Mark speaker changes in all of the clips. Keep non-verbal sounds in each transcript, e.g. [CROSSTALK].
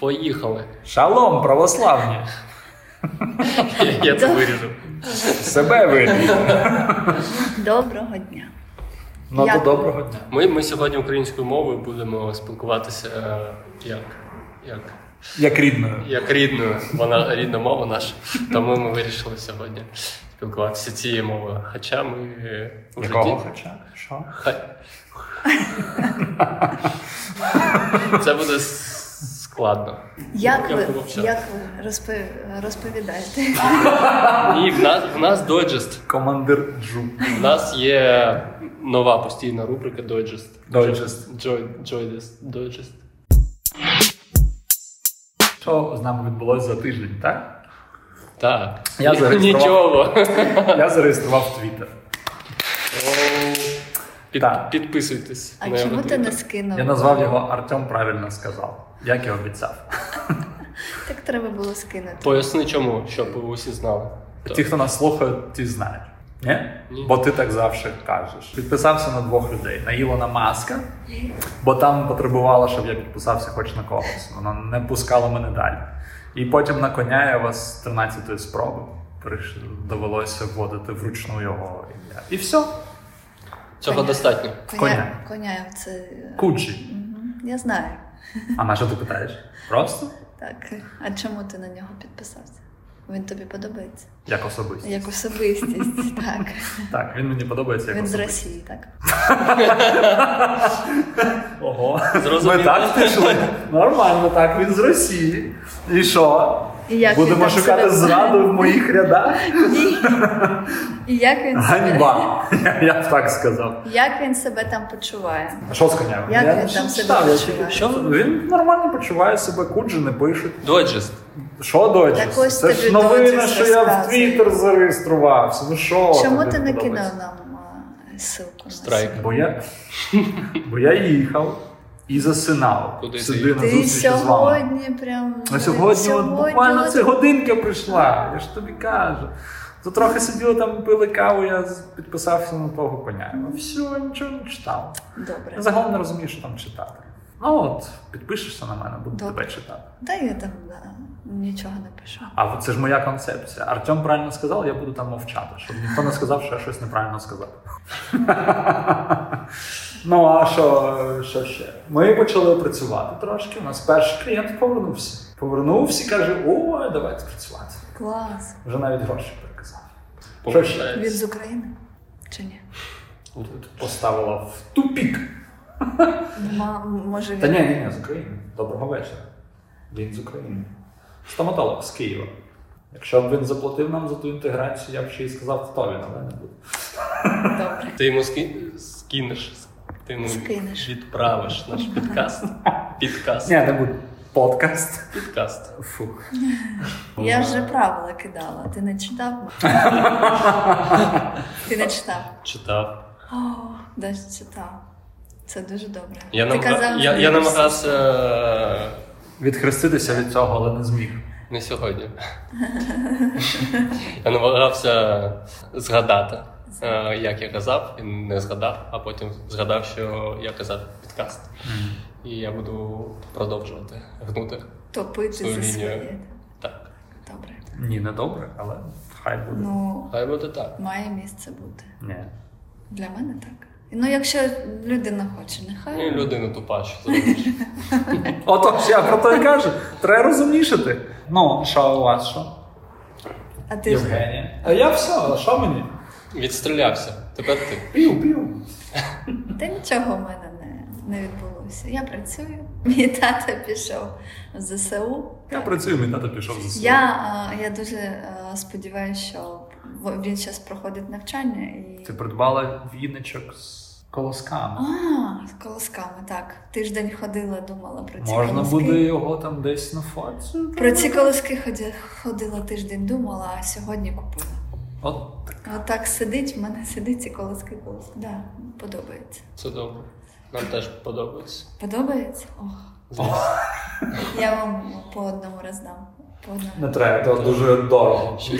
Speaker 1: Поїхали.
Speaker 2: Шалом, православні!
Speaker 1: [LAUGHS] Я це виріжу.
Speaker 2: Себе вирішив.
Speaker 3: Доброго дня.
Speaker 2: Ну то
Speaker 3: Як?
Speaker 2: доброго дня.
Speaker 1: Ми, ми сьогодні українською мовою будемо спілкуватися е, як, як,
Speaker 2: Як рідною.
Speaker 1: як рідною. Вона рідна мова наша. Тому ми вирішили сьогодні спілкуватися цією мовою. Хоча ми е, вже
Speaker 2: Якого
Speaker 1: ді-
Speaker 2: хоча? Що?
Speaker 1: Ха- Це буде с- складно.
Speaker 3: Як
Speaker 1: Я Ну,
Speaker 3: ви,
Speaker 1: помовчав.
Speaker 3: як ви розпи- розповідаєте?
Speaker 1: Ні, в нас в нас дойджест.
Speaker 2: Командир Джу.
Speaker 1: У нас є нова постійна рубрика Дойджест.
Speaker 2: Дойджест.
Speaker 1: Джойдест. Дойджест.
Speaker 2: Що з нами відбулося за тиждень, так?
Speaker 1: Так.
Speaker 2: Я
Speaker 1: Ні-
Speaker 2: зареєстрував.
Speaker 1: Нічого.
Speaker 2: Я зареєстрував твіттер.
Speaker 1: Під,
Speaker 2: Так.
Speaker 1: Підписуйтесь.
Speaker 3: А
Speaker 1: на
Speaker 3: чому ти
Speaker 1: Євротвіттер.
Speaker 3: не скинув?
Speaker 2: Я назвав його Артем правильно сказав, як і обіцяв.
Speaker 3: Так треба було скинути.
Speaker 1: Поясни чому, щоб усі знали.
Speaker 2: Ті, хто нас слухають, ті знають. Ні?
Speaker 1: Ні.
Speaker 2: Бо ти так завжди кажеш. Підписався на двох людей: на Ілона Маска, бо там потребувала, щоб я підписався хоч на когось. Вона не пускала мене далі. І потім на Коняєва з 13-ї спроби прийш- довелося вводити вручну його ім'я. І все.
Speaker 1: Цього достатньо.
Speaker 2: Коня.
Speaker 3: Коня це.
Speaker 2: Куджі.
Speaker 3: Мгм, Я знаю.
Speaker 2: А на що ти питаєш? Просто?
Speaker 3: Так. А чому ти на нього підписався? Він тобі подобається.
Speaker 2: Як особисто. [LAUGHS]
Speaker 3: Як особистість, так.
Speaker 2: Так, він мені подобається як
Speaker 3: Він з
Speaker 2: особистість.
Speaker 3: Росії, так.
Speaker 2: Ого,
Speaker 1: Зрозуміло.
Speaker 2: ми так пішли. Нормально, так, він з Росії. І що?
Speaker 3: І як він
Speaker 2: Будемо
Speaker 3: там
Speaker 2: шукати
Speaker 3: себе-
Speaker 2: зраду в моїх рядах.
Speaker 3: Ні. І як він себе,
Speaker 2: Ганьба. Я б так сказав.
Speaker 3: як він себе там почуває?
Speaker 2: А що з конями?
Speaker 3: Як
Speaker 2: я
Speaker 3: він
Speaker 2: ж
Speaker 3: там себе
Speaker 2: читав, я
Speaker 3: почуває?
Speaker 2: тільки читав. Він нормально почуває себе, куджі не пишуть.
Speaker 1: Доджест.
Speaker 2: Що
Speaker 3: Так ось
Speaker 2: дочіс? Це ж
Speaker 3: тобі
Speaker 2: новина,
Speaker 3: Доджес
Speaker 2: що я в
Speaker 3: розказує.
Speaker 2: Твіттер зареєструвався. Ну що?
Speaker 3: Чому
Speaker 2: тобі
Speaker 3: ти не
Speaker 2: подобається?
Speaker 3: кинув нам а, ссылку? на
Speaker 1: Страйк.
Speaker 2: Бо я, [LAUGHS] бо я їхав і засинав.
Speaker 1: Куди ти
Speaker 2: Сюди
Speaker 1: їхав?
Speaker 2: на
Speaker 3: Ти
Speaker 2: зустрічі з вами.
Speaker 3: сьогодні прям
Speaker 2: А сьогодні, от буквально
Speaker 3: от-
Speaker 2: це годинка прийшла, я ж тобі кажу. То трохи сиділи там, пили каву, я з- підписався на того коня. Ну все, нічого не читав.
Speaker 3: Добре.
Speaker 2: Я загалом не розумію, що там читати. Ну от, підпишешся на мене, буду
Speaker 3: Добре.
Speaker 2: тебе читати.
Speaker 3: Та я там да, нічого не пишу.
Speaker 2: А от це ж моя концепція. Артем правильно сказав, я буду там мовчати, щоб ніхто не сказав, що я щось неправильно сказав. [LAUGHS] ну а що, що ще? Ми почали працювати трошки. У нас перший клієнт повернувся. Повернувся і каже: о, давайте працювати.
Speaker 3: Клас.
Speaker 2: Вже навіть гроші переказав. Що ще?
Speaker 1: Повертається.
Speaker 3: Він з України? Чи ні?
Speaker 2: Тут поставила в тупік.
Speaker 3: Ма- може він.
Speaker 2: Та ні, ні, ні, з України. Доброго вечора. Він з України. Стоматолог з Києва. Якщо б він заплатив нам за ту інтеграцію, я б ще й сказав, хто він, але не буду.
Speaker 3: Добре.
Speaker 1: Ти йому ски- скинеш. Ти йому
Speaker 3: Скинеш.
Speaker 1: відправиш наш
Speaker 3: [LAUGHS]
Speaker 1: підкаст. Підкаст.
Speaker 2: Ні, не буду. Подкаст.
Speaker 1: Підкаст.
Speaker 2: Фу.
Speaker 3: Я вже правила кидала. Ти не читав?
Speaker 1: [LAUGHS]
Speaker 3: Ти не читав.
Speaker 1: Читав.
Speaker 3: О, десь читав. Це дуже добре.
Speaker 1: Я,
Speaker 3: Ти
Speaker 1: намага...
Speaker 3: казав,
Speaker 1: я,
Speaker 3: що
Speaker 1: я
Speaker 3: ти
Speaker 1: намагався е,
Speaker 2: Відхреститися від цього, але не зміг.
Speaker 1: не сьогодні. я намагався згадати, е, як я казав, і не згадав, а потім згадав, що я казав підкаст. І я буду продовжувати гнути.
Speaker 3: Топити
Speaker 1: Свою
Speaker 3: за
Speaker 1: лінію.
Speaker 3: своє.
Speaker 1: Так.
Speaker 3: Добре.
Speaker 2: Ні, не добре, але хай буде.
Speaker 3: Ну,
Speaker 1: Хай буде так.
Speaker 3: має місце бути.
Speaker 2: Ні.
Speaker 3: Для мене так. Ну, якщо людина хоче,
Speaker 1: Ну, І
Speaker 3: нехай.
Speaker 1: людину тупа, що зробиш.
Speaker 2: Отож, я про те й кажу. Треба розумнішати. Ну, що у вас що?
Speaker 3: А ти ж
Speaker 2: Євгенія. А я все, а що мені?
Speaker 1: Відстрілявся. Тепер ти.
Speaker 2: Пів-пів.
Speaker 3: Та нічого в мене не, не відбулося. Я працюю, [LAUGHS] мій тато пішов в ЗСУ.
Speaker 2: Я працюю, мій тато пішов за
Speaker 3: Я, а, я дуже а, сподіваюся, що в- він зараз проходить навчання і.
Speaker 2: Ти придбала віночок з колосками.
Speaker 3: А, з колосками, так. Тиждень ходила, думала про ці
Speaker 2: Можна
Speaker 3: колоски.
Speaker 2: буде його там десь на фоці.
Speaker 3: Про ці колоски ході- ходила тиждень, думала, а сьогодні купила.
Speaker 2: От
Speaker 3: Отак сидить, в мене сидить ці колоски. Да, подобається.
Speaker 1: Це добре. Нам теж подобається.
Speaker 3: Подобається? Ох.
Speaker 1: Звісно.
Speaker 3: Я вам по одному роздам. По одному.
Speaker 2: не треба, то дуже дорого.
Speaker 1: Що-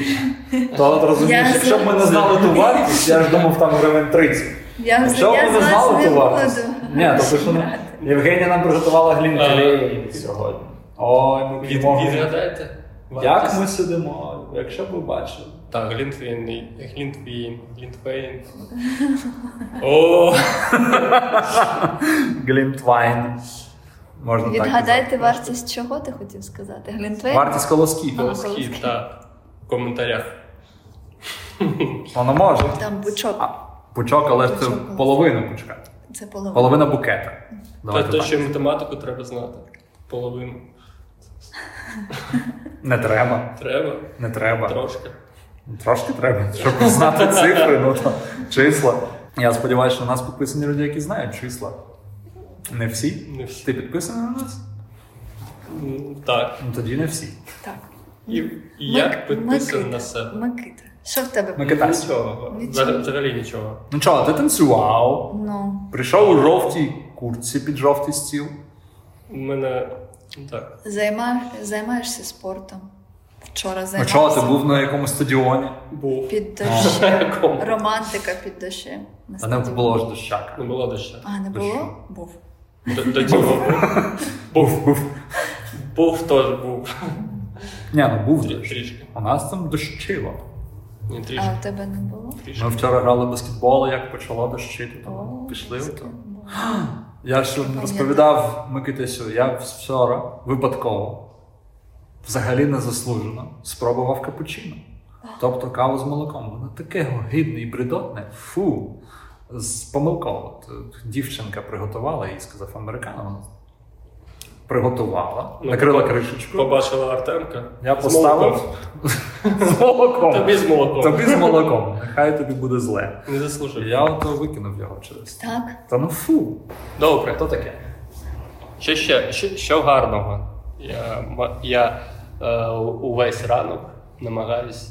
Speaker 2: То от розумієш,
Speaker 3: Я
Speaker 2: якщо б ми не знали ту вартість, я ж думав там гривень 30.
Speaker 3: Я,
Speaker 2: Якщо б
Speaker 3: я
Speaker 2: ми не
Speaker 3: з вас
Speaker 2: знали
Speaker 3: не
Speaker 2: ту вартість.
Speaker 3: буду. [LAUGHS]
Speaker 2: Ні, то ти що не-
Speaker 3: брати.
Speaker 2: Е, Євгенія нам приготувала глінтвейн сьогодні. Ой, ми
Speaker 1: Від,
Speaker 2: п'ємо.
Speaker 1: відгадаєте?
Speaker 2: Як
Speaker 1: вартість?
Speaker 2: ми сидимо, якщо б ви бачили.
Speaker 1: Так, Глінтвін, Глінтвін, Глінтвейн. О,
Speaker 2: Глінтвайн. Можна так
Speaker 3: Відгадайте
Speaker 2: казати.
Speaker 3: вартість чого ти хотів сказати? Глінтвейн?
Speaker 2: Вартість колосків.
Speaker 3: Ага.
Speaker 1: схід, так. В коментарях.
Speaker 2: Воно може.
Speaker 3: Там бучок.
Speaker 2: А, пучок, але ж це
Speaker 3: Пучок.
Speaker 2: половина пучка.
Speaker 3: Це половина.
Speaker 2: Половина букета.
Speaker 1: Та
Speaker 2: Давайте
Speaker 1: то,
Speaker 2: так.
Speaker 1: що математику треба знати. Половину.
Speaker 2: Не треба.
Speaker 1: Треба.
Speaker 2: Не треба.
Speaker 1: Трошки.
Speaker 2: Трошки треба, щоб знати цифри, ну то числа. Я сподіваюся, що у нас підписані люди, які знають числа. Не всі.
Speaker 1: Не всі.
Speaker 2: Ти підписаний на нас?
Speaker 1: М, Так.
Speaker 2: Ну тоді не всі.
Speaker 3: Так.
Speaker 1: І, і
Speaker 3: Мик-
Speaker 1: я підписаний
Speaker 3: Микита,
Speaker 1: на себе.
Speaker 3: Микита. Що в тебе?
Speaker 2: Микита. Микитась.
Speaker 1: Нічого.
Speaker 3: Нічого.
Speaker 1: Взагалі- Взагалі нічого.
Speaker 2: Ну чого, ти танцював?
Speaker 3: Ну,
Speaker 2: Прийшов у жовтій куртці під жовтий стіл.
Speaker 1: У мене. ну, Так.
Speaker 3: займа... займаєшся спортом. Вчора
Speaker 2: Ну
Speaker 3: займався.
Speaker 2: чого, ти був на якомусь стадіоні?
Speaker 1: Був.
Speaker 3: Під
Speaker 1: На
Speaker 3: дощем.
Speaker 1: якому?
Speaker 3: Романтика під дощем. На
Speaker 2: Та не
Speaker 3: стадіоні.
Speaker 2: було ж дощака.
Speaker 1: Не було дощу.
Speaker 3: А, не
Speaker 2: Ти
Speaker 3: було? Був.
Speaker 1: Ну, До, до цього був.
Speaker 2: Був, був.
Speaker 1: Був теж був.
Speaker 2: Ні, ну був
Speaker 1: Трі-
Speaker 2: дощ.
Speaker 1: Трішки.
Speaker 2: У нас там дощило.
Speaker 1: Ні,
Speaker 3: А
Speaker 1: трішки.
Speaker 3: у тебе не було?
Speaker 1: Трішки.
Speaker 2: Ми вчора грали в баскетбол, як почало дощити,
Speaker 3: О,
Speaker 2: то пішли.
Speaker 3: це
Speaker 2: То.
Speaker 3: було.
Speaker 2: Я ж
Speaker 3: Пам'ятаю.
Speaker 2: розповідав Микитисю, я вчора випадково, взагалі незаслужено, спробував капучино. Тобто каву з молоком. Воно таке гидне і бредотне. Фу. З помилково. Т- Дівчинка приготувала і сказав американо. Вона приготувала,
Speaker 1: Ну,
Speaker 2: накрила
Speaker 1: по-
Speaker 2: кришечку.
Speaker 1: Побачила Артемка.
Speaker 2: Я
Speaker 1: З
Speaker 2: поставив
Speaker 1: молоком.
Speaker 2: [LAUGHS] з молоком.
Speaker 1: Тобі з молоком.
Speaker 2: Тобі з молоком. Нехай тобі буде зле.
Speaker 1: Не заслужив.
Speaker 2: Я ото викинув його через. те.
Speaker 3: Так.
Speaker 2: Та ну фу.
Speaker 1: Добре.
Speaker 2: Хто таке?
Speaker 1: Що ще? Що, що гарного? Я, ма- я е, увесь ранок намагаюсь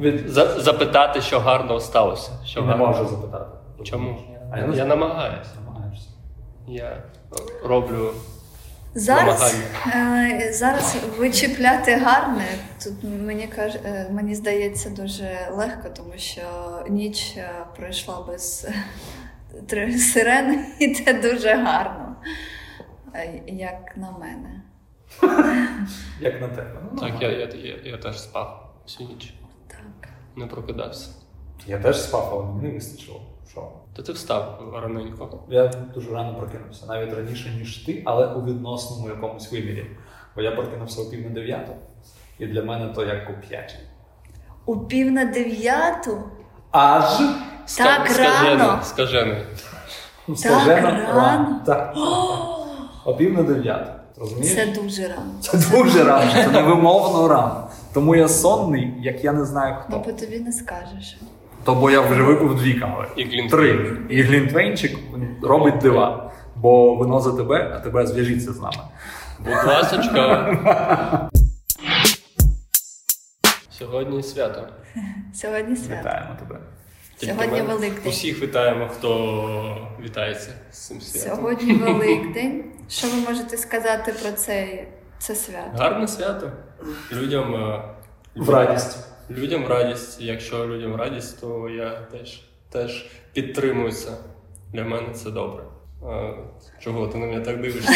Speaker 1: від, за, запитати, що гарного сталося. Що
Speaker 2: І не
Speaker 1: гарного.
Speaker 2: можу запитати.
Speaker 1: Чому?
Speaker 2: А
Speaker 1: Я,
Speaker 2: я не знаю.
Speaker 1: намагаюсь.
Speaker 2: Намагаєшся.
Speaker 1: Я роблю
Speaker 3: Зараз, е, зараз вичіпляти гарне. Тут мені каже, е, мені здається дуже легко, тому що ніч е, пройшла без е, три сирени, і це дуже гарно, е, як на мене.
Speaker 2: Як на тебе. Ну,
Speaker 1: так, я,
Speaker 2: нормально.
Speaker 1: я, я, я теж спав всю ніч,
Speaker 3: Так.
Speaker 1: не прокидався.
Speaker 2: я теж спав, але мені не вистачило. Що?
Speaker 1: Та ти встав раненько.
Speaker 2: Я дуже рано прокинувся, навіть раніше, ніж ти, але у відносному якомусь вимірі. Бо я прокинувся о пів на дев'яту, і для мене то як у п'ять.
Speaker 3: У пів на дев'яту
Speaker 2: Аж
Speaker 3: Так рано?
Speaker 1: скажений.
Speaker 2: скажено
Speaker 3: рано?
Speaker 2: Так.
Speaker 3: [GASPS]
Speaker 2: О пів на дев'яту. Розумієш?
Speaker 3: це дуже рано.
Speaker 2: Це дуже рано, це невимовно рано. Тому я сонний, як я не знаю
Speaker 3: Ну,
Speaker 2: хто.
Speaker 3: бо тобі не скажеш.
Speaker 2: То бо я вже випив дві кави.
Speaker 1: І Глінтвейн.
Speaker 2: Три. І глінтвейнчик робить дива. Бо вино за тебе, а тебе зв'яжіться з нами.
Speaker 1: Будь ласочка.
Speaker 2: [LAUGHS]
Speaker 1: Сьогодні свято.
Speaker 3: Сьогодні свято.
Speaker 2: Вітаємо тебе.
Speaker 1: Тільки
Speaker 3: Сьогодні
Speaker 1: ми
Speaker 3: Великдень.
Speaker 1: Усіх вітаємо, хто вітається з цим святом.
Speaker 3: Сьогодні Великдень. Що ви можете сказати про це, це свято?
Speaker 1: Гарне свято. Людям е,
Speaker 2: В радість.
Speaker 1: Людям радість. Якщо людям радість, то я теж, теж підтримую це. Для мене це добре. Е, Чого ти на мене так
Speaker 3: [LAUGHS]
Speaker 1: дивишся?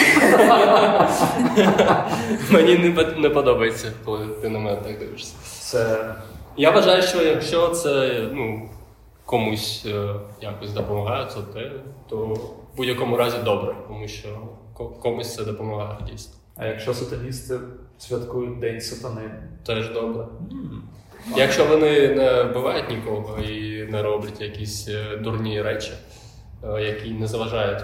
Speaker 1: Мені не пот- не подобається, коли ти на мене так дивишся.
Speaker 2: Це
Speaker 1: Я вважаю, що якщо це ну, комусь е, якось допомагає, то, те, то в будь-якому разі добре, тому що ко- комусь це допомагає дійсно.
Speaker 2: а якщо сатаністи святкують День сатани.
Speaker 1: Теж добре. Якщо вони не вбивають нікого і не роблять якісь е, дурні речі, е, які не заважають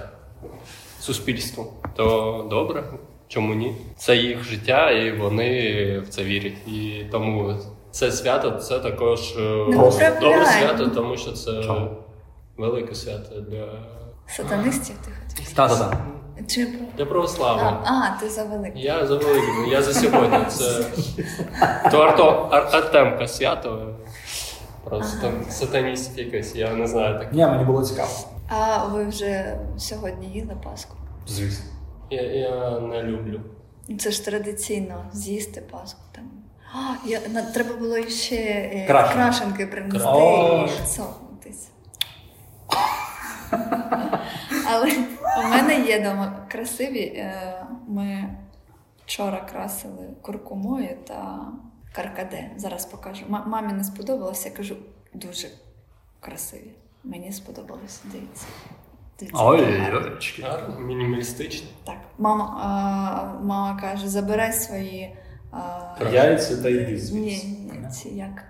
Speaker 1: суспільству, то добре, чому ні? Це їх життя, і вони в це вірять. І тому це свято це також е,
Speaker 3: потрапляй.
Speaker 1: добре свято, тому що це
Speaker 2: Чому?
Speaker 1: велике свято для,
Speaker 3: Сатанистів ти хотів?
Speaker 2: Та-та-та.
Speaker 3: Чи про
Speaker 1: для православних.
Speaker 3: А, а, ти за великий.
Speaker 1: Я за Великдень, я за сьогодні. Це то Арто Ар- Артемка свято. Просто сатаніст якийсь, я не знаю так.
Speaker 2: Ні, мені було цікаво.
Speaker 3: А ви вже сьогодні їли Пасху?
Speaker 2: Звісно.
Speaker 1: Я, я не люблю.
Speaker 3: Це ж традиційно з'їсти Пасху там. А, я, на, треба було ще е,
Speaker 2: Крашенки.
Speaker 3: крашенки принести
Speaker 2: Краш-
Speaker 3: і [LAUGHS] сохнутись. Але у мене є дома красиві. е, Ми вчора красили куркумою та каркаде. Зараз покажу. Ма- мамі не сподобалося, я кажу, дуже красиві. Мені сподобалося, дивіться. Дивіться, які
Speaker 2: Ой,
Speaker 3: гарні.
Speaker 2: льотчики.
Speaker 1: Гарно, мінімалістично.
Speaker 3: Так, мама, а, мама каже, забирай свої а,
Speaker 4: Яйця та йди
Speaker 3: ні, ні,
Speaker 4: звідси.
Speaker 3: ні, ці як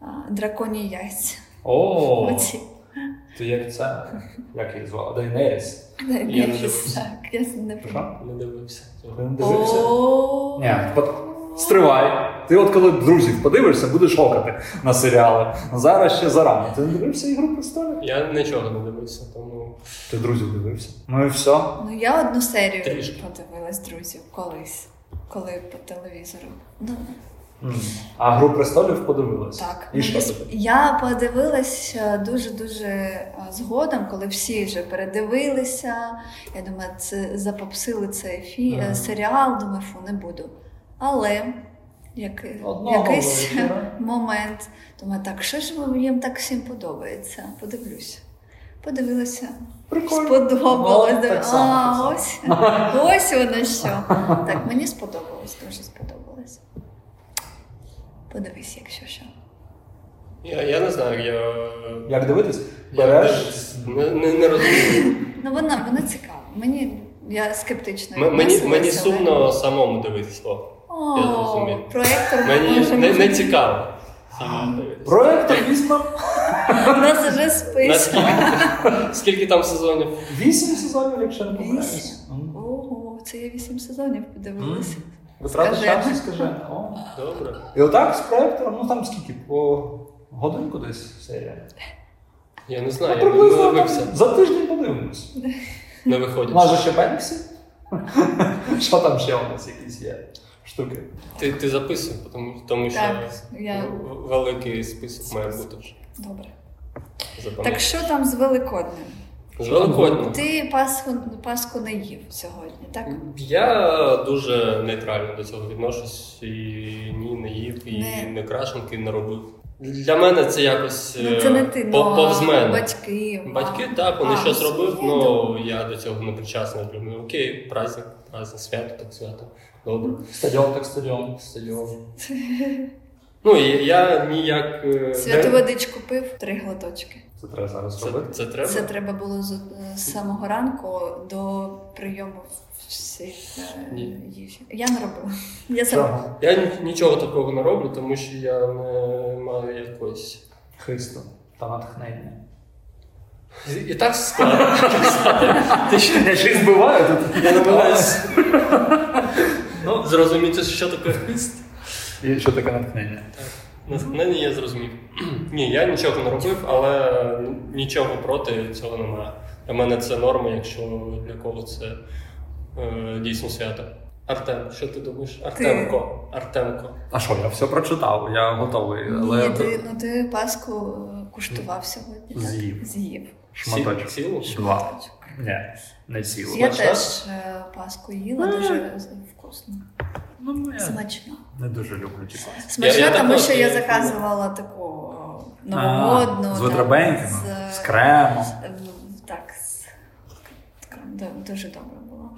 Speaker 3: а, драконі яйця.
Speaker 4: О,
Speaker 3: Оці.
Speaker 4: то як це? Як їх звала? Дейнеріс.
Speaker 1: не
Speaker 3: Якісь
Speaker 1: дивився.
Speaker 3: Так, я не пам'ятаю.
Speaker 4: Що?
Speaker 1: Не дивився. цього.
Speaker 4: Ти не дивився?
Speaker 3: О,
Speaker 2: Ні,
Speaker 4: От стривай. Ти от коли друзів подивишся, будеш окати на серіали. Зараз ще зарано. Ти не дивився ігру престолів?
Speaker 1: Я нічого не дивився, тому
Speaker 4: Ти друзів дивився. Ну і все.
Speaker 3: Ну я одну серію
Speaker 1: Трішки.
Speaker 3: подивилась друзів колись, коли по телевізору. Ну
Speaker 4: М. А гру престолів подивилася.
Speaker 3: так.
Speaker 4: І що
Speaker 3: Мені
Speaker 4: тобі?
Speaker 3: Я подивилась е, дуже-дуже е, згодом, коли всі вже передивилися. Я думаю, це запопсили цей фі... е,
Speaker 4: Ага.
Speaker 3: серіал, думаю, фу, не буду. Але як...
Speaker 4: Одного
Speaker 3: якийсь
Speaker 4: вечора.
Speaker 3: [LAUGHS] момент, думаю, так, що ж їм так всім подобається? Подивлюся. Подивилася,
Speaker 4: Ну,
Speaker 3: сподобалось.
Speaker 4: так
Speaker 3: Думаю,
Speaker 4: само, так
Speaker 3: А,
Speaker 4: само.
Speaker 3: ось,
Speaker 4: [LAUGHS]
Speaker 3: ось воно що. Так, мені сподобалось, дуже сподобалось. Подивись, якщо що.
Speaker 1: я, я не знаю, я.
Speaker 4: Як дивитись?
Speaker 1: я
Speaker 4: Береш.
Speaker 1: не, не, не розумію.
Speaker 3: Ну, вона, вона цікава. Мені я скептично.
Speaker 1: М- Мені,
Speaker 3: відносилася,
Speaker 1: мені
Speaker 3: але-
Speaker 1: сумно самому дивитися. О, я
Speaker 3: О,
Speaker 1: зрозумів.
Speaker 3: проектор
Speaker 1: Мені
Speaker 3: може
Speaker 1: не, не
Speaker 3: бути.
Speaker 1: цікаво. самому дивитися.
Speaker 4: Проєктор візьмем
Speaker 3: У нас вже список.
Speaker 1: Наскільки- [LAUGHS] Скільки там сезонів?
Speaker 4: вісім сезонів, якщо не помиляюсь.
Speaker 3: Вісім? Ого, це я вісім сезонів подивилася.
Speaker 4: Витрата
Speaker 3: Скажи.
Speaker 4: часу скаже. О.
Speaker 1: Добре.
Speaker 4: І отак з проєктором, ну там скільки? По годинку десь серія.
Speaker 1: Я не
Speaker 4: Ну,
Speaker 1: знаю, я не
Speaker 4: приблизно там
Speaker 1: дивився.
Speaker 4: за тиждень подивимось.
Speaker 1: Не
Speaker 4: У
Speaker 1: виходить.
Speaker 4: нас же ще пенсі. Що там ще у нас якісь є штуки?
Speaker 1: Ти, ти записуй, тому, тому що
Speaker 3: Так, я
Speaker 1: в- великий список має бути вже.
Speaker 3: добре. Так
Speaker 1: запам'ятати.
Speaker 3: що там з Великодним?
Speaker 1: З Великодня.
Speaker 3: Ти Пасху, Пасху не їв сьогодні, так?
Speaker 1: Я дуже нейтрально до цього відношусь і ні, не їв, і
Speaker 3: Не.
Speaker 1: не, крашенки не робив. Для мене це якось
Speaker 3: Ну, це не
Speaker 1: е,
Speaker 3: ти,
Speaker 1: по-
Speaker 3: ну,
Speaker 1: повз
Speaker 3: а
Speaker 1: мене.
Speaker 3: батьки. мама.
Speaker 1: Батьки, так, вони
Speaker 3: А,
Speaker 1: щось
Speaker 3: ну,
Speaker 1: робив,
Speaker 3: я
Speaker 1: але я до цього не причасний. Думаю, окей, праздник, праздник, свято, так свято. Добре.
Speaker 4: Стадіон так стадіон. Стадіон.
Speaker 1: Ну і я ніяк. е,
Speaker 3: Святу
Speaker 1: де-
Speaker 3: водичку пив три глоточки.
Speaker 4: Це треба зараз
Speaker 1: Це,
Speaker 4: робити.
Speaker 1: це треба.
Speaker 3: Це треба було з е, з самого ранку до прийому всіх е,
Speaker 1: Ні.
Speaker 3: їжі. Я не робила. [LAUGHS] Я сама.
Speaker 4: Чого?
Speaker 1: Я ні- нічого такого не роблю, тому що я не маю якоїсь.
Speaker 4: Хисту та натхнення.
Speaker 1: І- І так складно. [LAUGHS] Ти ще
Speaker 4: Я ще й збиваю тут.
Speaker 1: Я намагаюся ну, зрозуміти, що таке хист.
Speaker 4: І що таке натхнення?
Speaker 1: Натхнення я зрозумів. [CLEARS THROAT] Ні, я нічого не робив, але нічого проти цього немає. Для мене це норма, якщо для кого це е, дійсно свято. Артем, що ти думаєш? Артемко. Артемко.
Speaker 2: А що, я все прочитав, я готовий,
Speaker 3: Ні,
Speaker 2: але
Speaker 3: ти, ну, ти Пасху е, куштував сьогодні. так?
Speaker 2: З'їв.
Speaker 3: З'їв.
Speaker 2: шматочок.
Speaker 1: Ці- цілу?
Speaker 2: Два. Ні, не цілу.
Speaker 3: Я
Speaker 1: Смачна?
Speaker 3: теж е, Пасху їла, дуже вкусно.
Speaker 2: Ну, я
Speaker 3: Смачно.
Speaker 2: не дуже люблю ті пасти.
Speaker 3: Смачно,
Speaker 1: Я- я
Speaker 3: тому
Speaker 1: також
Speaker 3: що я
Speaker 1: їм.
Speaker 3: заказувала таку
Speaker 2: А,
Speaker 3: е, новогодну.
Speaker 2: З
Speaker 3: там,
Speaker 2: витрабеньками,
Speaker 3: з,
Speaker 2: з кремом.
Speaker 3: е, в- Так, з- крем, ду- дуже добре
Speaker 2: [LAUGHS]
Speaker 3: було.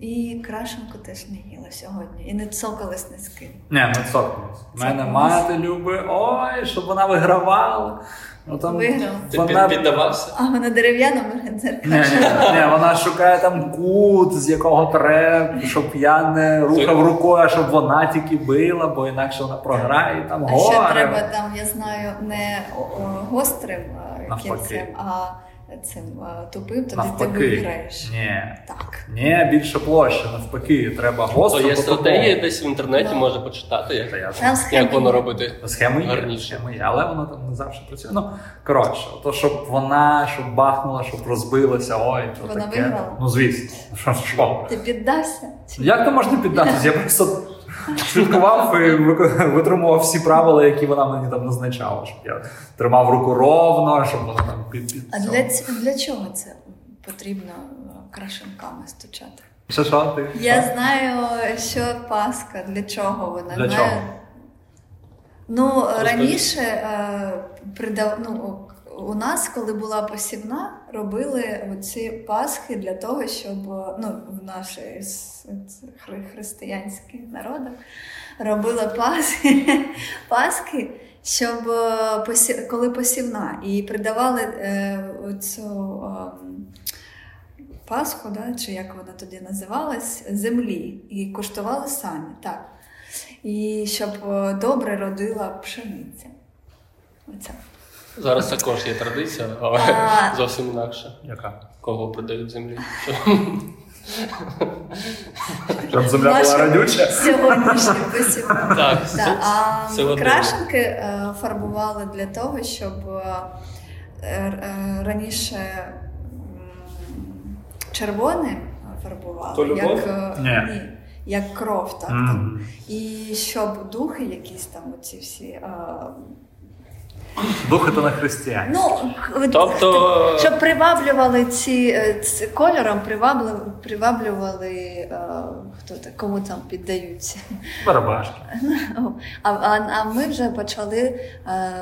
Speaker 3: І крашенку теж не їла сьогодні. І не цокалась не з ким.
Speaker 2: Ні, ми цокнулись. Мене
Speaker 3: Цокнулись.
Speaker 2: мати любить, ой, щоб вона вигравала. Ну, там,
Speaker 3: Виграла.
Speaker 1: Ти
Speaker 2: Вона...
Speaker 1: під- піддавався?
Speaker 3: А вона дерев'яна марганцерка.
Speaker 2: Ні, ні, ні, вона шукає там кут, з якого треба, щоб я не рухав рукою, а щоб вона тільки била, бо інакше вона програє і там
Speaker 3: А ще
Speaker 2: горе.
Speaker 3: треба там, я знаю, не о- о, гострим е,
Speaker 2: Навпаки.
Speaker 3: кінцем, а цим е, тупим, тоді ти
Speaker 2: Навпаки.
Speaker 3: виграєш.
Speaker 2: Ні.
Speaker 3: Так.
Speaker 2: Ні, більше площа, навпаки, треба
Speaker 1: То
Speaker 2: гостро.
Speaker 1: є
Speaker 2: по тупому.
Speaker 1: стратегія десь в інтернеті,
Speaker 3: Да.
Speaker 1: може почитати,
Speaker 2: Та
Speaker 1: як,
Speaker 2: я знаю.
Speaker 3: Там
Speaker 1: як
Speaker 3: схема.
Speaker 1: воно робити.
Speaker 2: Схеми є,
Speaker 1: Гарніше.
Speaker 2: схеми є, але вона там не завжди працює. Ну коротше, то щоб вона, щоб бахнула, щоб розбилася, ой, то
Speaker 3: Вона
Speaker 2: таке.
Speaker 3: виграла?
Speaker 2: Ну звісно, що що?
Speaker 3: Ти піддався? Чи-
Speaker 2: Як то можна піддатися? Я просто слідкував і вик- витримував всі правила, які вона мені там назначала, щоб я тримав руку ровно, щоб вона там під, під
Speaker 3: А
Speaker 2: цього.
Speaker 3: для, ць- для чого це потрібно е, крашенками стучати?
Speaker 2: Що, що ти?
Speaker 3: Я знаю, що Пасха, для чого вона
Speaker 2: Для
Speaker 3: Знаю-
Speaker 2: чого?
Speaker 3: Ну, раніше е, придав, ну, о- у нас, коли була посівна, робили оці пасхи для того, щоб ну, в наших християнських народах робили пасхи, [LAUGHS] пасхи щоб е, посі- коли посівна, і придавали е, цю Пасху, да, чи як вона тоді називалась, землі і куштували самі. так. І щоб е, добре родила пшениця. Оце.
Speaker 1: Зараз також є традиція, але
Speaker 3: А.
Speaker 1: зовсім інакше.
Speaker 2: Яка?
Speaker 1: Кого продають
Speaker 3: [LAUGHS]
Speaker 1: землі?
Speaker 2: Щоб земля була
Speaker 3: Наша
Speaker 2: радюча.
Speaker 3: Сьогоднішня
Speaker 1: [LAUGHS]
Speaker 3: посівна.
Speaker 1: Так,
Speaker 3: Так, а
Speaker 1: це от-
Speaker 3: крашенки е, фарбували для того, щоб е, р- е, раніше м, червоне фарбували,
Speaker 4: То любов?
Speaker 3: як, е,
Speaker 2: Ні.
Speaker 3: ні, як кров, так, так.
Speaker 2: Мгм.
Speaker 3: І щоб духи якісь там, оці всі. е,
Speaker 2: Духи то на християн.
Speaker 3: Ну, к-
Speaker 1: Тобто-
Speaker 3: щоб приваблювали ці, е, ці- кольором, приваблювали, приваблювали е, хто так, кому там піддаються. [LAUGHS]
Speaker 2: Барабашки.
Speaker 3: А, а, а ми вже почали е,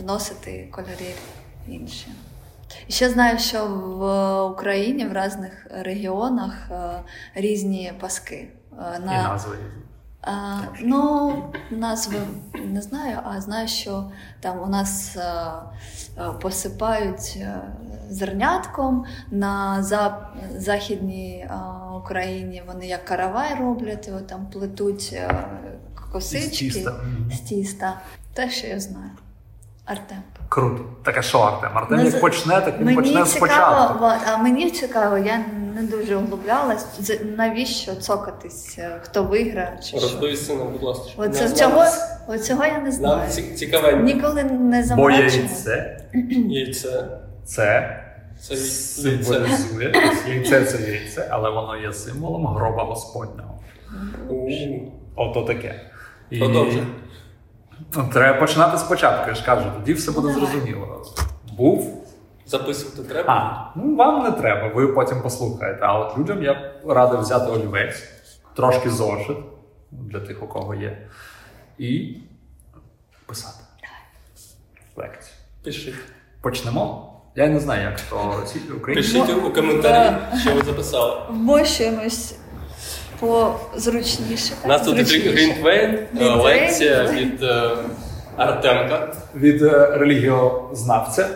Speaker 3: вносити кольори інші. І Ще знаю, що в Україні в різних регіонах е, різні паски. Е,
Speaker 2: І назви. різні.
Speaker 3: а, ну, назви не знаю, а знаю, що там у нас е, е, посипають е, зернятком на за, західній е, Україні. Вони як каравай роблять, його там плетуть е,
Speaker 2: Із
Speaker 3: косички
Speaker 2: тіста. Мгм.
Speaker 3: з тіста. Те, що я знаю. Артем.
Speaker 2: Круто. Так а що Артем? Артем
Speaker 3: Ну,
Speaker 2: як
Speaker 3: з-
Speaker 2: почне, так він
Speaker 3: Мені
Speaker 2: почне спочатку.
Speaker 3: цікаво, от, а мені цікаво, я не дуже углублялась. З- Навіщо цокатись, е, хто виграє чи що.
Speaker 1: Розповісти нам, будь ласка. щоб
Speaker 3: Оце
Speaker 1: нам-
Speaker 3: цього, оцього я не
Speaker 1: Нам
Speaker 3: знаю.
Speaker 1: ці- цікаве
Speaker 3: Ніколи не
Speaker 2: Бо
Speaker 3: заморачувалася.
Speaker 2: яйце
Speaker 1: яйце.
Speaker 2: це
Speaker 1: Це яйце.
Speaker 2: символізує. Ось Яйце це яйце, але воно є символом гроба Господнього.
Speaker 1: У.
Speaker 2: Ото таке. І
Speaker 1: Продовжуй.
Speaker 2: Ну, Треба починати спочатку, я ж кажу, тоді все буде
Speaker 3: Ну, давай.
Speaker 2: зрозуміло. Був.
Speaker 1: Записувати треба.
Speaker 2: А, ну вам не треба, ви потім послухаєте. А от людям я б радив взяти олівець, трошки зошит для тих, у кого є, і писати. Лекцію.
Speaker 1: Пишіть.
Speaker 2: Почнемо. Я не знаю, як то ці- українці.
Speaker 1: Пишіть
Speaker 3: Ну,
Speaker 1: у коментарі, що ви записали.
Speaker 3: Вмощуємось по зручніше.
Speaker 1: У нас тут
Speaker 3: Зручніше.
Speaker 1: Грінтвейн, е,
Speaker 3: Грінтвейн.
Speaker 1: лекція від е, Артемка.
Speaker 2: від е, релігіознавця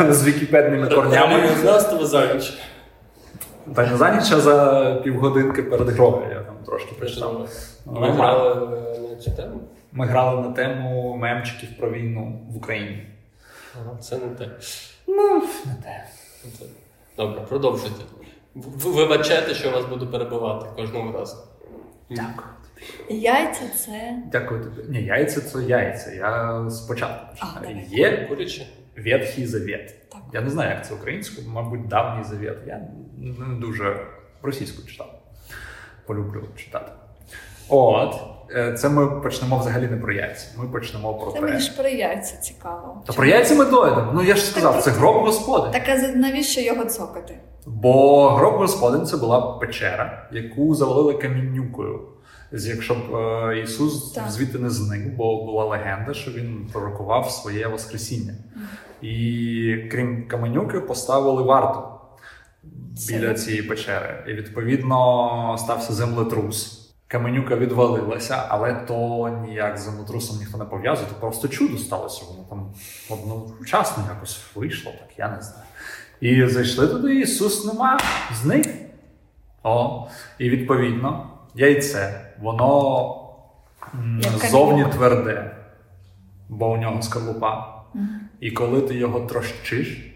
Speaker 1: Е,
Speaker 2: з вікіпедними корнями.
Speaker 1: Релігіознавство заміч.
Speaker 2: Та не за ніч, а за півгодинки перед грою. Я там трошки прочитав. Ну,
Speaker 1: Ми грали е, на цю тему.
Speaker 2: Ми грали на тему мемчиків про війну в Україні.
Speaker 1: Ага, Це не те.
Speaker 2: Ну, не те.
Speaker 1: Не те. Добре, продовжуйте. Ви вибачайте, що я вас буду перебивати кожного разу.
Speaker 2: Дякую.
Speaker 3: Яйця це
Speaker 2: Дякую тобі. Ні, яйця це яйця. Я спочатку
Speaker 3: А,
Speaker 2: починаю.
Speaker 3: давай.
Speaker 2: Є
Speaker 1: Курячі?
Speaker 2: Ветхий Завет.
Speaker 3: Так.
Speaker 2: Я не знаю, як це українською, мабуть, давній завет. Я не дуже російську читав. Полюблю читати. От. Е, Це ми почнемо взагалі не про яйця. Ми почнемо про
Speaker 3: це
Speaker 2: те.
Speaker 3: мені ж про яйця цікаво.
Speaker 2: Та про яйця ми дойдемо. Ну я ж сказав, це гроб господи.
Speaker 3: Так а за- навіщо його цокати?
Speaker 2: Бо гроб господин це була печера, яку завалили камінюкою. З- Якщо б е, Ісус
Speaker 3: Так.
Speaker 2: звідти не зник, бо була легенда, що він пророкував своє Воскресіння. І крім каменюки, поставили варту біля цієї печери. І відповідно стався землетрус. Каменюка відвалилася, але то ніяк з землетрусом ніхто не пов'язує. То просто чудо сталося. Воно там одночасно якось вийшло, так я не знаю. І зайшли туди, Ісус нема, зник. О, і відповідно, яйце, воно м,
Speaker 3: Як
Speaker 2: зовні
Speaker 3: камінь.
Speaker 2: тверде, бо у нього скорлупа. І коли ти його трощиш,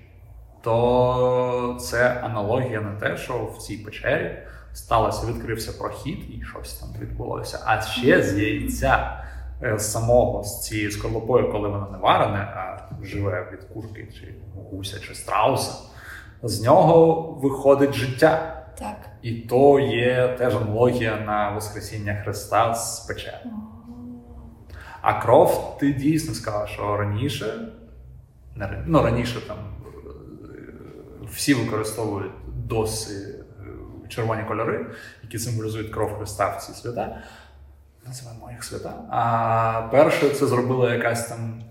Speaker 2: то це аналогія на те, що в цій печері сталося, відкрився прохід і щось там відбулося. А ще з яйця е, з самого з цією скорлупою, коли воно не варене, а живе від курки чи гуся, чи страуса, з нього виходить життя.
Speaker 3: Так.
Speaker 2: І то є теж аналогія на Воскресіння Христа з печери. А кров, ти дійсно сказала, що раніше, не рані- ну раніше там е, всі використовують доси е, червоні кольори, які символізують кров Христа в ці свята. Називаємо їх свята. А перше це зробила якась там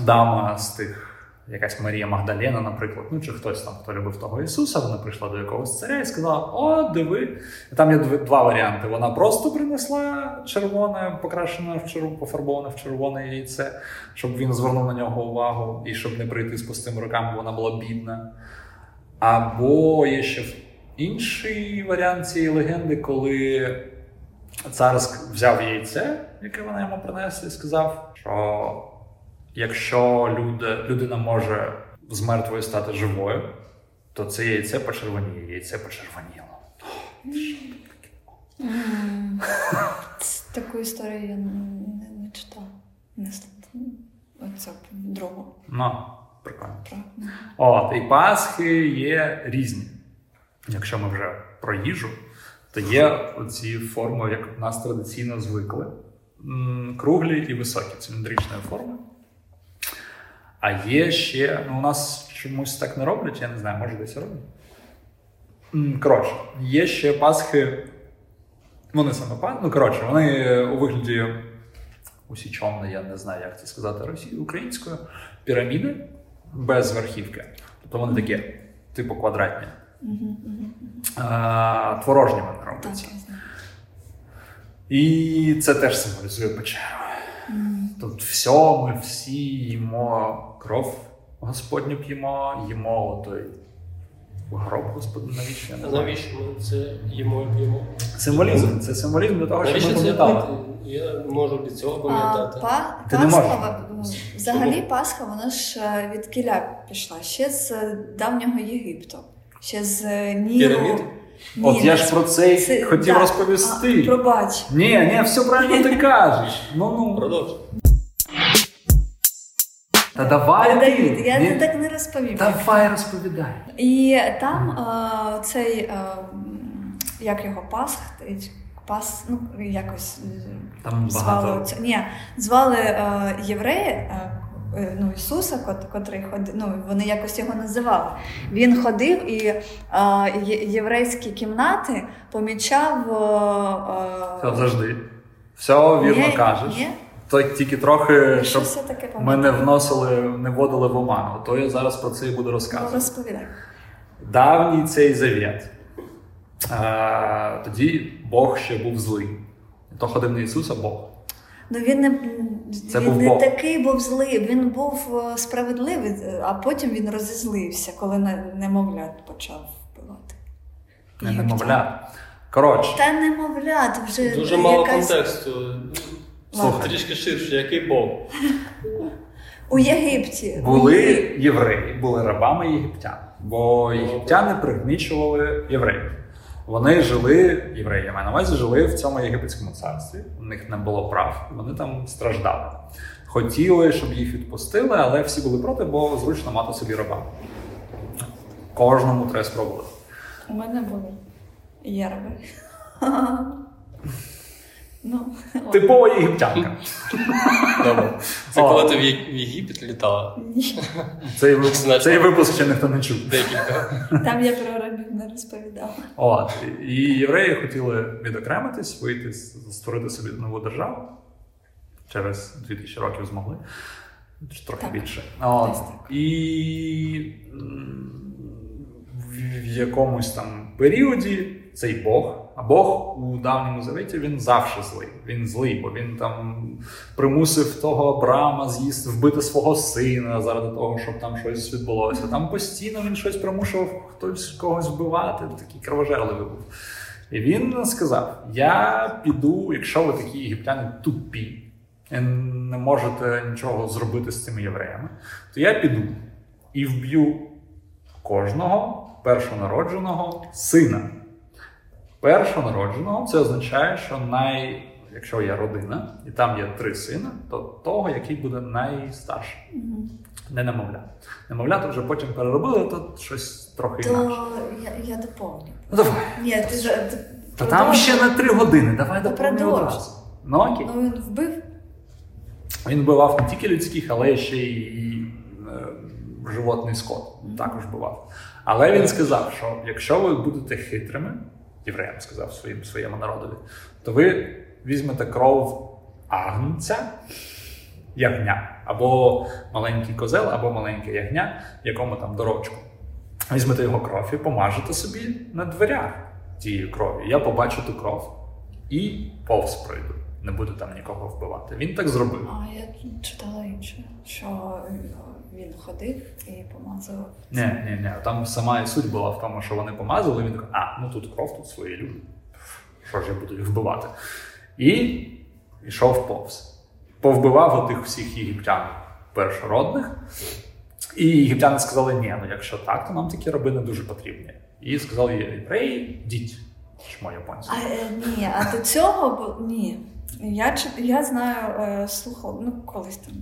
Speaker 2: дама з тих, якась Марія Магдалена, наприклад, ну чи хтось там, хто любив того Ісуса, вона прийшла до якогось царя і сказала: О, диви. І Там є дв- два варіанти. Вона просто принесла червоне, покрашене в черв... пофарбоване в червоне яйце, щоб він звернув на нього увагу і щоб не прийти з пустими руками, бо вона була бідна. Або є ще інший варіант цієї легенди, коли цар ск- взяв яйце, яке вона йому принесла, і сказав, що якщо люди, людина може з мертвою стати живою, то це яйце почервоніє, яйце почервоніло.
Speaker 3: М, ц- Таку історію я не, не читала. Не слухала. Оце другу.
Speaker 2: Ну, прикольно.
Speaker 3: про-
Speaker 2: От, і Пасхи є різні. Якщо ми вже про їжу, то є оці форми, як в нас традиційно звикли: М, круглі і високі, циліндричної форми. А є ще, ну у нас чомусь так не роблять, я не знаю, може десь роблять. М, Коротше, є ще Пасхи. Вони саме пан. Ну, коротше, вони у вигляді усічомне, я не знаю, як це сказати російською, українською, піраміди без верхівки. Тобто вони такі, типу, квадратні.
Speaker 3: Мгм, мгм.
Speaker 2: А, творожні вони
Speaker 3: Так,
Speaker 2: робляться.
Speaker 3: я знаю.
Speaker 2: І це теж символізує печеру.
Speaker 3: М,
Speaker 2: Тут все, ми всі їмо кров Господню п'ємо, їмо той гроб Господню, навіщо? Я не знаю.
Speaker 1: Навіщо ми це їмо і п'ємо?
Speaker 2: Символізм. Це символізм для того, щоб
Speaker 1: Навіщо
Speaker 2: ми
Speaker 1: це
Speaker 2: пам'ятали.
Speaker 1: робити? Я можу від цього
Speaker 3: А,
Speaker 1: пам'ятати.
Speaker 3: па,
Speaker 2: Ти не
Speaker 3: Пасха, в- взагалі Пасха, вона ж е, від кіля пішла, ще з е, давнього Єгипту, ще з е, Нілу.
Speaker 1: Пірамід?
Speaker 3: Ні,
Speaker 2: От я
Speaker 3: не
Speaker 2: ж про це
Speaker 3: Це-
Speaker 2: й хотів
Speaker 3: да.
Speaker 2: розповісти.
Speaker 3: А, пробач.
Speaker 2: Ні, ні, все правильно
Speaker 3: [LAUGHS]
Speaker 2: ти кажеш. Ну ну.
Speaker 1: Продовж.
Speaker 2: Та давай.
Speaker 3: Давид,
Speaker 2: ти.
Speaker 3: я
Speaker 2: Ні.
Speaker 3: не так не розповім.
Speaker 2: Давай розповідай.
Speaker 3: І там е, цей, е, м, як його Пасх, ти- Пас, ну якось е,
Speaker 2: Там
Speaker 3: звали
Speaker 2: багато.
Speaker 3: це. Ні, звали е, євреї. е, е, Ну, Ісуса, кот- котрий ходив, ну вони якось його називали. Він ходив і е, є- єврейські кімнати помічав. е,
Speaker 2: Все завжди. Все
Speaker 3: е,
Speaker 2: вірно
Speaker 3: ні,
Speaker 2: кажеш.
Speaker 3: Ні,
Speaker 2: То тільки трохи, щоб
Speaker 3: щось я таке пам'ятаю.
Speaker 2: мене вносили, не вводили в оману. То я зараз про це і буду
Speaker 3: Ну,
Speaker 2: розказувати.
Speaker 3: Розповідай.
Speaker 2: Давній цей завіт. Е, тоді Бог ще був злий. То ходив не Ісус, а Бог.
Speaker 3: Ну він не,
Speaker 2: Це
Speaker 3: він
Speaker 2: був
Speaker 3: не
Speaker 2: Бог.
Speaker 3: такий був злий, він був е, справедливий, е, а потім він розізлився, коли не- немовлят почав вбивати.
Speaker 2: Не
Speaker 3: Єгиптян.
Speaker 2: немовля. Коротше,
Speaker 3: Та немовлят вже
Speaker 1: Дуже мало
Speaker 3: якась...
Speaker 1: контексту.
Speaker 2: Слухай.
Speaker 1: Трішки ширше, який Бог.
Speaker 3: У Єгипті
Speaker 2: були євреї, були рабами єгиптян, бо єгиптяни пригнічували євреїв. Вони жили, євреї, я маю на увазі, жили в цьому єгипетському царстві. У них не було прав, вони там страждали. Хотіли, щоб їх відпустили, але всі були проти, бо зручно мати собі раба. Кожному треба спробувати.
Speaker 3: у мене були ярби. [LAUGHS] ну, ладно.
Speaker 2: Типова єгиптянка.
Speaker 1: Добре. Це
Speaker 2: О.
Speaker 1: коли ти в Є- в Єгипет літала
Speaker 3: Ні,
Speaker 2: Цей, ви- цей випуск ще ніхто не чув.
Speaker 1: декілька.
Speaker 3: там я про рабів не розповідала.
Speaker 2: От і євреї хотіли відокремитись, вийти з- створити собі нову державу. Через 2000 років змогли. Чи Трохи
Speaker 3: Так.
Speaker 2: більше. От.
Speaker 3: Десь так.
Speaker 2: І м, в- в якомусь там періоді цей Бог, а Бог у давньому завіті він завжди злий. Він злий, бо він там примусив того Абрама з'їсти, вбити свого сина заради того, щоб там щось відбулося. Там постійно він щось примушував хтось когось вбивати, такий кровожерливий був. І він сказав: Я піду, якщо ви такі єгиптяни тупі, і не можете нічого зробити з цими євреями, то я піду і вб'ю кожного першонародженого сина. Першонародженого це означає, що най... якщо є родина і там є три сина, то того, який буде найстарший,
Speaker 3: Мгм.
Speaker 2: не немовля. Немовля то вже потім переробили, то щось трохи інакше.
Speaker 3: То я, я доповню.
Speaker 2: Ну, давай.
Speaker 3: Ні, ти, за- ти
Speaker 2: Та там ще на три години, давай
Speaker 3: Та
Speaker 2: доповню
Speaker 3: продовж.
Speaker 2: одразу. Ну окей.
Speaker 3: Ну він вбив
Speaker 2: Він вбивав не тільки людських, але ще й е, животний скот також бував. Але він сказав, що якщо ви будете хитрими, євреям сказав своїм своєму народові, то ви візьмете кров агнця ягня, або маленький козел, або маленьке ягня, якому там дорочку. Візьмете його кров і помажете собі на дверях тією кров'ю. Я побачу ту кров і повз пройду. Не буду там нікого вбивати. Він так зробив.
Speaker 3: А я читала інше, що він ходив і помазав.
Speaker 2: Ні, ні, ні. Там сама і суть була в тому, що вони помазали. Він такий, а, ну тут кров, тут свої люди. Що ж я буду їх вбивати? І йшов повз. Повбивав отих всіх єгиптян першородних. І єгиптяни сказали: ні, ну якщо так, то нам такі раби не дуже потрібні. І сказали євреї, діть. Чмо японці.
Speaker 3: А е, ні, а до цього бу- ні. Я чи- я знаю, е, слухала, ну колись там,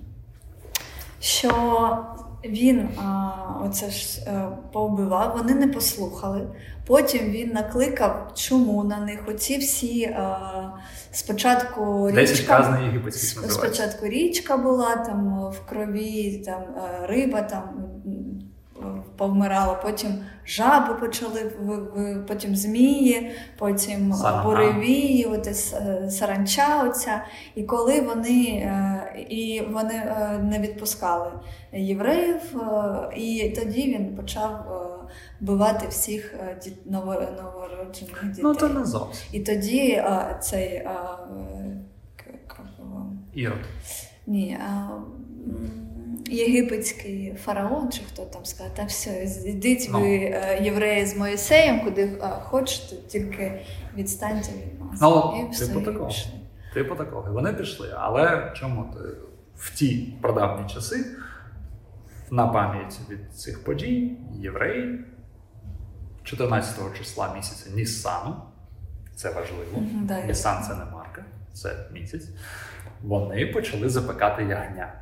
Speaker 3: що він а, оце ж е, повбивав, вони не послухали. Потім він накликав чому на них оці всі е, спочатку
Speaker 2: Десять
Speaker 3: річка.
Speaker 2: казни єгипетських називається.
Speaker 3: Спочатку річка була там е, в крові, там е, риба там м, м, е, повмирала, потім жаби почали, ви- ви- потім змії, потім е,
Speaker 2: Сарана.
Speaker 3: буревії, оте с- е, саранча. Оця. І коли вони е, і вони е, не відпускали євреїв, е, і тоді він почав е, вбивати всіх е, діт- ново- новороджених дітей.
Speaker 2: Ну то не зовсім.
Speaker 3: І тоді е, цей е, к- к- його?
Speaker 2: Ірод.
Speaker 3: Ні, а, м, єгипетський фараон, чи хто там сказав, та все, йдіть
Speaker 2: Ну.
Speaker 3: ви, е, євреї з Моїсеєм, куди е, хочете, тільки відстаньте від нас.
Speaker 2: Ну,
Speaker 3: і все,
Speaker 2: типу
Speaker 3: і
Speaker 2: такого.
Speaker 3: пішли.
Speaker 2: Типу такого. І Вони пішли. Але чому ти в ті прадавні часи, на пам'ять від цих подій, євреї 14 числа місяця Нісану, це важливо.
Speaker 3: Мгм, да, я
Speaker 2: Нісан це не марка, це місяць. Вони почали запекати ягня.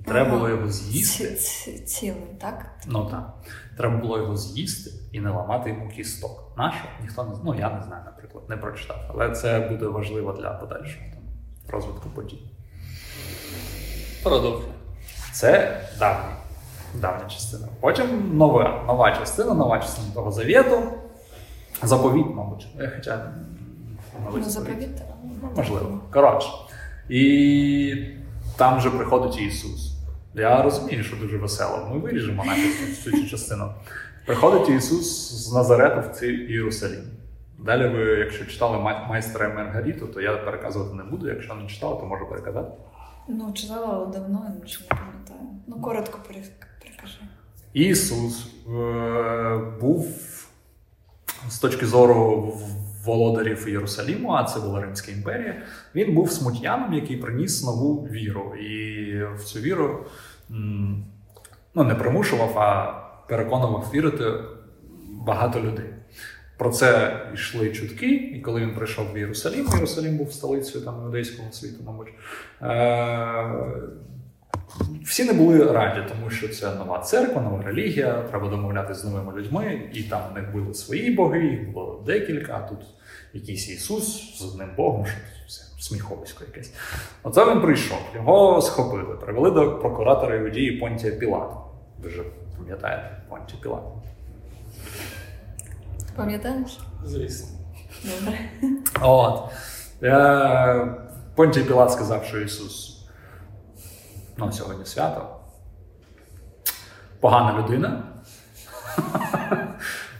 Speaker 2: І треба
Speaker 3: Ага.
Speaker 2: було його
Speaker 3: Ці-
Speaker 2: з'їсти.
Speaker 3: ці- Цілим, так?
Speaker 2: Ну так. Треба було його з'їсти і не ламати йому кісток. Нащо? Ніхто не знає. Ну я не знаю, наприклад, не прочитав. Але це буде важливо для подальшого там, розвитку подій.
Speaker 1: Продовжуй.
Speaker 2: Це давня, давня частина. Потім нова, нова частина, нова частина того завіту. Заповіт, мабуть. Е, Хоча м,
Speaker 3: Ну,
Speaker 2: мабуть, заповіт.
Speaker 3: заповідь.
Speaker 2: Ну, Можливо. Коротше. І там же приходить Ісус. Я розумію, що дуже весело. Ми виріжемо навіть цю цю частину. Приходить Ісус з Назарету в цей Єрусалім. Далі ви, якщо читали «Май- майстра і Маргариту, то я переказувати не буду. Якщо не читали, то можу переказати.
Speaker 3: Ну, читала але давно, я вже не пам'ятаю. Ну, коротко перек- перекажи.
Speaker 2: Ісус е, був з точки зору володарів Єрусаліму, а це була Римська імперія. Він був смутьяном, який приніс нову віру. І в цю віру м, ну, не примушував, а переконував вірити багато людей. Про це йшли чутки, і коли він прийшов в Єрусалім, Єрусалім був столицею там іудейського світу, мабуть. Е- всі не були раді, тому що це нова церква, нова релігія, треба домовлятися з новими людьми, і там в них були свої боги, їх було декілька, а тут якийсь Ісус з одним Богом, що це сміховисько якесь. Оце він прийшов, його схопили, привели до прокуратора Іудії Понтія Пілата. Ви вже пам'ятаєте Понтія Пілата.
Speaker 3: Пам'ятаєш?
Speaker 1: Звісно.
Speaker 3: Добре.
Speaker 2: От. Е, Понтій Пілат сказав, що Ісус ну, сьогодні свято. Погана людина.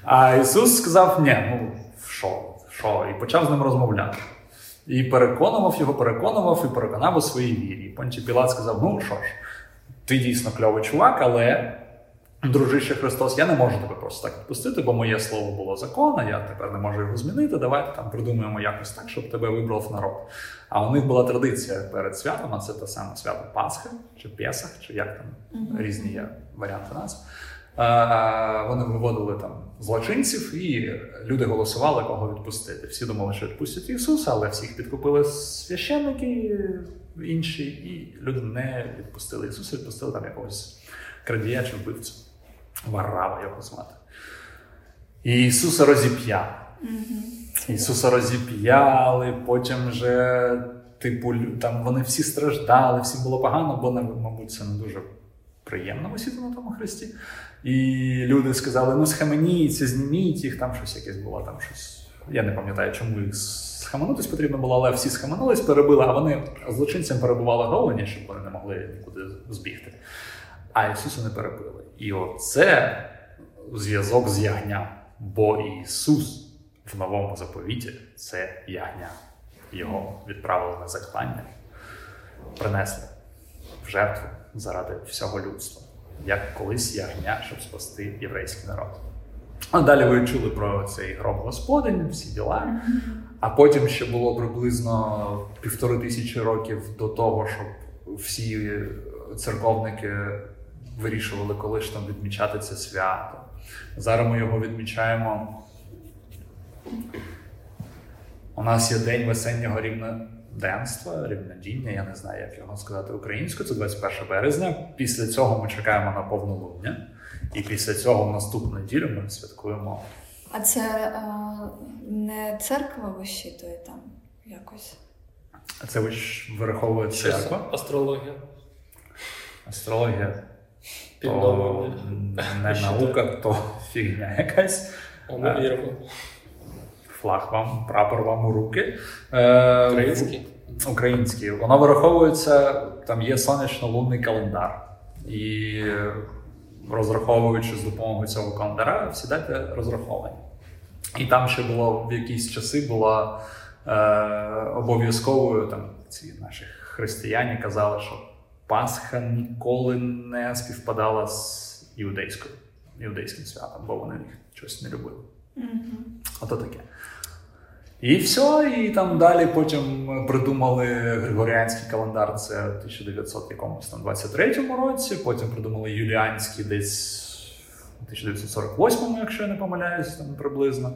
Speaker 2: А Ісус сказав: ні, ну що, що? І почав з ним розмовляти. І переконував його, переконував і переконав у своїй вірі. І Понтій Пілат сказав: ну що ж, ти дійсно кльовий чувак, але Дружище Христос, я не можу тебе просто так відпустити, бо моє слово було закон, а я тепер не можу його змінити. Давайте там придумаємо якось так, щоб тебе вибрав народ. А у них була традиція перед святом, а це те саме свято Пасхи чи Песах, чи як там
Speaker 3: Мгм.
Speaker 2: різні є варіанти назв. Е, Вони виводили там злочинців, і люди голосували, кого відпустити. Всі думали, що відпустять Ісуса, але всіх підкупили священники інші, і люди не відпустили Ісуса, відпустили там якогось крадія чи вбивцю. Варава його звати. І Ісуса розіп'яли. Ісуса розіп'яли, потім же, типу, лю- там вони всі страждали, всім було погано, бо, нам, мабуть, це не дуже приємно висіти на тому хресті. І люди сказали: ну схаменіться, зніміть їх, там щось якесь було, там щось Я не пам'ятаю, чому їх схаменутись потрібно було, але всі схаменулись, перебили, а вони злочинцям перебували головні, щоб вони не могли нікуди збігти. А Ісуса не перебили. І оце зв'язок з ягням. Бо Ісус в новому заповіті це ягня. Його відправили на заклання, принесли в жертву заради всього людства, як колись ягня, щоб спасти єврейський народ. А далі ви чули про цей гроб Господень, всі діла. А потім ще було приблизно півтори тисячі років до того, щоб всі церковники вирішували, коли ж там відмічати це свято. Зараз ми його відмічаємо. У нас є день весеннього рівноденства, рівнодіння, я не знаю, як його сказати українською. Це 21 березня. Після цього ми чекаємо на повнолуння. І після цього наступну неділю ми святкуємо.
Speaker 3: А це е, не церква вищитує там якось.
Speaker 2: А Це ви ж вираховує
Speaker 1: Щось
Speaker 2: церква.
Speaker 1: Астрологія.
Speaker 2: Астрологія
Speaker 1: Під
Speaker 2: то
Speaker 1: новим.
Speaker 2: не
Speaker 1: Вищитує.
Speaker 2: наука, то [LAUGHS] фігня якась.
Speaker 1: А ми
Speaker 2: Е,
Speaker 1: віримо.
Speaker 2: Флаг вам, прапор вам у руки. Е,
Speaker 1: Український.
Speaker 2: українські. Воно вираховується, там є сонячно-лунний календар. І е, розраховуючи з допомогою цього календаря, всі дати розраховані. І там ще було в якісь часи була е, обов'язковою, там ці наші християні казали, що Пасха ніколи не співпадала з іудейською, іудейським святом, бо вони їх щось не любили. Ото таке. І все, і там далі потім придумали григоріанський календар, це 1900 якомусь там 23-му році. Потім придумали юліанський десь. 1948-му, якщо я не помиляюсь, там приблизно.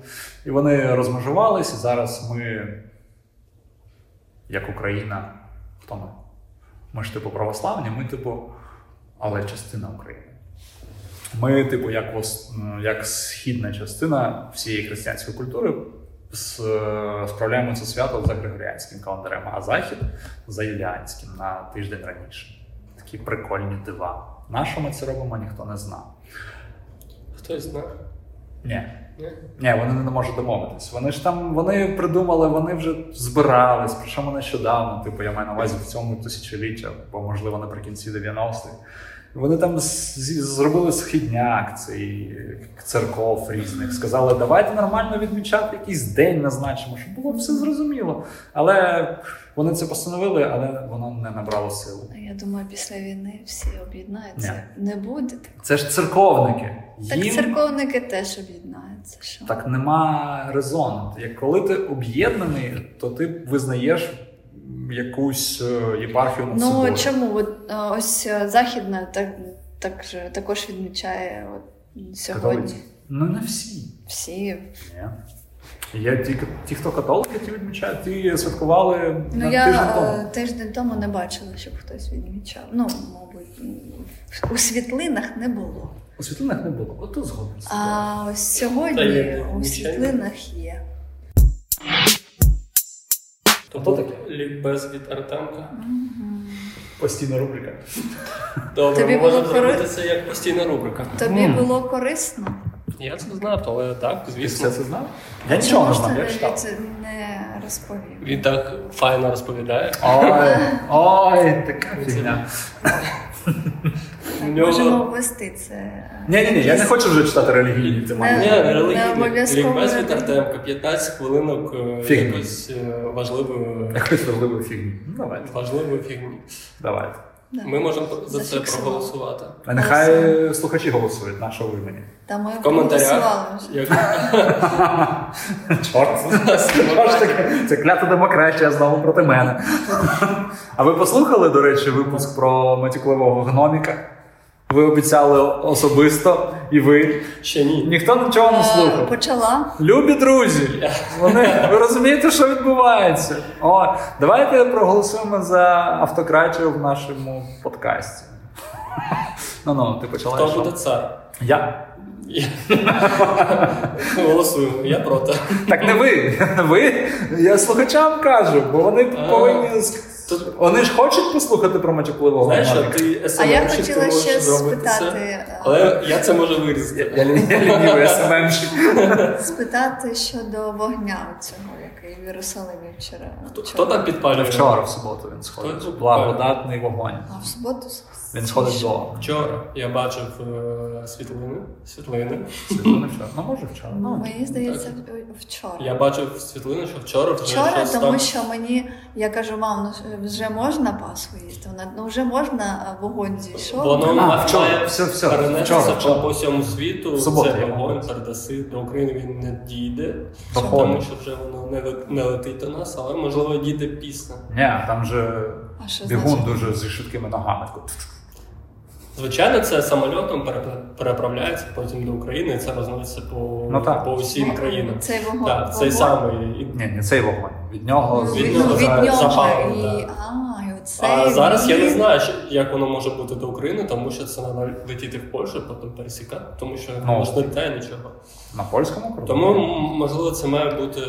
Speaker 2: І вони розмежувалися. Зараз ми, як Україна, хто ми? Ми ж типу православні, ми типу, але частина України. Ми, типу, як, вос- м, як східна частина всієї християнської культури, с- е, справляємо це свято за григоріанським календарем, а захід за юліанським на тиждень раніше. Такі прикольні дива. На що ми це робимо, ніхто не знав.
Speaker 1: Хтось знає?
Speaker 2: Ні,
Speaker 1: Ні?
Speaker 2: ні, вони не можуть домовитись. Вони ж там вони придумали, вони вже збирались, причому нещодавно, типу, я маю на увазі в цьому тисячоліття, бо можливо наприкінці 90-х. Вони там з- зі- зробили східняк цей церков різних. Сказали, давайте нормально відмічати якийсь день назначимо, щоб було все зрозуміло. Але вони це постановили, але воно не набрало сили.
Speaker 3: Ну, Я думаю, після війни всі об'єднаються. Не буде.
Speaker 2: Це ж церковники.
Speaker 3: Так
Speaker 2: Їм-
Speaker 3: церковники теж об'єднаються. Що?
Speaker 2: Так нема резону. Як коли ти об'єднаний, то ти визнаєш якусь е, єпархію над
Speaker 3: ну
Speaker 2: собою.
Speaker 3: чому? От, е, ось е, західна так, так же, також відмічає от, сьогодні.
Speaker 2: Католиці. Ну не всі.
Speaker 3: Всі.
Speaker 2: Ні. Є ті, ті, хто католики, ті відмічають, ті святкували
Speaker 3: Ну
Speaker 2: на
Speaker 3: я
Speaker 2: тиждень
Speaker 3: е,
Speaker 2: тому.
Speaker 3: тиждень тому не бачила, щоб хтось відмічав. Ну, мабуть, м, у світлинах не було.
Speaker 2: У світлинах не було. Ото згодом. з тобою.
Speaker 3: А ось
Speaker 1: Та
Speaker 3: сьогодні
Speaker 1: є
Speaker 3: у
Speaker 1: відмічання.
Speaker 3: світлинах є.
Speaker 1: То
Speaker 2: Хто
Speaker 1: був
Speaker 2: таке?
Speaker 1: лікбез від Артемка.
Speaker 2: Постійна рубрика.
Speaker 1: Добре,
Speaker 3: Тобі
Speaker 1: ми можемо
Speaker 3: було корисно?
Speaker 1: зробити це як постійна рубрика.
Speaker 3: Тобі
Speaker 2: М.
Speaker 3: було корисно?
Speaker 1: Я це знав, але так,
Speaker 2: Ти
Speaker 1: звісно.
Speaker 2: все це знав? Я нічого не знав, я
Speaker 3: навіть
Speaker 2: читав.
Speaker 3: не розповів.
Speaker 1: Він так файно розповідає.
Speaker 2: Ой, ой, така фігня.
Speaker 3: Так,
Speaker 1: У нього-
Speaker 3: Можемо ввести це. е,
Speaker 2: Ні, ні, ні, я не хочу вже читати релігійні
Speaker 1: Ні,
Speaker 2: тематики.
Speaker 1: не
Speaker 3: Не
Speaker 1: релігійний.
Speaker 3: обов'язково
Speaker 1: Лікбез від
Speaker 3: релігійний.
Speaker 1: Артемка. 15 хвилинок е,
Speaker 2: Фігні.
Speaker 1: якоїсь е, важливої
Speaker 2: Якось важливої фігні. Ну, Давайте,
Speaker 1: важливої фігні.
Speaker 2: давайте.
Speaker 3: Да.
Speaker 1: Ми можемо за це
Speaker 3: Зафіксували.
Speaker 1: проголосувати.
Speaker 2: А нехай слухачі голосують нашого імені.
Speaker 3: Та ми
Speaker 1: В коментарях.
Speaker 3: голосували вже.
Speaker 1: Як
Speaker 2: [LAUGHS] Чорт. Що ж таке? Це клята демократія знову проти мене. А ви послухали, до речі, випуск про матюкливого гноміка? Ви обіцяли особисто, і ви.
Speaker 1: ще ні.
Speaker 2: Ніхто нічого не
Speaker 3: Е,
Speaker 2: слухав.
Speaker 3: Почала.
Speaker 2: Любі друзі, вони, ви розумієте, що відбувається. О, давайте проголосуємо за автократію в нашому подкасті. [LAUGHS] Ну ну, ти почала.
Speaker 1: Хто
Speaker 2: що?
Speaker 1: буде цар?
Speaker 2: Я.
Speaker 1: Голосуємо. Я проти.
Speaker 4: [LAUGHS]
Speaker 2: Так не ви. Ви. Я слухачам кажу, бо вони повинні з-
Speaker 4: Вони ж хочуть послухати про матюкливого
Speaker 1: Знаєш, що
Speaker 4: гномика?
Speaker 1: ти
Speaker 3: А я
Speaker 1: СММщик, ти
Speaker 3: хотіла
Speaker 1: можеш
Speaker 3: ще
Speaker 1: зробити це.
Speaker 3: спитати, е,
Speaker 1: Але я це можу вирізати.
Speaker 4: Я лі- [LAUGHS] я лінівий СММщик.
Speaker 3: спитати щодо вогня цього, який в Єрусалимі вчора.
Speaker 1: Хто,
Speaker 3: вчора.
Speaker 1: хто там підпалює?
Speaker 2: Вчора в суботу він
Speaker 1: Хто це
Speaker 2: сходить.
Speaker 1: купає?
Speaker 2: Благодатний вогонь.
Speaker 3: А в суботу
Speaker 2: Він сходить до
Speaker 1: Вчора я бачив е, світлини. світлини.
Speaker 2: Світло не вчора. Ну, може вчора. Ну,
Speaker 3: мені здається, в- вчора.
Speaker 1: Я бачив світлини, що вчора вже
Speaker 3: Вчора,
Speaker 1: щось
Speaker 3: тому
Speaker 1: там.
Speaker 3: що мені я кажу, мам, ну ж- вже можна Пасху їсти. Вона ну вже можна а вогонь зійшов.
Speaker 1: Воно
Speaker 2: А,
Speaker 1: має
Speaker 2: вчора, все, все,
Speaker 1: перенесеться
Speaker 2: вчора, вчора.
Speaker 1: по всьому світу.
Speaker 2: В суботу,
Speaker 1: це
Speaker 2: я
Speaker 1: вогонь
Speaker 2: маю.
Speaker 1: передаси до України. Він не дійде,
Speaker 2: Доходить.
Speaker 1: тому що вже воно не, ле- не летить до нас, але можливо дійде пісня.
Speaker 2: Ні, там же
Speaker 3: А що
Speaker 2: бігун
Speaker 3: значить?
Speaker 2: дуже зі швидкими ногами. тако тф-тф.
Speaker 1: Звичайно, це самольотом пере- переправляється потім до України, і це розноситься по,
Speaker 2: Ну так.
Speaker 1: по всім країнам.
Speaker 3: Цей вогонь.
Speaker 1: Так, цей
Speaker 3: вогонь.
Speaker 1: самий. І-
Speaker 2: Ні, не цей вогонь. Від нього
Speaker 3: Ну,
Speaker 1: від
Speaker 2: звідти
Speaker 3: від, ну,
Speaker 1: нього
Speaker 3: від
Speaker 1: за-
Speaker 3: нього
Speaker 1: запалу,
Speaker 3: і,
Speaker 1: да.
Speaker 3: а, і оцей
Speaker 1: А зараз я не
Speaker 3: він.
Speaker 1: знаю, що- як воно може бути до України, тому що це треба летіти в Польщу, потім пересікати, тому що
Speaker 2: Ну.
Speaker 1: ну. ж не літає нічого.
Speaker 2: на польському кордоні.
Speaker 1: Тому м, можливо це має бути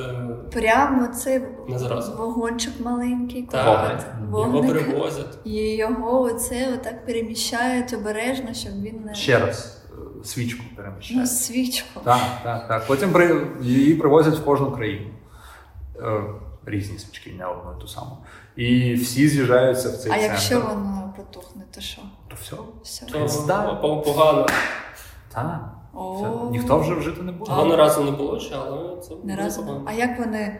Speaker 3: Прямо цей
Speaker 1: не зразу.
Speaker 3: вогончик маленький,
Speaker 1: Так,
Speaker 3: кот,
Speaker 1: його
Speaker 3: вогник.
Speaker 1: перевозять.
Speaker 3: І його оце отак переміщають обережно, щоб він не
Speaker 2: Ще раз е, свічку
Speaker 3: ну,
Speaker 2: переміщає.
Speaker 3: свічку.
Speaker 2: Так, так, так. Потім при... її привозять в кожну країну. Е, Різні свічки, не одну і ту саму. І всі з'їжджаються в цей
Speaker 3: А
Speaker 2: центр.
Speaker 3: якщо воно потухне, то що?
Speaker 2: То все.
Speaker 3: Все.
Speaker 1: То
Speaker 2: Зда.
Speaker 1: по- погано.
Speaker 2: Так.
Speaker 3: О,
Speaker 2: Все. Ніхто вже вжити не буде.
Speaker 1: Погано разу не було ще, але це
Speaker 3: не
Speaker 1: було
Speaker 3: разом.
Speaker 1: погано.
Speaker 3: А як вони?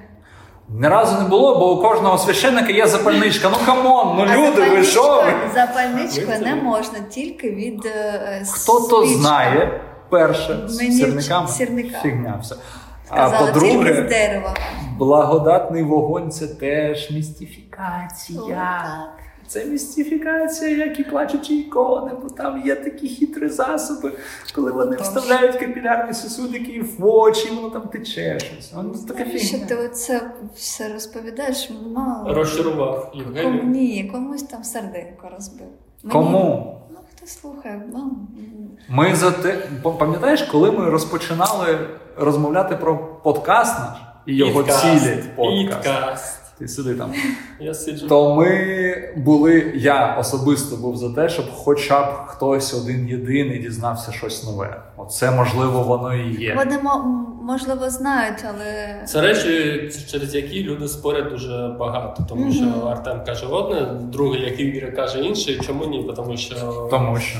Speaker 2: Ні разу не було, бо у кожного священника є запальничка. Ну камон, ну
Speaker 3: А
Speaker 2: люди, ви що ви?
Speaker 3: запальничка- Запальничка
Speaker 1: Ви це-
Speaker 3: не можна тільки від е,
Speaker 2: Хто то
Speaker 3: свічки.
Speaker 2: знає, перше, з
Speaker 3: Мені
Speaker 2: сірниками
Speaker 3: в сірниках.
Speaker 2: фігня все. А
Speaker 3: Казала, тільки з
Speaker 2: по-друге,
Speaker 3: дерева.
Speaker 2: благодатний вогонь це теж містифікація.
Speaker 3: О, так.
Speaker 2: Це містифікація, як і плачучі ікони, бо там є такі хитрі засоби, коли вони
Speaker 3: Тож.
Speaker 2: вставляють капілярні сосудики в очі, і воно там тече щось. Воно така
Speaker 3: Що ти
Speaker 2: фігня.
Speaker 3: оце все розповідаєш? Мало.
Speaker 1: Розчарував
Speaker 3: Ком-
Speaker 1: Євгенію.
Speaker 3: Ні, комусь там серденько розбив. Мені-
Speaker 2: Кому?
Speaker 3: Ну, хто слухає, мам.
Speaker 2: Ми за те Пам- пам'ятаєш, коли ми розпочинали розмовляти про подкаст наш і його
Speaker 1: Підкаст.
Speaker 2: цілі подкаст.
Speaker 1: Підкаст.
Speaker 2: Ти сиди там.
Speaker 1: Я сиджу.
Speaker 2: То ми були. Я особисто був за те, щоб хоча б хтось один єдиний дізнався щось нове. Оце можливо воно і є.
Speaker 3: Вони мо- м, можливо знають, але
Speaker 1: Це речі, через які люди спорять дуже багато, тому що
Speaker 3: Мгм.
Speaker 1: Артем каже одне, другий, як Ігор каже інше. Чому ні? Тому що
Speaker 2: Тому що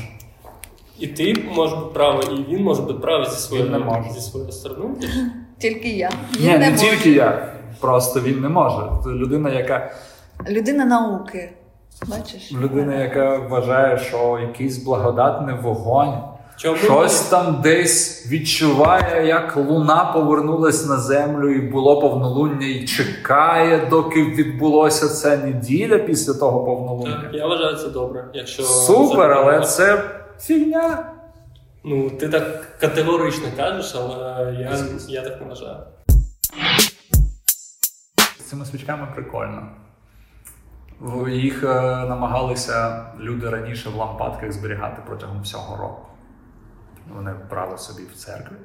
Speaker 1: і ти можеш бути правий, і він може бути правий зі
Speaker 2: Він не
Speaker 1: своєї
Speaker 2: може.
Speaker 1: зі своєї сторони.
Speaker 3: тільки я.
Speaker 2: ні,
Speaker 3: Я
Speaker 2: не
Speaker 3: можу.
Speaker 2: тільки я. Просто він не може. Це людина, яка
Speaker 3: Людина науки. Бачиш?
Speaker 2: людина, яка вважає, що якийсь благодатний вогонь
Speaker 1: Чому
Speaker 2: Щось там десь відчуває, як луна повернулась на землю, і було повнолуння, і чекає, доки відбулося ця неділя після того
Speaker 1: ні? Так,
Speaker 2: повнолуння.
Speaker 1: я вважаю це добре. Якщо
Speaker 2: Супер, але
Speaker 1: запропонувати.
Speaker 2: це фігня.
Speaker 1: ну ти так категорично кажеш, але я, я так не вважаю.
Speaker 2: З цими свічками прикольно. В- Їх е, намагалися люди раніше в лампадках зберігати протягом всього року. Вони брали собі в церкві,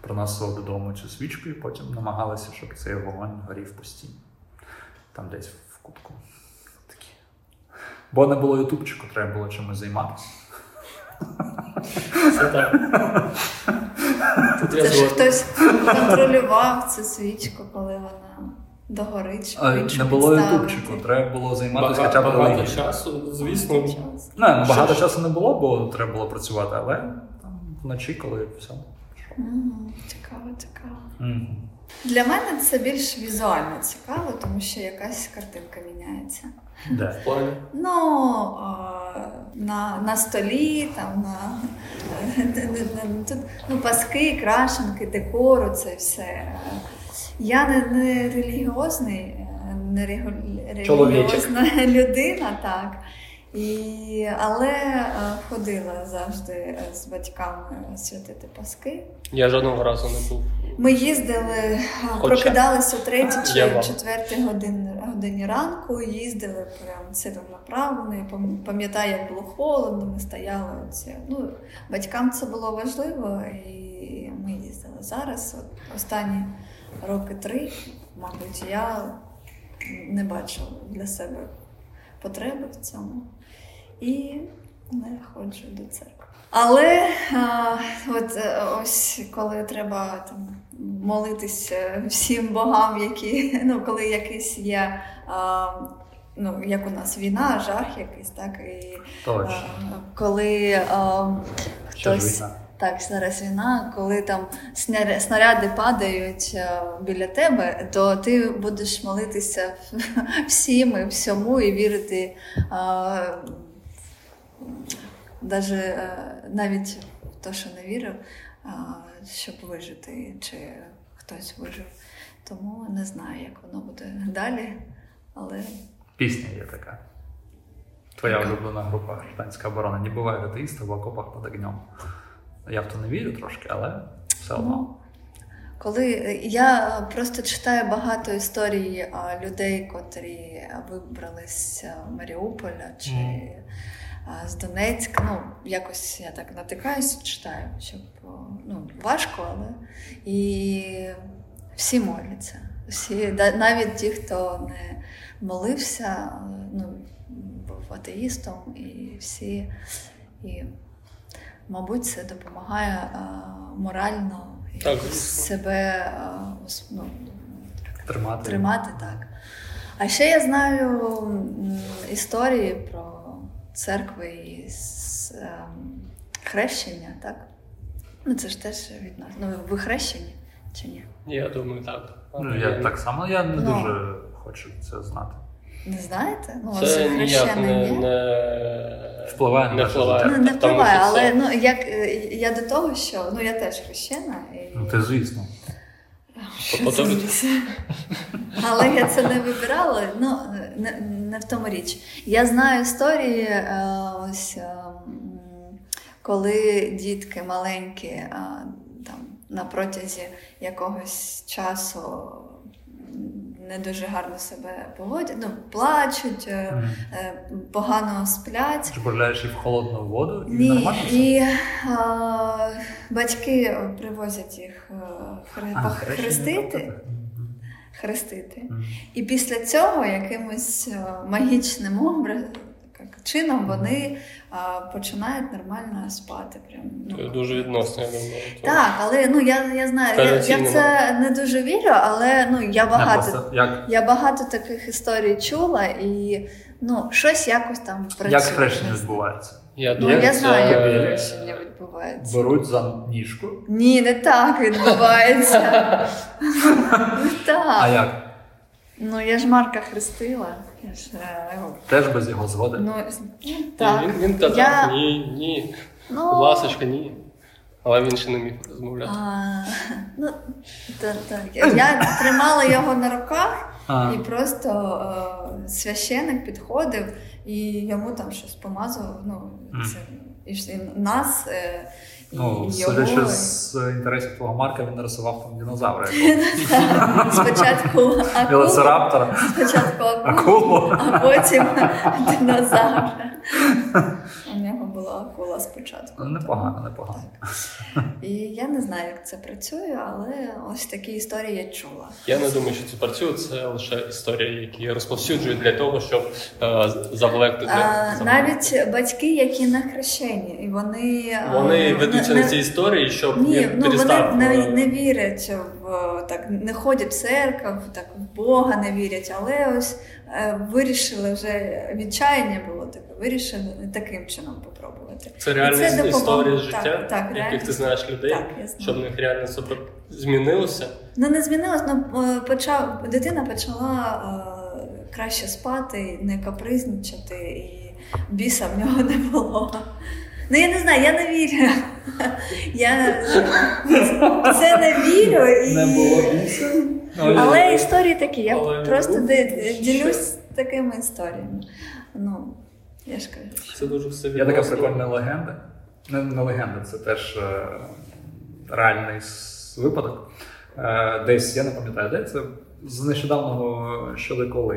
Speaker 2: приносили додому цю свічку і потім намагалися, щоб цей вогонь горів постійно. Там десь в кутку. Такі. Бо не було ютубчику, треба було чимось займатися.
Speaker 1: Це так. Тут я
Speaker 3: Це ж
Speaker 1: згоден.
Speaker 3: хтось контролював цю свічку, коли вона догорить. щоб
Speaker 2: А
Speaker 3: іншу
Speaker 2: Е, Не було
Speaker 3: підставити.
Speaker 2: ютубчику, треба було займатися
Speaker 1: Багато,
Speaker 2: хоча б
Speaker 1: багато
Speaker 2: релігією.
Speaker 1: часу, звісно.
Speaker 3: Час.
Speaker 2: Ну,
Speaker 1: Що
Speaker 2: багато
Speaker 1: ж?
Speaker 2: часу не було, бо треба було працювати, але там вночі, коли все. пішло.
Speaker 3: Мгм, Цікаво, цікаво.
Speaker 2: Мгм.
Speaker 3: Для мене це більш візуально цікаво, тому що якась картинка міняється.
Speaker 2: Де?
Speaker 1: В плані.
Speaker 3: Ну, а, на, на столі, там на тут ну, паски, крашенки, декору, це все. Я не, не релігіозний, е, не регу-
Speaker 2: Чоловічок.
Speaker 3: релігіозна [LAUGHS] людина, так. І, але е, ходила завжди е, з батьками святити паски.
Speaker 1: Я жодного разу не був.
Speaker 3: Ми їздили, а,
Speaker 1: Хоча.
Speaker 3: прокидалися о третій
Speaker 1: Я
Speaker 3: чи
Speaker 1: вам.
Speaker 3: четвертій годин, годині ранку, їздили прям сильно направлено. Я пам- пам'ятаю, як було холодно, ми стояли. Оце. Ну, батькам це було важливо, і ми їздили зараз. От останні роки три, мабуть, я не бачила для себе потреби в цьому. І не ходжу до церкви. Але а, от е, ось коли треба там молитися всім богам, які [LAUGHS] ну коли якийсь є, а, ну як у нас війна, жах якийсь, так і а,
Speaker 2: Точно.
Speaker 3: коли е, а,
Speaker 2: Що ж
Speaker 3: хтось.
Speaker 2: війна?
Speaker 3: Так, зараз війна, коли там сня- снаряди падають е, біля тебе, то ти будеш молитися [LAUGHS] всім і всьому і вірити а, даже, е, навіть в те, що не вірив, а, щоб вижити, чи хтось вижив. Тому не знаю, як воно буде далі, але
Speaker 2: Пісня є така. Твоя улюблена група гражданська оборона. Не буває атеїста в окопах під огнем. Я в то не вірю трошки, але все одно.
Speaker 3: Ну, Коли е, я е, просто читаю багато історій е, людей, котрі е, вибрались з е, Маріуполя чи
Speaker 2: Мгм.
Speaker 3: е, з Донецька. Ну, якось я так натикаюся, читаю, щоб е, ну, важко, але і всі моляться. Всі, да- навіть ті, хто не молився, е, ну, був атеїстом, і всі. І, мабуть, це допомагає е, морально
Speaker 1: Так,
Speaker 3: якось
Speaker 1: звісно.
Speaker 3: себе е, ос- ну,
Speaker 2: Тримати.
Speaker 3: тримати так. А ще я знаю м, історії про церкви і с- ем, хрещення, так? Ну, це ж теж від нас. Ну, ви хрещені чи ні?
Speaker 1: Я думаю, так.
Speaker 2: Ну, я так само, я не
Speaker 3: Ну.
Speaker 2: дуже хочу це знати.
Speaker 3: Не знаєте? Ну, ось
Speaker 1: Це ніяк
Speaker 3: хрещений,
Speaker 1: не,
Speaker 3: ні?
Speaker 1: не...
Speaker 2: Впливає на
Speaker 1: не
Speaker 2: наше
Speaker 1: впливає.
Speaker 3: Ну, не
Speaker 1: Тому що
Speaker 3: впливає, але
Speaker 1: це-
Speaker 3: ну, як, е, я до того, що ну, я теж хрещена. І...
Speaker 2: Ну, ти звісно.
Speaker 3: [LAUGHS] Що це
Speaker 1: Потім-
Speaker 3: місце? Але я це не вибирала. Ну не, не в тому річ. Я знаю історії, е, ось е, м, коли дітки маленькі е, там на протязі якогось часу м, не дуже гарно себе поводять, ну плачуть, е,
Speaker 2: М.
Speaker 3: е, погано сплять.
Speaker 2: Ти ж бурляєш і в холодну воду, і
Speaker 3: Ні,
Speaker 2: нормально все.
Speaker 3: і а, батьки привозять їх е, хре-
Speaker 2: А,
Speaker 3: пох-
Speaker 2: хрещення
Speaker 3: хрестити,
Speaker 2: католика. Мгм.
Speaker 3: хрестити.
Speaker 2: Мгм.
Speaker 3: І після цього якимось е, магічним обра- як чином вони а, починають нормально спати. Прям,
Speaker 1: Це
Speaker 3: ну.
Speaker 1: дуже відносно, я думаю. то-
Speaker 3: Так, але ну я, я знаю, я, я в це не дуже вірю, але ну я
Speaker 2: Не,
Speaker 3: багато
Speaker 2: просто Як,
Speaker 3: я багато таких історій чула, і ну щось якось там працює.
Speaker 2: як хрещення відбувається?
Speaker 1: Я
Speaker 3: Ну,
Speaker 1: думаю,
Speaker 3: я
Speaker 1: це-
Speaker 3: знаю, як
Speaker 1: е,
Speaker 3: хрещення відбувається.
Speaker 2: Беруть за ніжку,
Speaker 3: Ні, не
Speaker 2: [LAUGHS]
Speaker 3: так відбувається. Не
Speaker 2: а
Speaker 3: так.
Speaker 2: як?
Speaker 3: Ну я ж Марка хрестила. Я ж, е, його-
Speaker 2: Теж без його згоди.
Speaker 3: ну, так.
Speaker 1: Він, він казав,
Speaker 3: Я-
Speaker 1: ні, ні,
Speaker 3: Ну,
Speaker 1: ласочка, ні. Але він ще не міг розмовляти.
Speaker 3: а, [LAUGHS] ну, та- та, я- Я тримала його на руках,
Speaker 2: А.
Speaker 3: і просто е, священик підходив і йому там щось помазував. Ну,
Speaker 2: Мгм.
Speaker 3: це, і ж- і нас, е, і
Speaker 2: Ну,
Speaker 3: його.
Speaker 2: судячи з е, інтересів твого Марка, він нарисував там динозавра. якогось.
Speaker 3: [LAUGHS] Спочатку акулу,
Speaker 2: Велоцираптора,
Speaker 3: спочатку акулу.
Speaker 2: акулу.
Speaker 3: а потім динозавра. У нього була акула спочатку.
Speaker 2: Ну, Непогано, непогано.
Speaker 3: І я не знаю, як це працює, але ось такі історії я чула.
Speaker 1: Я не думаю, що це працює, це лише історії, які розповсюджують для того, щоб е, завлекти. для-
Speaker 3: А,
Speaker 1: завлекти.
Speaker 3: навіть батьки, які не хрещені, і вони, а,
Speaker 1: Вони ведуться
Speaker 3: ну, не-
Speaker 1: на ці історії, щоб
Speaker 3: Ні,
Speaker 1: він
Speaker 3: ну вони
Speaker 1: перестав.
Speaker 3: не,
Speaker 1: е,
Speaker 3: не вірять в так, не ходять в церкву, так в Бога не вірять, але ось е, вирішили вже відчаяння було таке, вирішили таким чином попробувати.
Speaker 1: Це реальні
Speaker 3: це допомогло.
Speaker 1: історії з
Speaker 3: Так,
Speaker 1: життя,
Speaker 3: так, реально.
Speaker 1: яких ти знаєш людей,
Speaker 3: Так, я знаю.
Speaker 1: щоб в них реально все про- змінилося.
Speaker 3: Ну не змінилось, ну е, почав дитина почала е, краще спати, не капризничати, і біса в нього не було. Ну я не знаю, я не вірю. Я в це не вірю і
Speaker 2: Не було більше.
Speaker 3: але історії такі. Я
Speaker 1: Але-
Speaker 3: просто де- ділюсь такими історіями. Ну я ж кажу. що-
Speaker 1: Це дуже все
Speaker 2: Є така
Speaker 1: відносно.
Speaker 2: прикольна легенда. Не, не легенда, це теж е, реальний с- випадок. Е, десь, я не пам'ятаю, де це з нещодавнього щодо коли.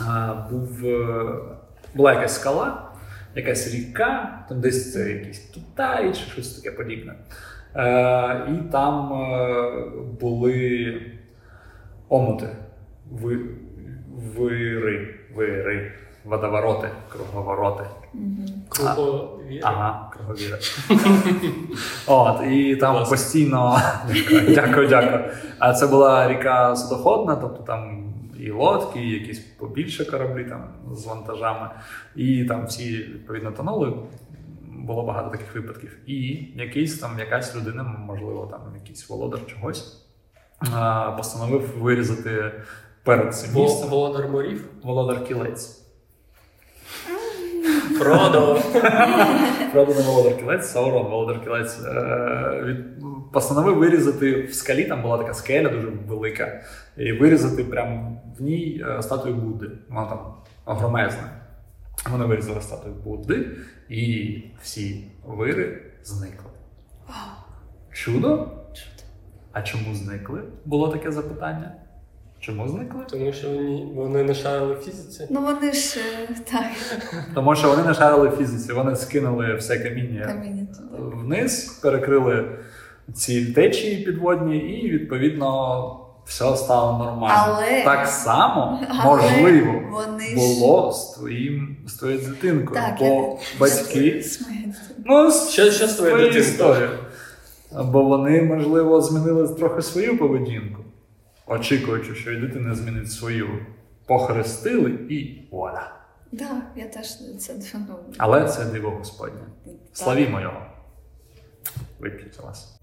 Speaker 2: Е, був, е, була якась скала, якась ріка, там десь це якийсь Китай чи щось таке подібне. Е, і там е, були омути. Ви, вири, вири, водовороти, круговороти.
Speaker 1: Круто.
Speaker 2: Ага, круговіра. От, і там постійно. Дякую, дякую, дякую. А це була ріка судоходна, тобто там і лодки, і якісь побільше кораблі там з вантажами. І там всі відповідно тонули. Було багато таких випадків. І якийсь там якась людина, можливо, там якийсь володар чогось, а, постановив вирізати перед цим місцем
Speaker 1: Володар морів.
Speaker 2: володар кілець.
Speaker 1: Продо.
Speaker 2: Проданий Володар Кілець, Саурон Володар Кілець е, від, постановив вирізати в скалі, там була така скеля дуже велика, і вирізати прямо в ній е, статую Будди. Вона там огромезна. Вони вирізали статую Будди, і всі вири зникли. Чудо? А чому зникли? Було таке запитання.
Speaker 1: [LAUGHS]
Speaker 2: Чому зникли?
Speaker 1: Тому що вони, вони не шарили в фізиці.
Speaker 3: Ну вони ж е, так,
Speaker 2: Тому що вони не шарили в фізиці, вони скинули все каміння
Speaker 3: каміння туди.
Speaker 2: вниз, перекрили ці течії підводні, і відповідно все стало нормально.
Speaker 3: Але-
Speaker 2: так само
Speaker 3: [LAUGHS] Але
Speaker 2: можливо
Speaker 3: вони ж-
Speaker 2: було з твоїм з твоєю дитинкою,
Speaker 3: Так,
Speaker 2: бо
Speaker 3: я-
Speaker 2: батьки.
Speaker 3: З моєї дитини.
Speaker 2: Ну, з
Speaker 1: Що- що з твоєю
Speaker 2: твоєю
Speaker 1: дитинкою?
Speaker 2: історією. Бо вони, можливо, змінили трохи свою поведінку, очікуючи, що і дитина змінить свою. Похрестили і вуаля.
Speaker 3: Так, я теж це ну,
Speaker 2: Але це диво Господнє.
Speaker 3: так.
Speaker 2: Славімо його. Вип'ють у вас.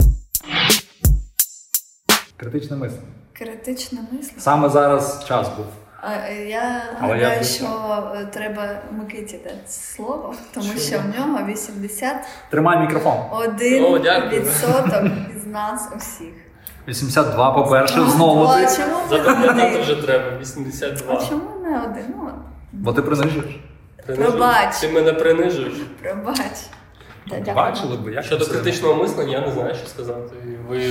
Speaker 2: Критичне мислення.
Speaker 3: Критичне мислення.
Speaker 2: Саме зараз час був.
Speaker 3: А, е, Я
Speaker 2: Але я
Speaker 3: гадаю,
Speaker 2: тут-
Speaker 3: що е, треба Микиті дати слово, тому що в нього 81%
Speaker 2: Тримай мікрофон.
Speaker 1: О, дякую.
Speaker 3: із нас усіх. Ну,
Speaker 2: 82, по-перше, знову
Speaker 3: А
Speaker 2: ти.
Speaker 3: чому ми
Speaker 1: Запам'ятати
Speaker 3: один?
Speaker 1: вже треба,
Speaker 3: А
Speaker 1: 82.
Speaker 3: чому не один? Ну, от,
Speaker 2: Бо ти принижуєш.
Speaker 1: Принижуєш?
Speaker 3: Пробач.
Speaker 1: Ти мене принижуєш.
Speaker 3: пробач. Та дякую.
Speaker 2: Бачили би, як
Speaker 1: Щодо
Speaker 2: це-
Speaker 1: критичного мислення, я не знаю, що сказати. Ви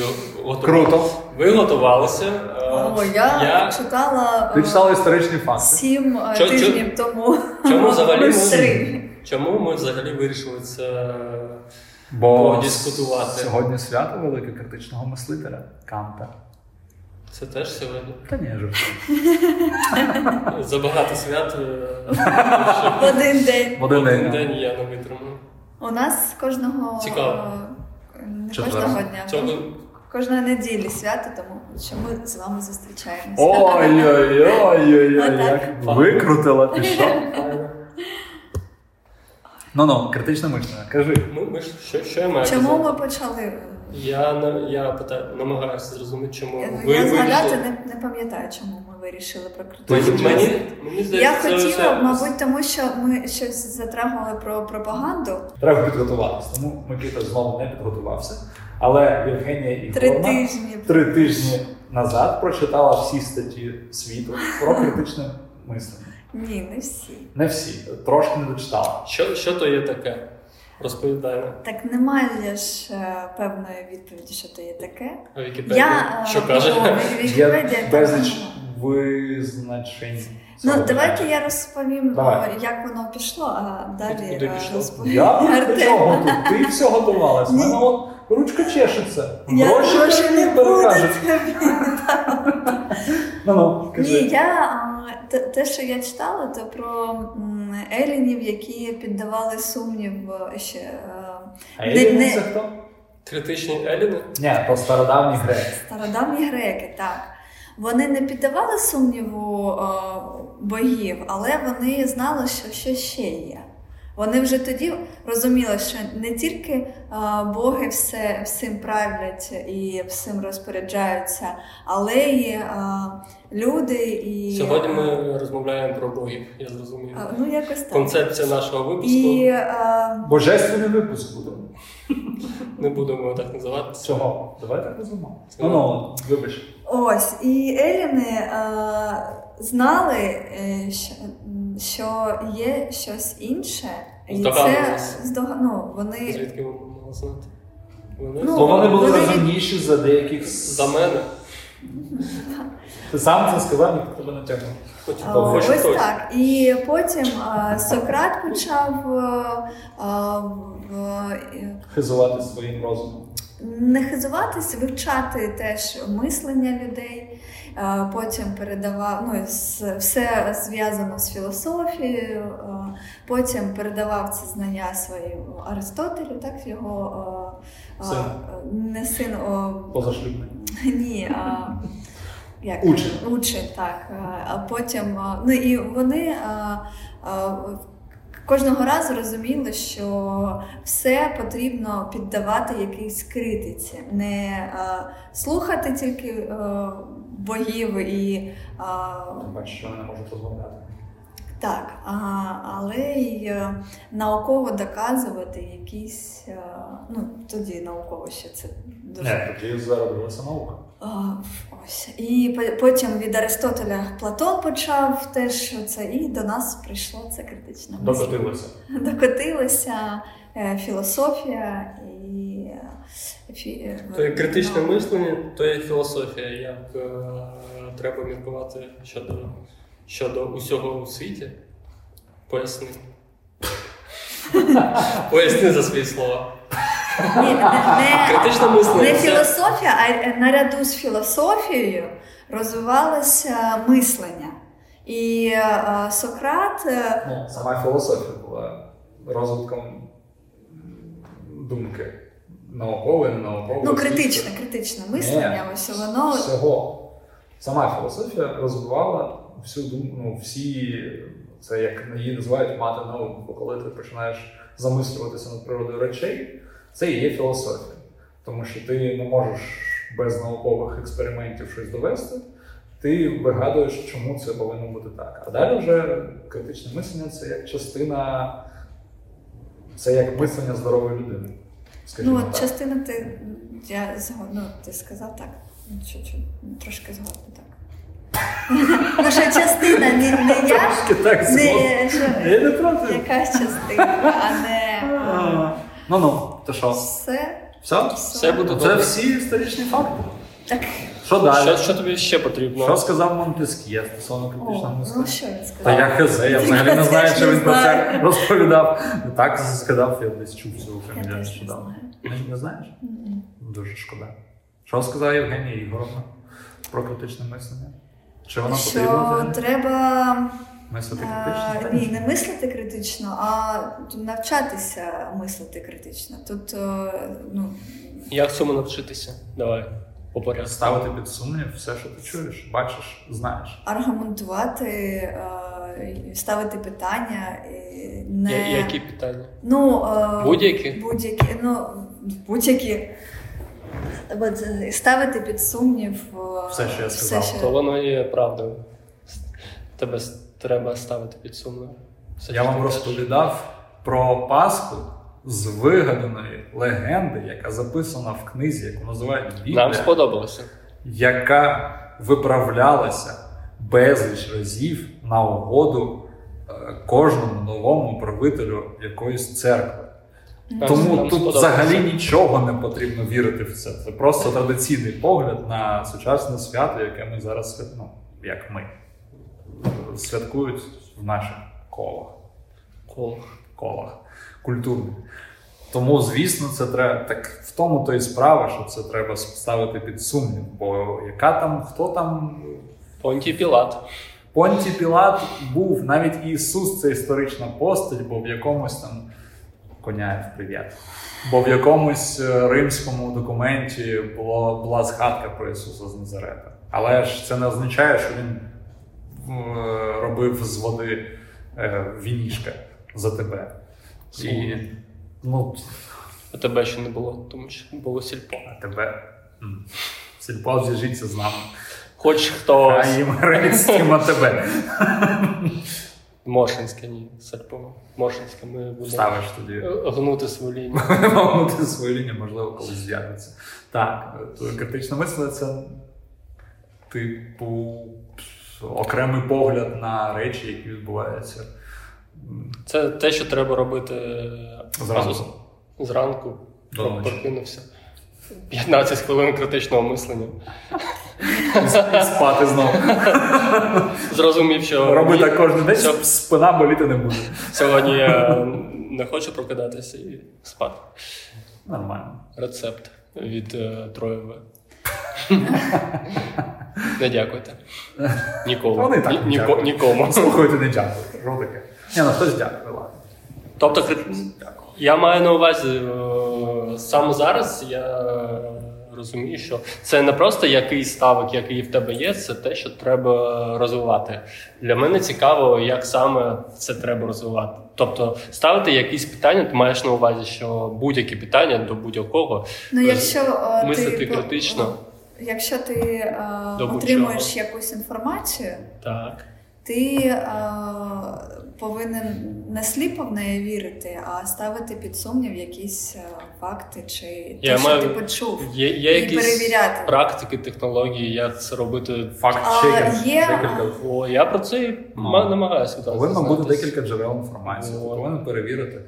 Speaker 1: готувалися.
Speaker 2: Круто.
Speaker 1: Ви готувалися. е,
Speaker 3: О, я, читала
Speaker 2: Ти
Speaker 3: е,
Speaker 2: читала історичні факти.
Speaker 3: сім е,
Speaker 1: Чо- чо-
Speaker 3: тижнів тому. [LAUGHS]
Speaker 1: Чому взагалі ми,
Speaker 3: Три.
Speaker 1: чому ми взагалі вирішили це?
Speaker 2: Бо
Speaker 1: подискутувати.
Speaker 2: с- сьогодні свято велике критичного мислителя. Канта.
Speaker 1: Це теж сьогодні.
Speaker 2: Та ні, жартую.
Speaker 1: Забагато свят. е,
Speaker 3: В один день.
Speaker 2: В один
Speaker 1: Один
Speaker 2: день.
Speaker 1: день я не витримав.
Speaker 3: У нас кожного
Speaker 1: Цікаво.
Speaker 3: е, не
Speaker 2: Четвер.
Speaker 3: кожного дня.
Speaker 1: Цього
Speaker 3: Кожної неділі свято, тому що ми з вами зустрічаємося.
Speaker 2: Ой-ой-ой-ой-ой, як
Speaker 1: Отак.
Speaker 2: викрутила ти що? Ну ну, критичне мислення, кажи.
Speaker 1: Ну, ми, ми ж що, що я маю?
Speaker 3: Чому
Speaker 1: казати?
Speaker 3: ми почали?
Speaker 1: Я на я питаю, намагаюся зрозуміти, чому
Speaker 3: Я,
Speaker 1: ви
Speaker 3: я згадати
Speaker 1: вирішили.
Speaker 3: не, не пам'ятаю, чому ми вирішили про
Speaker 1: Мені,
Speaker 3: критичну.
Speaker 1: мені, мені
Speaker 3: Я
Speaker 1: здається,
Speaker 3: хотіла,
Speaker 1: це-
Speaker 3: мабуть, тому що ми щось затрагували про пропаганду.
Speaker 4: Треба підготуватися. Тому Микита знову не підготувався. Але Євгенія
Speaker 3: Три
Speaker 4: Ігорна
Speaker 3: тижні.
Speaker 4: три тижні назад прочитала всі статті світу про критичне мислення.
Speaker 3: Ні, не всі.
Speaker 4: Не всі, трошки не дочитала.
Speaker 1: Що, що то є таке? Розповідаю.
Speaker 3: Так немає ж е, певної відповіді, що то є таке.
Speaker 1: А Вікіпедія?
Speaker 3: [LAUGHS] Я е,
Speaker 1: що каже?
Speaker 3: ну, Вікіпедія
Speaker 4: Є безліч
Speaker 3: там-
Speaker 4: визначень.
Speaker 3: Ну,
Speaker 4: цього.
Speaker 3: давайте я розповім,
Speaker 4: Давай.
Speaker 3: о, як воно пішло, а далі
Speaker 1: Куди
Speaker 3: е,
Speaker 1: пішло?
Speaker 3: розповім.
Speaker 4: Я до
Speaker 3: Артем.
Speaker 4: чого тут? Ти все готувалась. У
Speaker 3: Ні.
Speaker 4: мене от ручка чешеться.
Speaker 3: Я
Speaker 4: Гроші
Speaker 3: грошей
Speaker 4: теж
Speaker 3: не
Speaker 4: не
Speaker 3: буду
Speaker 4: перекажуть.
Speaker 3: тобі.
Speaker 4: Ну ну,
Speaker 3: Ні,
Speaker 4: кажи.
Speaker 3: я а, те- те, що я читала, то про м, елінів, які піддавали сумнів е, ще. е,
Speaker 4: А
Speaker 3: не-
Speaker 4: Еліни
Speaker 3: не-
Speaker 4: це хто?
Speaker 1: Критичні еліни?
Speaker 4: Ні, то стародавні греки.
Speaker 3: Стародавні греки, так. Вони не піддавали сумніву е, богів, але вони знали, що щось ще є. Вони вже тоді розуміли, що не тільки е, боги все, всім правлять і всім розпоряджаються, але й е, люди і.
Speaker 1: Сьогодні ми розмовляємо про богів, я зрозумів.
Speaker 3: Е, Ну, якось так.
Speaker 1: Концепція нашого випуску
Speaker 3: І е,
Speaker 4: Божественний випуск буде.
Speaker 1: не будемо так називати.
Speaker 4: Цього. Давайте розумемо. Ну ну, вибач.
Speaker 3: ось, і Еліни е, знали, е, що, що є щось інше. І це
Speaker 1: Здогадувалися.
Speaker 3: здога... ну, вони
Speaker 1: Звідки ви могли знати? Вони
Speaker 3: Ну,
Speaker 4: Бо вони були
Speaker 3: вони-
Speaker 4: розумніші за деяких. с-
Speaker 1: за мене.
Speaker 4: Ти сам це сказав, ніхто тебе не тягнув.
Speaker 1: Хоч
Speaker 3: е,
Speaker 1: хоч
Speaker 3: ось
Speaker 1: хтось.
Speaker 3: так. І потім е, Сократ почав е, е, в- е,
Speaker 4: Хизувати своїм розумом.
Speaker 3: не хизуватися, вивчати теж мислення людей, е, потім передавав ну, з- все зв'язано з філософією, е, потім передавав це знання своїм Аристотелю, так його е, е,
Speaker 4: Син.
Speaker 3: не син, о,
Speaker 4: Позашлюбний.
Speaker 3: [LAUGHS] ні, а як
Speaker 4: Учень.
Speaker 3: учень, так. А потім а, ну і вони а, а, кожного разу розуміли, що все потрібно піддавати якійсь критиці, не а, слухати тільки а, богів і а,
Speaker 4: Бачиш, що вони не можуть розмовляти.
Speaker 3: так, а, але й е, науково доказувати якісь, е, ну тоді науково ще це дуже
Speaker 4: Ні, тоді зародилася наука.
Speaker 3: А, Ось і по- потім від Аристотеля Платон почав теж це, і до нас прийшло це критичне мислення.
Speaker 4: Докотилася.
Speaker 3: Докотилася е, філософія і е, фі... е,
Speaker 1: То є критичне
Speaker 3: ну,
Speaker 1: мислення, то є філософія, як е, треба міркувати щодо, щодо усього у світі.
Speaker 2: [LAUGHS]
Speaker 1: Поясни. Поясни за свої слова.
Speaker 3: Ні, не,
Speaker 1: [LAUGHS]
Speaker 3: не,
Speaker 1: Критичне мислення.
Speaker 3: не
Speaker 1: це-
Speaker 3: філософія, а е, наряду з філософією розвивалося мислення. І е, Сократ е,
Speaker 4: Ну, сама філософія була розвитком думки. Наукової, не наукової.
Speaker 3: ну
Speaker 4: освіти.
Speaker 3: критичне, критичне
Speaker 2: Е.
Speaker 3: мислення, ось воно
Speaker 4: Е, всього. Сама філософія розвивала всю думку, ну, всі, це як її називають мати науку, бо коли ти починаєш замислюватися над природою речей, це і є філософія. Тому що ти не можеш без наукових експериментів щось довести, ти вигадуєш, чому це повинно бути так. А далі вже критичне мислення це як частина, це як мислення здорової людини. скажімо
Speaker 3: Ну,
Speaker 4: так.
Speaker 3: от частина ти я згодна, ну, ти сказав так. Ну, Чуть-чуть, ну, трошки згодна, так. [LAUGHS] Ну, що частина, не, не я,
Speaker 4: Трошки так згоден.
Speaker 3: не що,
Speaker 4: Я не проти.
Speaker 3: якась частина, а не е,
Speaker 2: Ну ну, то що?
Speaker 3: все.
Speaker 2: Все?
Speaker 1: Все буде
Speaker 2: Це
Speaker 1: добре.
Speaker 2: всі історичні факти.
Speaker 3: Так.
Speaker 2: Що далі?
Speaker 1: Що, що тобі ще потрібно?
Speaker 2: Що сказав Монтеск'є стосовно критичного
Speaker 3: О, ну
Speaker 2: мислення?
Speaker 3: що він
Speaker 2: Та
Speaker 3: сказав?
Speaker 2: я хз, я взагалі не знаю, що він про це розповідав. Так згадав, я десь чув цю
Speaker 3: Я
Speaker 2: фамілію
Speaker 3: теж не
Speaker 2: нещодавно.
Speaker 3: знаю.
Speaker 2: Не- Не знаєш?
Speaker 3: Ні.
Speaker 2: Дуже шкода. Що сказала Євгенія Ігоровна про критичне мислення? Чи воно потрібно
Speaker 3: Що
Speaker 2: взагалі?
Speaker 3: треба
Speaker 2: мислити
Speaker 3: Е,
Speaker 2: критично?
Speaker 3: Ні, не мислити критично, а навчатися мислити критично. Тут е, ну,
Speaker 1: Як цьому навчитися? Давай. По порядку.
Speaker 2: Ставити під сумнів все, що ти чуєш, бачиш, знаєш.
Speaker 3: аргументувати, е, і ставити питання. і Не...
Speaker 1: Я- Які питання?
Speaker 3: Ну, е,
Speaker 1: Будь-які?
Speaker 3: будь-які, ну, будь-які. От, е, ставити під сумнів е,
Speaker 2: Все, що я
Speaker 3: все,
Speaker 2: сказав.
Speaker 3: що-
Speaker 1: То воно є правдою. Тебе с- треба ставити під сумнів. Все,
Speaker 2: Я
Speaker 1: що
Speaker 2: вам
Speaker 1: ти кажеш.
Speaker 2: розповідав про Пасху з вигаданої легенди, яка записана в книзі, яку називають Біблія,
Speaker 1: Нам сподобалося.
Speaker 2: яка виправлялася безліч разів на угоду е, кожному новому правителю якоїсь церкви.
Speaker 1: Нам-
Speaker 2: Тому
Speaker 1: нам
Speaker 2: тут
Speaker 1: сподобалося.
Speaker 2: взагалі нічого не потрібно вірити в це. Це просто традиційний погляд на сучасне свято, яке ми зараз свят- ну, як ми е, святкують в наших колах,
Speaker 1: Коло.
Speaker 2: колах культурних. Тому, звісно, це треба так в тому то і справа, що це треба ставити під сумнів. Бо яка там, хто там
Speaker 1: Понтій Пілат.
Speaker 2: Понті Пілат був навіть Ісус, це історична постать, бо в якомусь там коняєв привіт. Бо в якомусь е, римському документі було, була згадка про Ісуса з Назарета. Але ж це не означає, що він е, робив з води е, вінішка за тебе. І ну,
Speaker 1: А тебе ще не було, тому що було сільпо.
Speaker 2: а тебе м, сільпо зв'яжіться з нами.
Speaker 1: Хоч
Speaker 2: А
Speaker 1: хтось.
Speaker 2: їм римським, а тебе.
Speaker 1: Моршинське, ні, сільпо. Моршинське ми будемо
Speaker 2: Ставиш тоді.
Speaker 1: гнути свою лінію.
Speaker 2: Мовнути свою лінію, можливо, колись з'явиться. Так, то критичне мислення це, типу, окремий погляд на речі, які відбуваються. м,
Speaker 1: Це те, що треба робити
Speaker 2: Зранку.
Speaker 1: Зранку
Speaker 2: До ночі.
Speaker 1: прокинувся. 15 хвилин критичного мислення.
Speaker 2: І спати знову.
Speaker 1: Зрозумів, що
Speaker 2: Роби
Speaker 1: ні,
Speaker 2: так кожен день,
Speaker 1: Все.
Speaker 2: спина боліти не буде.
Speaker 1: сьогодні я не хочу прокидатися і спати.
Speaker 2: Нормально.
Speaker 1: Рецепт. від е,
Speaker 2: [LAUGHS]
Speaker 1: Троєва. Не дякуйте. Нікому.
Speaker 2: Вони так
Speaker 1: Ні-
Speaker 2: не
Speaker 1: ніко-
Speaker 2: дякують.
Speaker 1: Нікому.
Speaker 2: Слухайте, не дякую. Що таке? Ні, ну хтось дякую, ладно.
Speaker 1: Тобто, крит- я маю на увазі е, саме зараз я розумію, що це не просто якийсь ставок, який в тебе є, це те, що треба розвивати. Для мене цікаво, як саме це треба розвивати. Тобто, ставити якісь питання, ти маєш на увазі, що будь-які питання до будь-якого
Speaker 3: Ну, якщо е,
Speaker 1: мислити
Speaker 3: ти, по-
Speaker 1: критично.
Speaker 3: Якщо ти е,
Speaker 1: До будь-чого.
Speaker 3: отримуєш якусь інформацію,
Speaker 1: Так.
Speaker 3: ти е, повинен не сліпо в неї вірити, а ставити під сумнів якісь е, факти чи
Speaker 1: Я
Speaker 3: те, що
Speaker 1: маю-
Speaker 3: ти почув.
Speaker 1: Є, є
Speaker 3: І
Speaker 1: якісь
Speaker 3: перевіряти.
Speaker 1: практики, технології, як це робити.
Speaker 2: Факт
Speaker 3: А,
Speaker 2: чекер.
Speaker 3: є-
Speaker 2: Декілька.
Speaker 1: О, я про це і
Speaker 2: Ну.
Speaker 1: намагаюся. так,
Speaker 2: Повинно бути
Speaker 1: дізнатись.
Speaker 2: декілька джерел інформації. Ти
Speaker 1: Вот.
Speaker 2: повинен перевірити.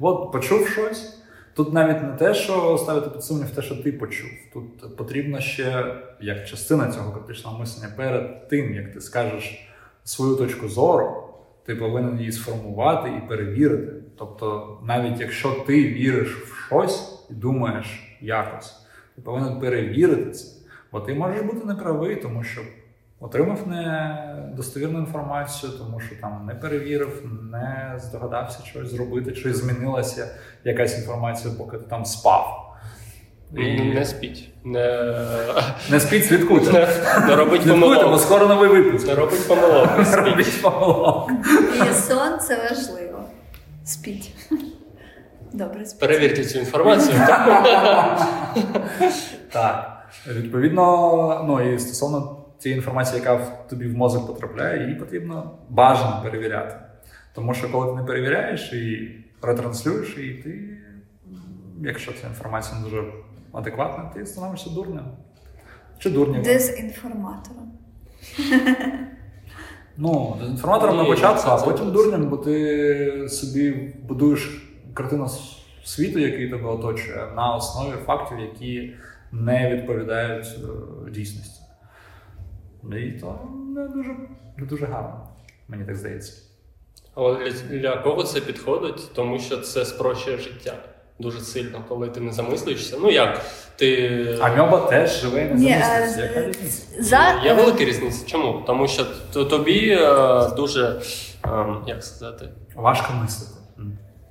Speaker 2: От почув щось. Тут навіть не те, що ставити під сумнів, те, що ти почув. Тут потрібно ще як частина цього критичного мислення перед тим, як ти скажеш свою точку зору, ти повинен її сформувати і перевірити. Тобто, навіть якщо ти віриш в щось і думаєш якось, ти повинен перевірити це, бо ти можеш бути неправий, тому що отримав недостовірну інформацію, тому що там не перевірив, не здогадався щось зробити, чи змінилася якась інформація, поки ти там спав. І...
Speaker 1: Ну, Не спіть. Не,
Speaker 2: Не спіть, слідкуйте.
Speaker 1: не, не робить
Speaker 2: Слідкуйте, бо
Speaker 1: помилок.
Speaker 2: скоро новий випуск.
Speaker 1: Не робить помилок. не спіть.
Speaker 2: Робіть помилок.
Speaker 3: І сон це важливо. Спіть. Добре, спіть.
Speaker 1: Перевірте цю інформацію.
Speaker 2: Так. Відповідно, ну і стосовно цієї інформації, яка в тобі в мозок потрапляє, її потрібно бажано перевіряти. Тому що коли ти не перевіряєш і ретранслюєш, і ти, якщо ця інформація не дуже адекватна, ти становишся дурним. Чи дурним.
Speaker 3: Дезінформатором.
Speaker 2: Ну, інформатором на
Speaker 1: Ні,
Speaker 2: початку,
Speaker 1: це-
Speaker 2: а
Speaker 1: це-
Speaker 2: потім
Speaker 1: це-
Speaker 2: дурнем, бо ти собі будуєш картину с- світу, який тебе оточує, на основі фактів, які не відповідають е, дійсності. Ну, І то не дуже, не дуже гарно, мені так здається.
Speaker 1: Але для, для кого це підходить? Тому що це спрощує життя дуже сильно, коли ти не замислюєшся. Ну як? Ти
Speaker 2: Амьоба теж живе і не
Speaker 3: Ні,
Speaker 2: замислюється.
Speaker 3: а,
Speaker 2: Яка
Speaker 3: е,
Speaker 2: різниця?
Speaker 3: За... е,
Speaker 1: Є велика різниця. Чому? Тому що т- тобі е, дуже е, як сказати.
Speaker 2: Важко мислити.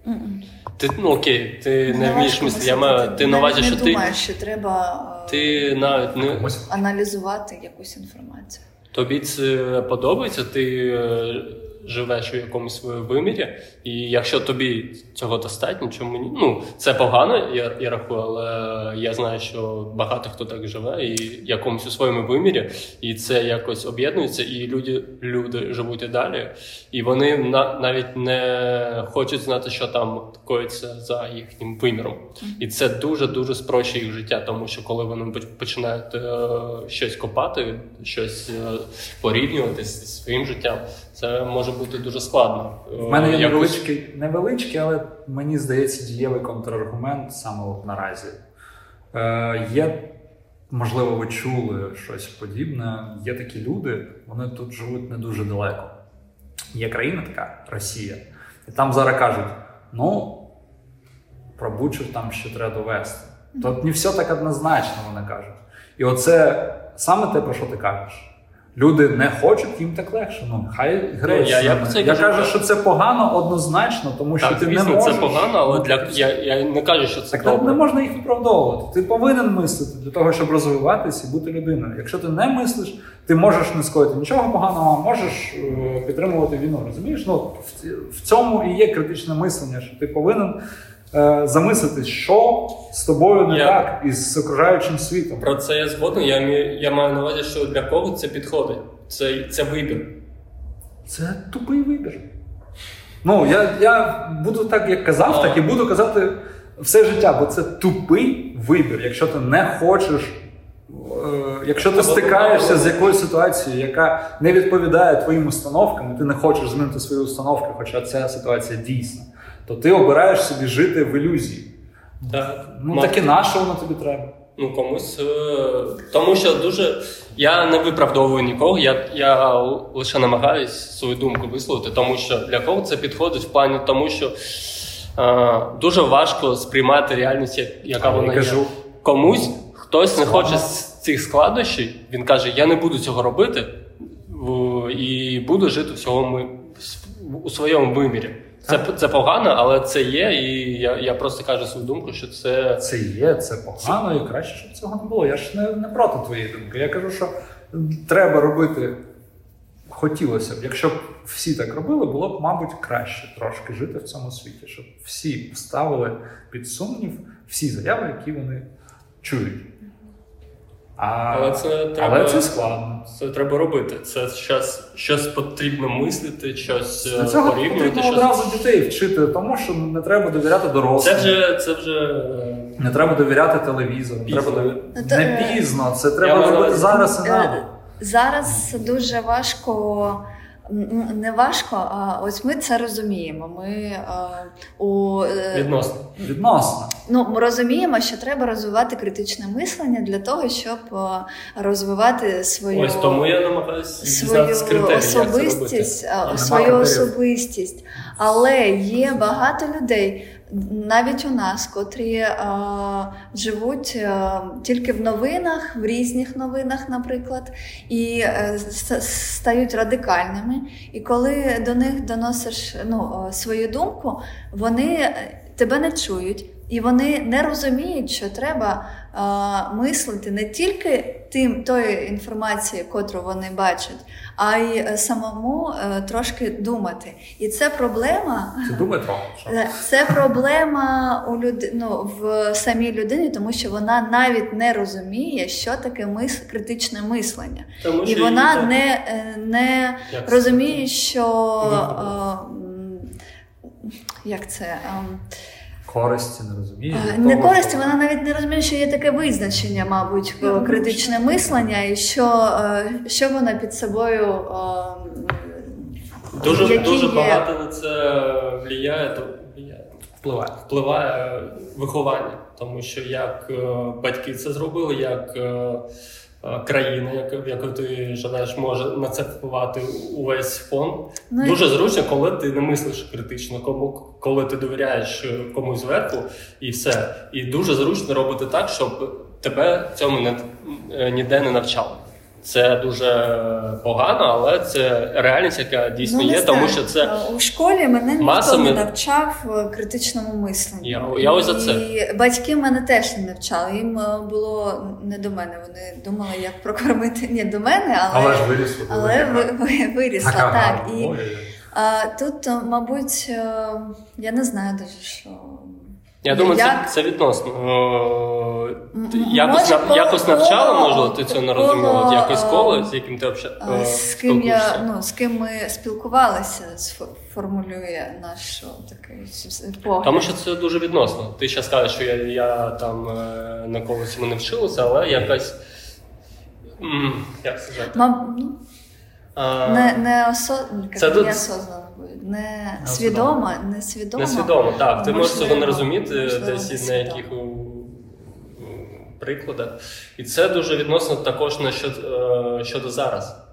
Speaker 3: Мгм.
Speaker 1: Ти ну окей, ти не вмієш
Speaker 3: важко
Speaker 1: мислити. Я маю
Speaker 3: мислити.
Speaker 1: ти на увазі,
Speaker 3: не
Speaker 1: що ти,
Speaker 3: думаєш, що треба е,
Speaker 1: ти навіть не
Speaker 2: Комусь
Speaker 3: аналізувати якусь інформацію.
Speaker 1: Тобі це подобається, ти е, живеш у якомусь своєму вимірі, і якщо тобі цього достатньо, чому ні? Ну, це погано, я, я рахую, але я знаю, що багато хто так живе, і в якомусь у своєму вимірі, і це якось об'єднується, і люди, люди живуть і далі. І вони на, навіть не хочуть знати, що там коїться за їхнім виміром. І це дуже дуже спрощує їх життя, тому що коли вони поч- починають е, щось копати, щось е, порівнювати зі своїм життям, це може бути дуже складно.
Speaker 2: В мене є
Speaker 1: Е, якось-
Speaker 2: невеличкий, невеличкий, але мені здається, дієвий контраргумент саме от наразі. Е, є, можливо, ви чули щось подібне. Є такі люди, вони тут живуть не дуже далеко. Є країна така, Росія, і там зараз кажуть: ну, про Бучу там ще треба довести. Тут не все так однозначно, вони кажуть. І оце саме те, про що ти кажеш. Люди не хочуть, їм так легше. Ну, хай греють.
Speaker 1: я- я
Speaker 2: самі.
Speaker 1: про це й
Speaker 2: я
Speaker 1: кажу.
Speaker 2: кажу, що це погано однозначно, тому що
Speaker 1: Так,
Speaker 2: ти не
Speaker 1: звісно,
Speaker 2: можеш.
Speaker 1: це погано, але
Speaker 2: Ну,
Speaker 1: для я, я не кажу, що це
Speaker 2: так не- не
Speaker 1: добре.
Speaker 2: можна їх виправдовувати. Ти повинен мислити для того, щоб розвиватись і бути людиною. Якщо ти не мислиш, ти можеш не скоїти нічого поганого, а можеш е, підтримувати війну. Розумієш? Ну в, ці- в цьому і є критичне мислення, що ти повинен е, замислити, що з тобою не
Speaker 1: Я-
Speaker 2: так і з окружаючим світом.
Speaker 1: Про це я згоден. Я, мі- я маю на увазі, що для кого це підходить. Це, це вибір.
Speaker 2: Це тупий вибір. Ну, я, я буду так, як казав, так і буду казати все життя, бо це тупий вибір, якщо ти не хочеш. е, Якщо ти стикаєшся з якоюсь ситуацією, яка не відповідає твоїм установкам, і ти не хочеш змінити свої установки, хоча ця ситуація дійсна, то ти обираєш собі жити в ілюзії.
Speaker 1: Так.
Speaker 2: Ну
Speaker 1: Мав-
Speaker 2: так і на що воно тобі треба?
Speaker 1: Ну, комусь. е, Тому що дуже. Я не виправдовую нікого, я, я лише намагаюсь свою думку висловити, тому що для кого це підходить в плані, тому що е, дуже важко сприймати реальність, як- яка
Speaker 2: Я
Speaker 1: вона
Speaker 2: кажу,
Speaker 1: є. комусь хтось не хоче з цих складнощів, він каже: Я не буду цього робити в- і буду жити в цьому у своєму вимірі. Це, це погано, але це є, і я, я просто кажу свою думку, що це
Speaker 5: Це є, це
Speaker 2: погано і краще, щоб цього не було. Я ж не, не проти твоєї думки. Я кажу, що треба робити. Хотілося б, якщо б всі так робили, було б, мабуть, краще трошки жити в цьому світі, щоб всі ставили під сумнів всі заяви, які вони чують. А,
Speaker 1: але це треба
Speaker 2: але це складно.
Speaker 1: Це треба робити. Це щось, щось потрібно мислити, щось е,
Speaker 2: Для цього
Speaker 1: порівнювати.
Speaker 2: потрібно
Speaker 1: Щось...
Speaker 2: одразу дітей вчити, тому що не треба довіряти
Speaker 1: Це
Speaker 2: дорослим.
Speaker 1: вже це вже е,
Speaker 2: Не треба довіряти телевізору, не
Speaker 1: Пізно.
Speaker 2: треба дові-
Speaker 3: Ну, то,
Speaker 2: не
Speaker 3: е,
Speaker 2: пізно. Це
Speaker 1: Я
Speaker 2: треба
Speaker 1: маю на
Speaker 2: робити
Speaker 1: увазі.
Speaker 2: зараз і
Speaker 3: Е,
Speaker 2: навіть.
Speaker 3: Зараз дуже важко. м, Не важко, а ось ми це розуміємо. Ми е, у е,
Speaker 1: відносно.
Speaker 2: Відносно.
Speaker 3: ну ми розуміємо, що треба розвивати критичне мислення для того, щоб е, розвивати свою
Speaker 1: Ось тому я намагаюся
Speaker 3: свою
Speaker 1: дізнатися критерії, як це робити.
Speaker 3: особистість, а,
Speaker 1: Нема
Speaker 3: свою
Speaker 2: критеріїв.
Speaker 3: особистість. Але є багато людей, навіть у нас, котрі а, живуть а, тільки в новинах, в різних новинах, наприклад, і е, ст- стають радикальними. І коли до них доносиш ну, е, свою думку, вони е, тебе не чують. І вони не розуміють, що треба е, мислити не тільки тим тою інформацією, котру вони бачать, а й е, самому е, трошки думати. І це проблема.
Speaker 2: Це думай трохи. що.
Speaker 3: Е, Це проблема у люд... ну, в самій людині, тому що вона навіть не розуміє, що таке мис... критичне мислення,
Speaker 1: Тому
Speaker 3: і
Speaker 1: що
Speaker 3: вона
Speaker 1: їй це-
Speaker 3: не, е, не
Speaker 1: як це?
Speaker 3: розуміє, що
Speaker 1: Вибрала.
Speaker 3: е, м, як це ем,
Speaker 2: Користі не розуміє.
Speaker 3: е,
Speaker 2: від
Speaker 3: не
Speaker 2: того,
Speaker 3: користь,
Speaker 2: що-
Speaker 3: вона навіть не розуміє, що є таке визначення, мабуть, е, критичне мислення, і що, е, що вона під собою. е,
Speaker 1: дуже
Speaker 3: які
Speaker 1: дуже
Speaker 3: є.
Speaker 1: багато на це вліяє, то вліяє.
Speaker 2: впливає.
Speaker 1: впливає е, виховання, тому що як е, батьки це зробили, як е, е, країна, як- в якої ти живеш, може на це впливати увесь фон.
Speaker 3: Ну, і-
Speaker 1: Дуже зручно, коли ти не мислиш критично, кому коли ти довіряєш е, комусь зверху, і все. І дуже зручно робити так, щоб тебе цьому не е, ніде не навчали. Це дуже е, погано, але це реальність, яка дійсно
Speaker 3: Ну, не
Speaker 1: є, тому
Speaker 3: знаю.
Speaker 1: що це
Speaker 3: Е, у школі мене ніхто
Speaker 1: масами-
Speaker 3: не навчав е, критичному мисленню.
Speaker 1: Я- я ось за це.
Speaker 3: І батьки мене теж не навчали. Їм е, було не до мене. Вони думали, як прокормити не до мене, але,
Speaker 2: Але ж виріс у
Speaker 3: але ви, ви- вирісла.
Speaker 2: Така
Speaker 3: так.
Speaker 2: гарна
Speaker 3: І
Speaker 2: мова.
Speaker 3: а, тут, е, мабуть, е, я не знаю даже, що.
Speaker 1: Я думаю, це,
Speaker 3: Як?
Speaker 1: це відносно. Е,
Speaker 3: Ну, М-
Speaker 1: ти Якось,
Speaker 3: може,
Speaker 1: нав-
Speaker 3: коло-
Speaker 1: якось навчала,
Speaker 3: коло-
Speaker 1: можливо, ти цього не розуміла. От
Speaker 3: коло,
Speaker 1: якось
Speaker 3: е,
Speaker 1: коло, з яким ти обща...
Speaker 3: е,
Speaker 1: е,
Speaker 3: З ким я
Speaker 1: спілкуєшся.
Speaker 3: ну з ким ми спілкувалися, сфо- формулює наш о, такий с- погляд.
Speaker 1: Тому що це дуже відносно. Ти ще скажеш, що я, я там е, на когось цьому не вчилася, але якась. м, Як сказати?
Speaker 3: Мам, ну,
Speaker 1: Е,
Speaker 3: не, не, осо...
Speaker 1: Це
Speaker 3: це
Speaker 1: тут-
Speaker 3: не осознано буде. Не свідомо, не свідомо.
Speaker 1: Несвідомо, так. Ти можеш
Speaker 3: Можливо,
Speaker 1: цього не розуміти
Speaker 3: можливо,
Speaker 1: десь із на
Speaker 3: несвідомо.
Speaker 1: яких у, у прикладах. І це дуже відносно також на що, е, щодо зараз.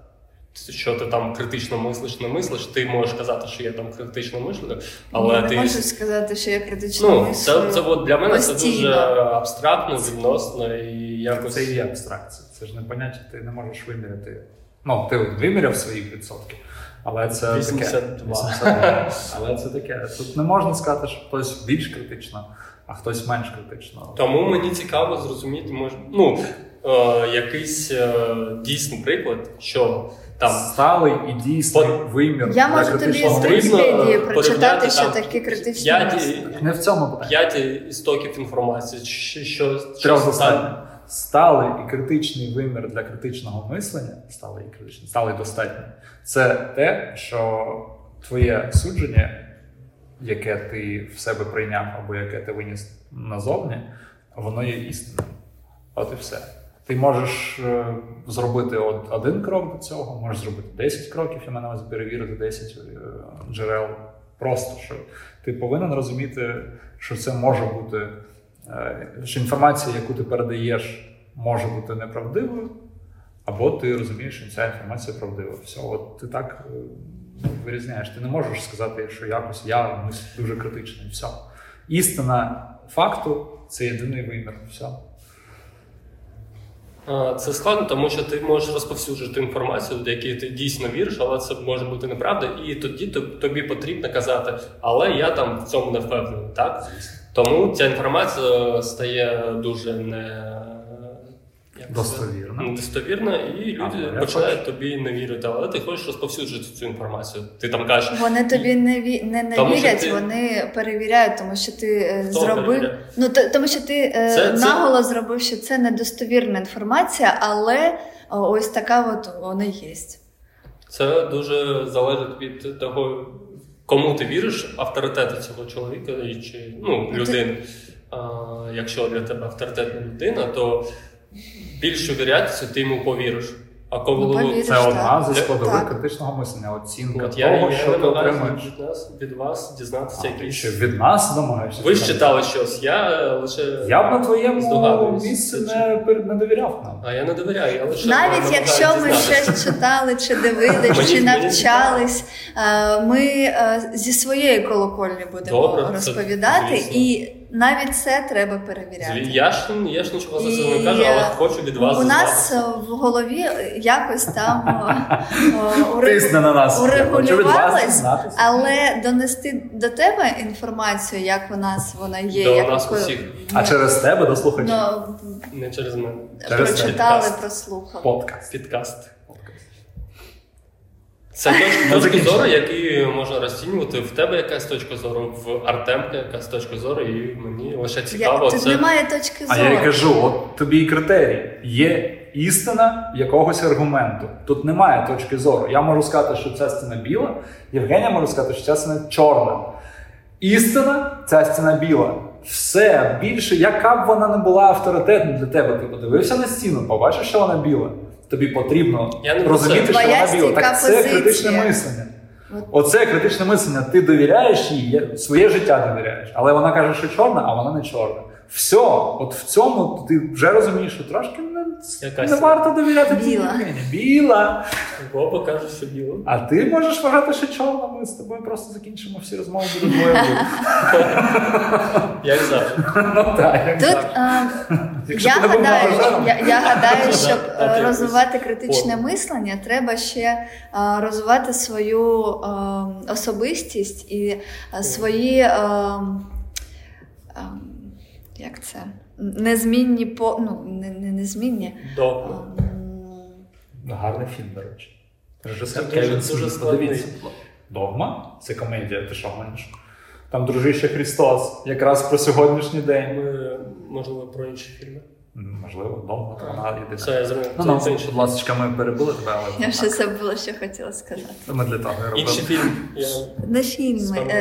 Speaker 1: Що ти там критично мислиш, не мислиш, ти можеш казати, що я там критично мислю, але
Speaker 3: Ну, я не
Speaker 1: ти.
Speaker 3: можу сказати, що я критично
Speaker 1: Ну,
Speaker 3: мислю.
Speaker 1: це, це от для мене це
Speaker 3: постійно.
Speaker 1: дуже абстрактно, відносно і якось.
Speaker 2: Це і є абстракція. Це ж не поняття, ти не можеш виміряти. Ну, ти от виміряв свої відсотки, але це таке.
Speaker 1: 82.
Speaker 2: 82. Але це таке. Тут не можна сказати, що хтось більш критично, а хтось менш критично.
Speaker 1: Тому мені цікаво зрозуміти, може, ну, е, якийсь е, дійсний приклад, що там
Speaker 2: Сталий і дійсний
Speaker 1: От-
Speaker 2: вимір.
Speaker 3: Я
Speaker 2: для
Speaker 3: можу тобі
Speaker 2: критичного
Speaker 3: з
Speaker 1: Потрібно
Speaker 3: Вікіпедії
Speaker 1: е, порівняти
Speaker 3: прочитати, що
Speaker 1: там
Speaker 3: таке критичне
Speaker 1: п'ять,
Speaker 3: мислення.
Speaker 2: Не в цьому питання.
Speaker 1: п'ять істоків інформації, що, що що
Speaker 2: Трьох
Speaker 1: стан-
Speaker 2: достатньо. Сталий і критичний вимір для критичного мислення, сталий і критичний, сталий достатньо. Це те, що твоє судження, яке ти в себе прийняв або яке ти виніс назовні, воно є істинним. От і все. Ти можеш е, зробити от один крок до цього, можеш зробити 10 кроків, я на вас перевірити 10 е, джерел. Просто що ти повинен розуміти, що це може бути Е, що інформація, яку ти передаєш, може бути неправдивою, або ти розумієш, що ця інформація правдива. Все, от ти так е, вирізняєш. Ти не можеш сказати, що якось я мислю дуже критичний. Все. Істина факту це єдиний вимір. Все.
Speaker 1: А, Це складно, тому що ти можеш розповсюджувати інформацію, в якій ти дійсно віриш, але це може бути неправда, і тоді то- тобі потрібно казати, але я там в цьому не впевнений. Так? Тому ця інформація стає дуже не як це?
Speaker 2: Достовірно.
Speaker 1: недостовірна, і
Speaker 2: Або
Speaker 1: люди
Speaker 2: ну, я
Speaker 1: починають тобі не вірити. Але ти хочеш розповсюджувати цю інформацію. Ти там кажеш,
Speaker 3: Вони тобі не ві... не, не
Speaker 1: Тому що
Speaker 3: вірять,
Speaker 1: ти-
Speaker 3: вони перевіряють, тому що ти е,
Speaker 1: Хто
Speaker 3: зробив.
Speaker 1: перевіряє?
Speaker 3: Ну то, тому що ти
Speaker 1: Це-
Speaker 3: е,
Speaker 1: це-
Speaker 3: наголо зробив, що це недостовірна інформація, але о, ось така от вона є.
Speaker 1: Це дуже залежить від того, кому ти віриш, авторитету цього чоловіка і чи ну,
Speaker 3: Ну, ти-
Speaker 1: людини. А, якщо для тебе авторитетна людина, то більшу вірятістю ти йому повіриш. А коли
Speaker 3: Ну, повіриш,
Speaker 2: Це одна
Speaker 3: так.
Speaker 2: зі складових
Speaker 3: Так.
Speaker 2: критичного мислення, оцінка
Speaker 1: От я,
Speaker 2: того,
Speaker 1: я
Speaker 2: що ти
Speaker 1: намагаюся
Speaker 2: отримаєш.
Speaker 1: від нас від вас дізнатися
Speaker 2: А, ти
Speaker 1: якісь.
Speaker 2: ще від нас намагаєшся.
Speaker 1: Ви ж
Speaker 2: дізнатися?
Speaker 1: читали щось, я е, лише
Speaker 2: Я б на твоєму
Speaker 1: здогадуюсь.
Speaker 2: місці
Speaker 1: Це
Speaker 2: не, пер- не довіряв нам.
Speaker 1: А я не довіряю, я лише
Speaker 3: Навіть
Speaker 1: намагаюся
Speaker 3: якщо ми
Speaker 1: дізнатися.
Speaker 3: щось читали, чи дивились,
Speaker 1: Мені-
Speaker 3: чи
Speaker 1: мені
Speaker 3: навчались, е, ми е, зі своєї колокольні будемо
Speaker 1: Добре, це
Speaker 3: розповідати,
Speaker 1: звісно.
Speaker 3: і навіть це треба перевіряти.
Speaker 1: Зві- Я ж я ж нічого за це
Speaker 3: І,
Speaker 1: не кажу, але
Speaker 3: е,
Speaker 1: хочу від вас
Speaker 3: У
Speaker 1: дізнатися.
Speaker 3: нас е, в голові якось там
Speaker 2: [LAUGHS]
Speaker 3: е, е, уре-
Speaker 2: Тисне на нас. Хочу від вас
Speaker 3: урегулювалось,
Speaker 2: дізнатися.
Speaker 3: але донести до тебе інформацію, як у нас вона є,
Speaker 1: До
Speaker 3: як
Speaker 1: нас
Speaker 3: ви-
Speaker 1: усіх.
Speaker 2: А через тебе до слухачів.
Speaker 3: ну,
Speaker 1: не через мене.
Speaker 2: Через
Speaker 3: прочитали,
Speaker 1: подкаст.
Speaker 3: прослухали.
Speaker 2: Подкаст.
Speaker 1: Підкаст.
Speaker 2: Подкаст.
Speaker 1: Це точ-
Speaker 2: Ну,
Speaker 1: точки
Speaker 2: закінчуй.
Speaker 1: зору, які можна розцінювати. В тебе якась точка зору, в Артемка якась точка зору, і мені лише цікаво.
Speaker 3: Я, тут
Speaker 1: Це
Speaker 3: немає точки
Speaker 2: А
Speaker 3: зору.
Speaker 2: я й кажу: от тобі і критерій. Є істина якогось аргументу. Тут немає точки зору. Я можу сказати, що ця стіна біла, Євгенія може сказати, що ця стіна чорна. Істина, ця стіна біла. Все більше, яка б вона не була авторитетна для тебе, ти подивився на стіну, побачив, що вона біла. Тобі потрібно
Speaker 1: Я не
Speaker 2: розуміти,
Speaker 1: про
Speaker 3: це.
Speaker 2: що вона
Speaker 3: Твоя
Speaker 2: біла. Так
Speaker 3: стійка
Speaker 2: це критичне
Speaker 3: позиція.
Speaker 2: мислення.
Speaker 3: От.
Speaker 2: Оце критичне мислення. Ти довіряєш їй, я- своє життя довіряєш. Але вона каже, що чорна, а вона не чорна. Все, от в цьому ти вже розумієш, що трошки не,
Speaker 1: Якась
Speaker 2: не варто довіряти цій
Speaker 3: біла.
Speaker 2: людині. Біла.
Speaker 1: Боба каже, що біло.
Speaker 2: А ти можеш вважати, що чорна. Ми з тобою просто закінчимо всі розмови
Speaker 1: [LAUGHS]
Speaker 2: до двоє.
Speaker 1: Як завжди.
Speaker 2: Ну так, як
Speaker 3: Тут
Speaker 2: так.
Speaker 3: е,
Speaker 2: Якщо
Speaker 3: я
Speaker 2: ти не був
Speaker 3: гадаю,
Speaker 2: баклажаном,
Speaker 3: я, я гадаю, щоб
Speaker 1: Да,
Speaker 3: е,
Speaker 1: так,
Speaker 3: розвивати критичне
Speaker 1: Форму.
Speaker 3: мислення, треба ще е, розвивати свою е, особистість і е, свої е, е, як це незмінні по ну не, не Ем, незмінні. е,
Speaker 1: Добре.
Speaker 2: Гарний фільм, до речі. Режисер
Speaker 1: Це дуже-
Speaker 2: Кевін
Speaker 1: дуже
Speaker 2: Сміт, подивіться.
Speaker 1: складний.
Speaker 2: Догма? Це комедія, ти що гониш? Там дружище Христос, якраз про сьогоднішній день.
Speaker 1: Ми, можливо, про інші фільми.
Speaker 2: М, Можливо, догма, то вона
Speaker 1: Все,
Speaker 2: єдина.
Speaker 1: я зрозумів.
Speaker 2: Ну,
Speaker 1: Це-
Speaker 2: нам,
Speaker 1: це інші
Speaker 2: будь ласка, ми перебили тебе, але
Speaker 3: Я
Speaker 2: так.
Speaker 3: вже забула, що хотіла сказати.
Speaker 2: ми для того і
Speaker 1: Інші
Speaker 2: робили.
Speaker 1: фільми. Я...
Speaker 3: На фільми
Speaker 1: Саме
Speaker 3: е,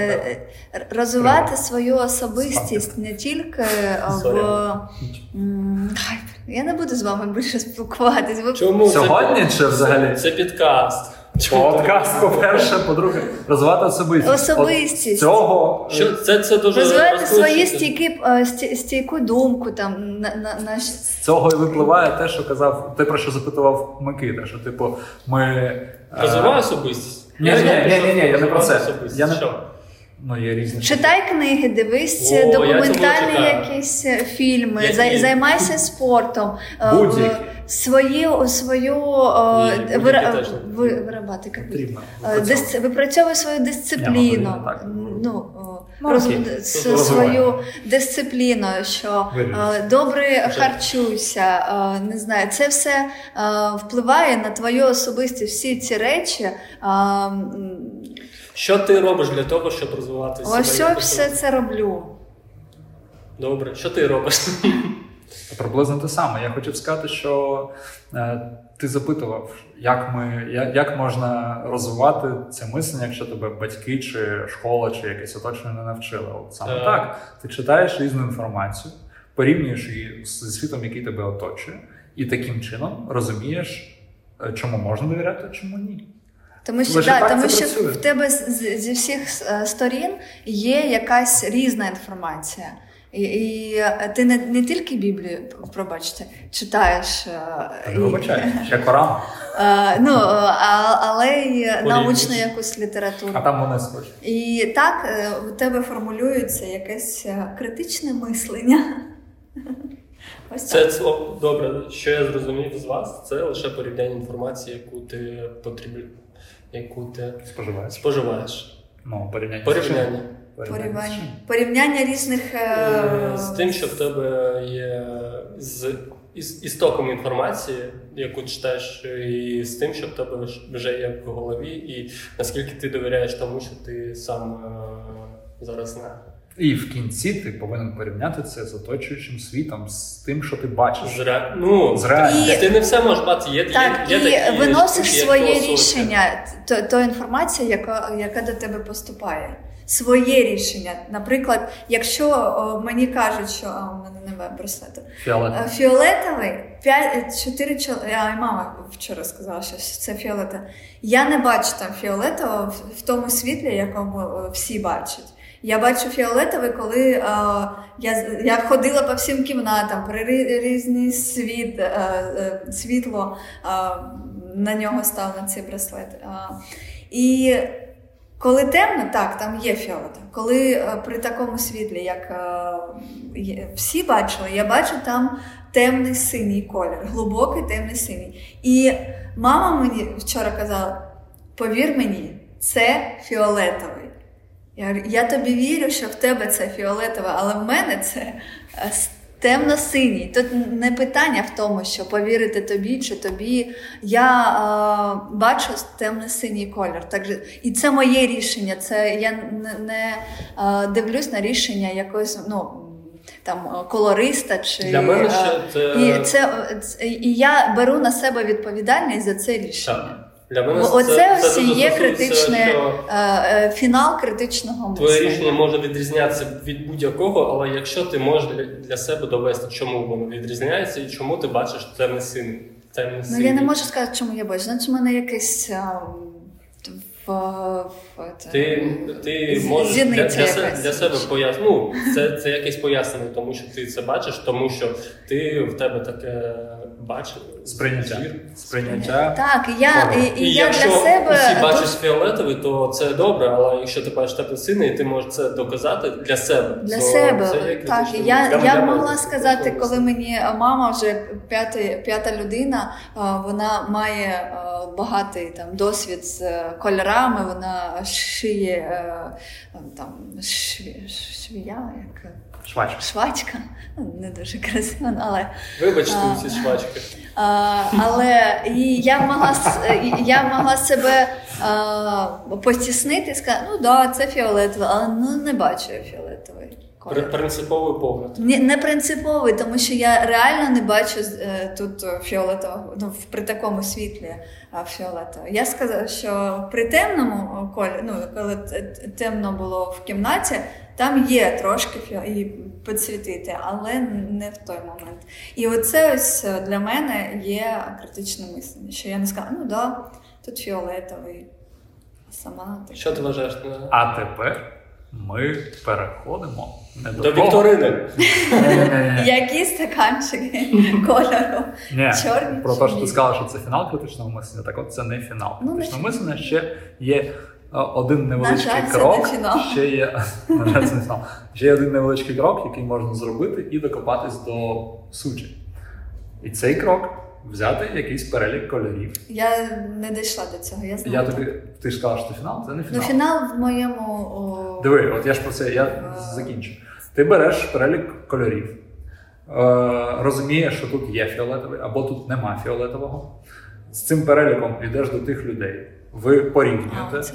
Speaker 3: е, р- розвивати свою особистість не тільки е, в
Speaker 1: Сорян.
Speaker 3: м, хай, я не буду з вами більше спілкуватись. Ви
Speaker 1: Чому це-
Speaker 2: Сьогодні чи взагалі?
Speaker 1: Це підкаст. Чому?
Speaker 2: Подкаст, по-перше, по-друге, розвивати особистість. От
Speaker 3: Особистість.
Speaker 2: цього
Speaker 1: Що це, це дуже
Speaker 3: розвивати свої
Speaker 1: розкручується.
Speaker 3: стійки е, сті- стійку думку там на, на, на щ-
Speaker 2: з цього і випливає те, що казав, те, про що запитував Микита, що типу ми. е,
Speaker 1: Розвиваю особистість.
Speaker 2: Ні,
Speaker 1: Я
Speaker 2: ні,
Speaker 1: знаю,
Speaker 2: ні,
Speaker 1: що
Speaker 2: ні, ні, я не про це.
Speaker 1: розвиваю особистість.
Speaker 2: Я не-
Speaker 1: Що?
Speaker 2: Ну, є різні.
Speaker 3: читай книги, дивись
Speaker 1: О, я
Speaker 3: е,
Speaker 1: цього
Speaker 3: документальні
Speaker 1: читаю.
Speaker 3: якісь е, фільми,
Speaker 1: Які?
Speaker 3: зай- займайся спортом. е, в-
Speaker 2: Будь-які.
Speaker 3: Свою свою е,
Speaker 1: Ні, будь-які теж не потрібно.
Speaker 3: виробати
Speaker 2: Потрібно.
Speaker 3: Е, дис- випрацьовує свою
Speaker 2: Я
Speaker 3: дисципліну,
Speaker 2: говорю, так.
Speaker 3: ну,
Speaker 2: Ну,
Speaker 3: е, роз...
Speaker 2: окей.
Speaker 3: с-
Speaker 2: Розвивай.
Speaker 3: свою дисципліну, що е,
Speaker 2: Вирішуй.
Speaker 3: добре
Speaker 1: Вже.
Speaker 3: харчуйся, е, не знаю, це все е, впливає на твою особистість, всі ці речі. е, м,
Speaker 1: Що ти робиш для того, щоб розвивати себе?
Speaker 3: Ось
Speaker 1: як
Speaker 3: я все це роблю.
Speaker 1: Добре, що ти робиш? [LAUGHS]
Speaker 2: Приблизно те саме. Я хотів сказати, що е, ти запитував, як, ми, я- як можна розвивати це мислення, якщо тебе батьки чи школа, чи якесь оточення не навчили. От саме
Speaker 1: Так.
Speaker 2: так. Ти читаєш різну інформацію, порівнюєш її з- зі світом, який тебе оточує, і таким чином розумієш, е, чому можна довіряти, а чому ні.
Speaker 3: Тому що,
Speaker 2: Лише
Speaker 3: да,
Speaker 2: так
Speaker 3: тому
Speaker 2: це
Speaker 3: що
Speaker 2: працює.
Speaker 3: в тебе з- з- зі всіх е, сторін є якась різна інформація. І, і е, ти не, не тільки Біблію, пробачте, читаєш. е, і-
Speaker 2: Вибачай, ще Коран,
Speaker 3: Е, ну, а, але й научну
Speaker 1: Орієнтуйся.
Speaker 3: якусь
Speaker 2: а
Speaker 3: літературу.
Speaker 2: там вони схожі.
Speaker 3: І так е, у тебе формулюється якесь е, критичне мислення. [LAUGHS] Ось
Speaker 1: Це
Speaker 3: так.
Speaker 1: слово добре, що я зрозумів з вас, це лише порівняння інформації, яку ти потрібен, яку ти
Speaker 2: Споживаєш.
Speaker 1: споживаєш.
Speaker 2: Ну, порівняння. з чим?
Speaker 1: Порівняння
Speaker 2: з
Speaker 3: порівняння,
Speaker 2: чим?
Speaker 3: порівняння різних е,
Speaker 1: Е, з тим, що в тебе є з із істоком інформації, яку читаєш, і з тим, що в тебе ж- вже є в голові, і наскільки ти довіряєш тому, що ти сам е, зараз знаєш.
Speaker 2: І в кінці ти повинен порівняти це з оточуючим світом, з тим, що ти бачиш.
Speaker 1: Зра... Ну,
Speaker 2: З реальним.
Speaker 1: ти не все можеш бачити. Є,
Speaker 3: Так,
Speaker 1: є, є
Speaker 3: і
Speaker 1: такі
Speaker 3: виносиш
Speaker 1: штуки, як
Speaker 3: своє
Speaker 1: філософія.
Speaker 3: рішення, то, то інформація, яка, яка до тебе поступає. Своє рішення. Наприклад, якщо о, мені кажуть, що а, у мене немає браслету.
Speaker 2: Фіолет.
Speaker 3: Е, Фіолетовий е, 5, 4 чоловіка. А і мама вчора сказала, що це фіолета. Я не бачу там фіолетового в- в тому світлі, якому е, всі бачать. Я бачу фіолетовий, коли е, я, з- я ходила по всім кімнатам, при рі- різний світ, е, е, світло е, на нього став на цей браслет. Е, і коли темно, так, там є фіолет. Коли е, при такому світлі, як е, є- всі бачили, я бачу там темний синій колір, глибокий темний синій. І мама мені вчора казала: повір мені, це фіолетовий. Я, говорю, я тобі вірю, що в тебе це фіолетове, але в мене це е, с- темно-синій. Тут не питання в тому, що повірити тобі чи тобі. Я е, бачу темно-синій колір. Так же, і це моє рішення. Це я не, не е, дивлюсь на рішення якогось ну, там е, колориста чи
Speaker 1: Для мене
Speaker 3: е,
Speaker 1: ще
Speaker 3: і
Speaker 1: це,
Speaker 3: це це- і я беру на себе відповідальність за це рішення.
Speaker 1: для мене
Speaker 3: Бо
Speaker 1: це,
Speaker 3: Ну, оце
Speaker 1: це
Speaker 3: всі
Speaker 1: дуже
Speaker 3: є
Speaker 1: стосується,
Speaker 3: критичне-
Speaker 1: що
Speaker 3: Е, е, Фінал критичного
Speaker 1: Твоє
Speaker 3: мислення.
Speaker 1: рішення може відрізнятися від будь-якого, але якщо ти можеш для- для себе довести, чому воно відрізняється і чому ти бачиш темний син. Темний
Speaker 3: Ну
Speaker 1: син.
Speaker 3: я не можу сказати, чому я бачу. Значить, у мене якесь а, в, в, це-
Speaker 1: Ти, ти
Speaker 3: З-
Speaker 1: можеш для, для,
Speaker 3: зіниця
Speaker 1: се-
Speaker 3: якась.
Speaker 1: для себе пояснити. Ну, це, це якесь пояснення, тому що ти це бачиш, тому що ти в тебе таке бачив.
Speaker 2: Сприйняття.
Speaker 1: зір.
Speaker 2: Сприйняття.
Speaker 3: Так, і я,
Speaker 2: Добре.
Speaker 3: і, і
Speaker 1: І
Speaker 3: я
Speaker 1: якщо
Speaker 3: для себе
Speaker 1: всі бачать
Speaker 3: дуже-
Speaker 1: фіолетовий, то це добре, але якщо ти бачиш темний синий, ти можеш це доказати для себе.
Speaker 3: для
Speaker 1: то
Speaker 3: себе.
Speaker 1: це є
Speaker 3: Так,
Speaker 1: критичним.
Speaker 3: я,
Speaker 1: Для-
Speaker 3: я
Speaker 1: для мене
Speaker 3: могла
Speaker 1: це
Speaker 3: сказати,
Speaker 1: критичним.
Speaker 3: коли мені е, мама вже п'ята, п'ята людина, а, вона має е, багатий там досвід з е, кольорами, вона шиє е, там шві- швія, як
Speaker 2: Швачка.
Speaker 3: швачка, Ну, не дуже красиво, але е,
Speaker 1: Вибачте,
Speaker 3: А.
Speaker 1: ці швачки.
Speaker 3: А, але і я могла с- е, і я могла себе а, потіснити і сказати, ну да, це фіолетове, але ну не бачу я фіолетовий
Speaker 1: При-
Speaker 3: колір.
Speaker 1: Принциповий погляд.
Speaker 3: Ні, Не принциповий, тому що я реально не бачу е, тут е, фіолетового, ну в- при такому світлі а, фіолетового. Я сказала, що при темному е, колі, ну коли т- т- темно було в кімнаті, там є трошки фіо- і підсвітити, але не в той момент. І оце ось е, для мене є критичне мислення, що я не сказала, ну да, тут фіолетовий. а Сама так.
Speaker 1: Що ти вважаєш? на-
Speaker 2: А тепер ми переходимо не
Speaker 1: До
Speaker 2: до, того. Е,
Speaker 1: вікторини.
Speaker 2: Ні-ні-ні.
Speaker 3: Які стаканчики кольору?
Speaker 2: Ні.
Speaker 3: Чорні
Speaker 2: Про
Speaker 3: чи
Speaker 2: те, що ти
Speaker 3: білі?
Speaker 2: сказала, що це фінал критичного мислення, так от це не фінал
Speaker 3: Ну, не
Speaker 2: критичного
Speaker 3: фінал.
Speaker 2: мислення. Ще є е, один невеличкий
Speaker 3: жаль, це
Speaker 2: крок.
Speaker 3: не фінал.
Speaker 2: Ще є [LAUGHS] на жаль, це не фінал. Ще є один невеличкий крок, який можна зробити і докопатись до суті. І цей крок взяти якийсь перелік кольорів.
Speaker 3: Я не дійшла до цього, я знаю.
Speaker 2: Я тобі ти ж сказала, що це фінал, це не
Speaker 3: Ну,
Speaker 2: фінал.
Speaker 3: фінал в моєму. О...
Speaker 2: Диви, от я ж про це я закінчу. Ти береш перелік кольорів, е, розумієш, що тут є фіолетовий або тут нема фіолетового. З цим переліком йдеш до тих людей. Ви порівнюєте.
Speaker 3: А, це...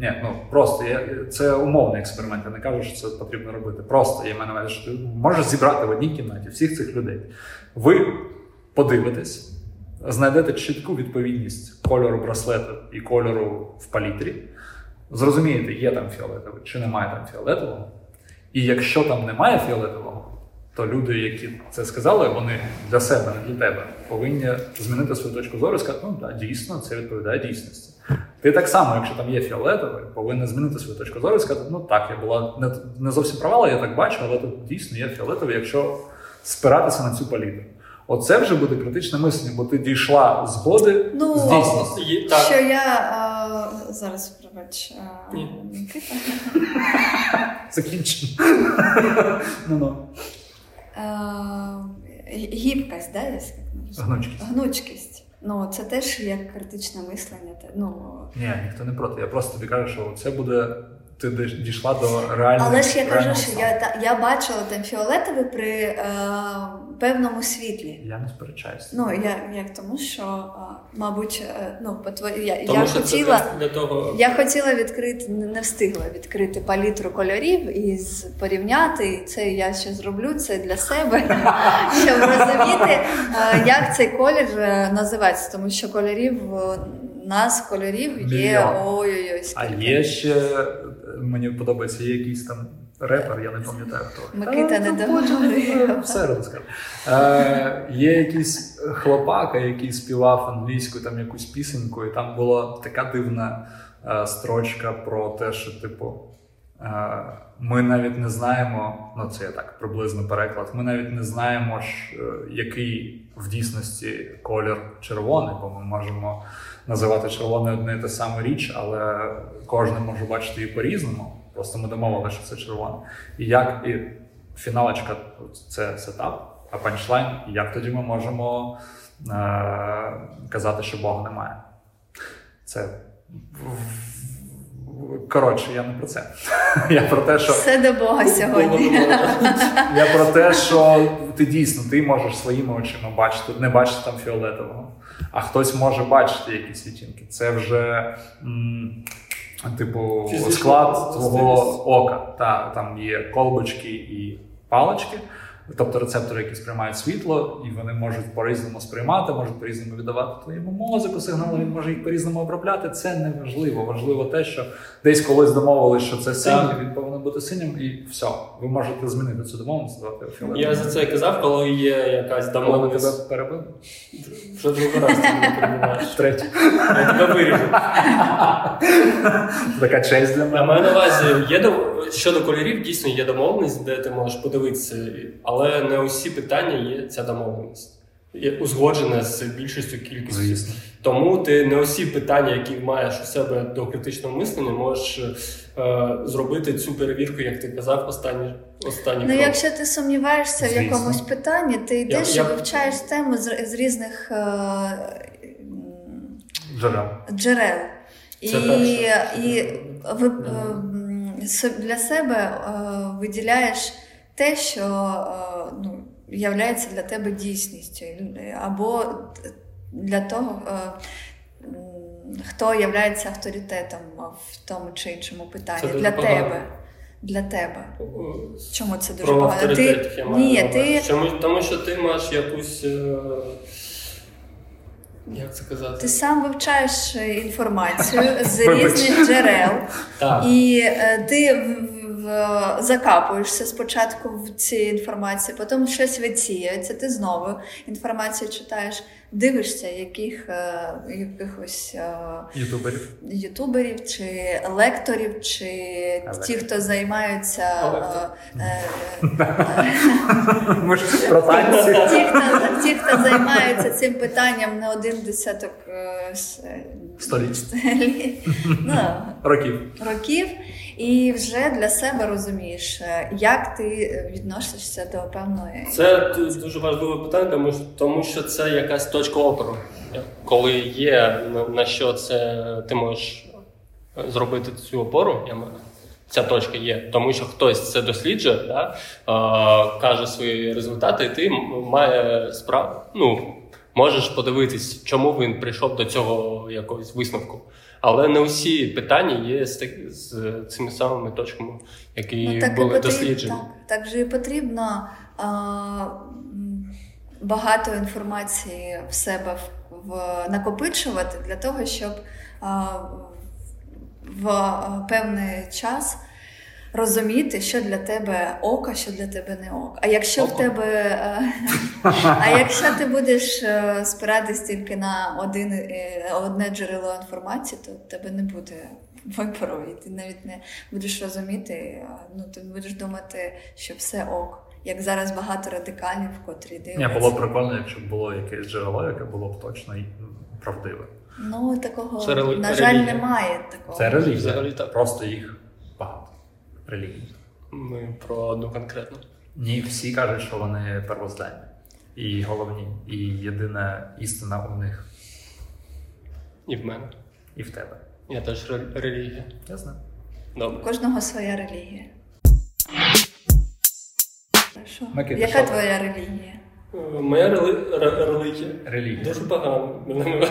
Speaker 2: Ні, ну просто я, це умовний експеримент. Я не кажу, що це потрібно робити. Просто я маю на увазі, що ти можеш зібрати в одній кімнаті всіх цих людей. Ви подивитесь, знайдете чітку відповідність кольору браслету і кольору в палітрі. Зрозумієте, є там фіолетовий чи немає там фіолетового. І якщо там немає фіолетового, то люди, які це сказали, вони для себе, не для тебе, повинні змінити свою точку зору і сказати, ну так, дійсно, це відповідає дійсності. Ти так само, якщо там є фіолетовий, повинен змінити свою точку зору і сказати, ну так, я була не, не зовсім права, але я так бачу, але тут дійсно є фіолетовий, якщо спиратися на цю палітру. Оце вже буде критичне мислення, бо ти дійшла згоди
Speaker 3: Ну,
Speaker 2: з дійсністю.
Speaker 1: Є- Так,
Speaker 3: Що я а, зараз пробач. А,
Speaker 1: Ні.
Speaker 3: Микита.
Speaker 2: [LAUGHS] Ну, Закінчено. Ну-ну.
Speaker 3: А, гібкость, да, я
Speaker 2: Гнучкість.
Speaker 3: гнучкість. Ну, це теж як критичне мислення. те- Ну,
Speaker 2: Ні, ніхто не проти. Я просто тобі кажу, що це буде. Ти дійш- дійшла до реального.
Speaker 3: Але ж я
Speaker 2: реального
Speaker 3: кажу, що
Speaker 2: стану.
Speaker 3: я, та- я бачила там фіолетове при е, певному світлі.
Speaker 2: Я не сперечаюся.
Speaker 3: Ну, я як тому, що, а, мабуть, е, ну, по твої, я,
Speaker 1: Тому
Speaker 3: я
Speaker 1: що
Speaker 3: хотіла.
Speaker 1: це для, для того.
Speaker 3: Я хотіла відкрити, не встигла відкрити палітру кольорів і з- порівняти. І Це я ще зроблю це для себе, [LAUGHS] щоб розуміти, е, як цей колір е, називається, тому що кольорів е, нас кольорів є
Speaker 2: Мільйон.
Speaker 3: ой-ой-ой.
Speaker 2: А
Speaker 3: скільки.
Speaker 2: є ще, е, мені подобається, є якийсь там репер, я не пам'ятаю хто.
Speaker 3: Микита
Speaker 2: Е,
Speaker 3: не
Speaker 2: та потім,
Speaker 3: договорив.
Speaker 2: е, Все розкажу. Е, є якийсь хлопака, який співав англійську там якусь пісеньку, і там була така дивна е, строчка про те, що, типу, е, ми навіть не знаємо, ну це я так приблизно переклад, ми навіть не знаємо, ж, е, який в дійсності колір червоний, бо ми можемо називати червоною одне і те саме річ, але кожен може бачити її по-різному. Просто ми домовили, що це червоне. І як і фіналочка це сетап, а панчлайн, і як тоді ми можемо е- казати, що Бога немає. Це коротше, я не про це. [LAUGHS] Я про те, що
Speaker 3: Все до Бога сьогодні. [LAUGHS]
Speaker 2: я про те, що ти дійсно ти можеш своїми очима бачити, не бачити там фіолетового, а хтось може бачити якісь відтінки. Це вже м, типу
Speaker 1: Фізична
Speaker 2: склад твого
Speaker 1: властивість.
Speaker 2: ока. Та там є колбочки і палочки. Тобто рецептори, які сприймають світло, і вони можуть по-різному сприймати, можуть по-різному віддавати твоєму мозику сигнали, він може їх по-різному обробляти. Це не важливо. Важливо те, що десь колись домовились, що це синій,
Speaker 1: Так.
Speaker 2: він повинен бути синім, і все. Ви можете змінити цю домовленість, звати його фіолетовим.
Speaker 1: Я за це казав, коли є якась
Speaker 2: Але ми тебе
Speaker 1: домовленість.
Speaker 2: перебили.
Speaker 1: Вже другий раз ти мене перебуваєш.
Speaker 2: Третє.
Speaker 1: Я тебе виріжу.
Speaker 2: Така честь для
Speaker 1: Я
Speaker 2: мене.
Speaker 1: маю на увазі, є дом- щодо кольорів, дійсно є домовленість, де ти можеш подивитися, і- але не усі питання є ця домовленість. Є узгоджена з більшістю кількістю.
Speaker 2: Звісно.
Speaker 1: Тому ти не усі питання, які маєш у себе до критичного мислення, можеш е, зробити цю перевірку, як ти казав, останні останні
Speaker 3: Ну,
Speaker 1: крок.
Speaker 3: якщо ти сумніваєшся в
Speaker 2: Звісно.
Speaker 3: якомусь питанні, ти йдеш
Speaker 1: я-
Speaker 3: і вивчаєш тему з, з різних е, м,
Speaker 2: Джерел.
Speaker 3: джерел. І,
Speaker 1: Це перше.
Speaker 3: і ви, е, э, с- для себе е, виділяєш те, що е, ну, являється для тебе дійсністю, або для того, е, м, хто є авторитетом в тому чи іншому
Speaker 1: Це
Speaker 3: питанні.
Speaker 1: дуже
Speaker 3: Для
Speaker 1: погано.
Speaker 3: тебе. Для тебе. Чому це дуже
Speaker 1: Про
Speaker 3: погано? Ти...
Speaker 1: авторитетів я маю. на
Speaker 3: Ні,
Speaker 1: увазі.
Speaker 3: ти,
Speaker 1: Чому- тому що ти маєш якусь. е, Як це казати?
Speaker 3: ти сам вивчаєш
Speaker 1: [LAUGHS]
Speaker 3: е, інформацію з
Speaker 2: Вибач.
Speaker 3: різних джерел,
Speaker 1: Так.
Speaker 3: і е, ти в- в- закапуєшся спочатку в цій інформації, потім щось відсіюється, ти знову інформацію читаєш, дивишся яких, е, якихось е,
Speaker 2: Ютуберів.
Speaker 3: ютуберів чи лекторів, чи ті, хто займаються. е, е, е,
Speaker 2: Ми ж [LAUGHS] про танці.
Speaker 3: Ті, хто, ті, хто займається цим питанням не один десяток е, с- е,
Speaker 2: Століть.
Speaker 3: лі- ну,
Speaker 2: Років.
Speaker 3: років, і вже для себе розумієш, е, як ти е, відносишся до певної.
Speaker 1: Це ду- дуже важливе питання, тому що, тому що це якась точка опору. Коли є на- на що це ти можеш зробити цю опору, я маю- ця точка є, тому що хтось це досліджує, да? е, каже свої результати, і ти м- має справу. Ну, можеш подивитись, чому він прийшов до цього якогось висновку. Але не усі питання є з, так- з цими самими точками, які
Speaker 3: Ну,
Speaker 1: були досліджені.
Speaker 3: так, так же і потрібно а, м, багато інформації в себе в, в- накопичувати для того, щоб а, в а, певний час розуміти, що для тебе око, що для тебе не око. А якщо в
Speaker 1: Око.
Speaker 3: тебе е, [LAUGHS] а якщо ти будеш е, спиратись тільки на один е, одне джерело інформації, то в тебе не буде вибору, і ти навіть не будеш розуміти. е, Ну ти будеш думати, що все ок. Як зараз багато радикалів, котрі
Speaker 2: Ні,
Speaker 3: дивляться.
Speaker 2: було б прикольно, якщо б було якесь джерело, яке було б точно і правдиве.
Speaker 3: Ну такого
Speaker 1: Це рели-
Speaker 3: на жаль
Speaker 1: релігія.
Speaker 3: немає такого.
Speaker 2: Це релігія.
Speaker 1: Взагалі так.
Speaker 2: Просто їх багато. Релігій.
Speaker 1: Ми про одну конкретну.
Speaker 2: Ні, всі кажуть, що вони первозданні. і головні, і єдина істина у них
Speaker 1: І в мене.
Speaker 2: і в тебе.
Speaker 1: Я теж ре- релігія.
Speaker 2: Я знаю.
Speaker 3: У
Speaker 1: Добре.
Speaker 3: кожного своя релігія. Що?
Speaker 2: Микита,
Speaker 3: Яка
Speaker 2: що?
Speaker 3: твоя релігія?
Speaker 1: Е, Моя рели- ре- релігія.
Speaker 2: Релігія.
Speaker 1: Дуже погано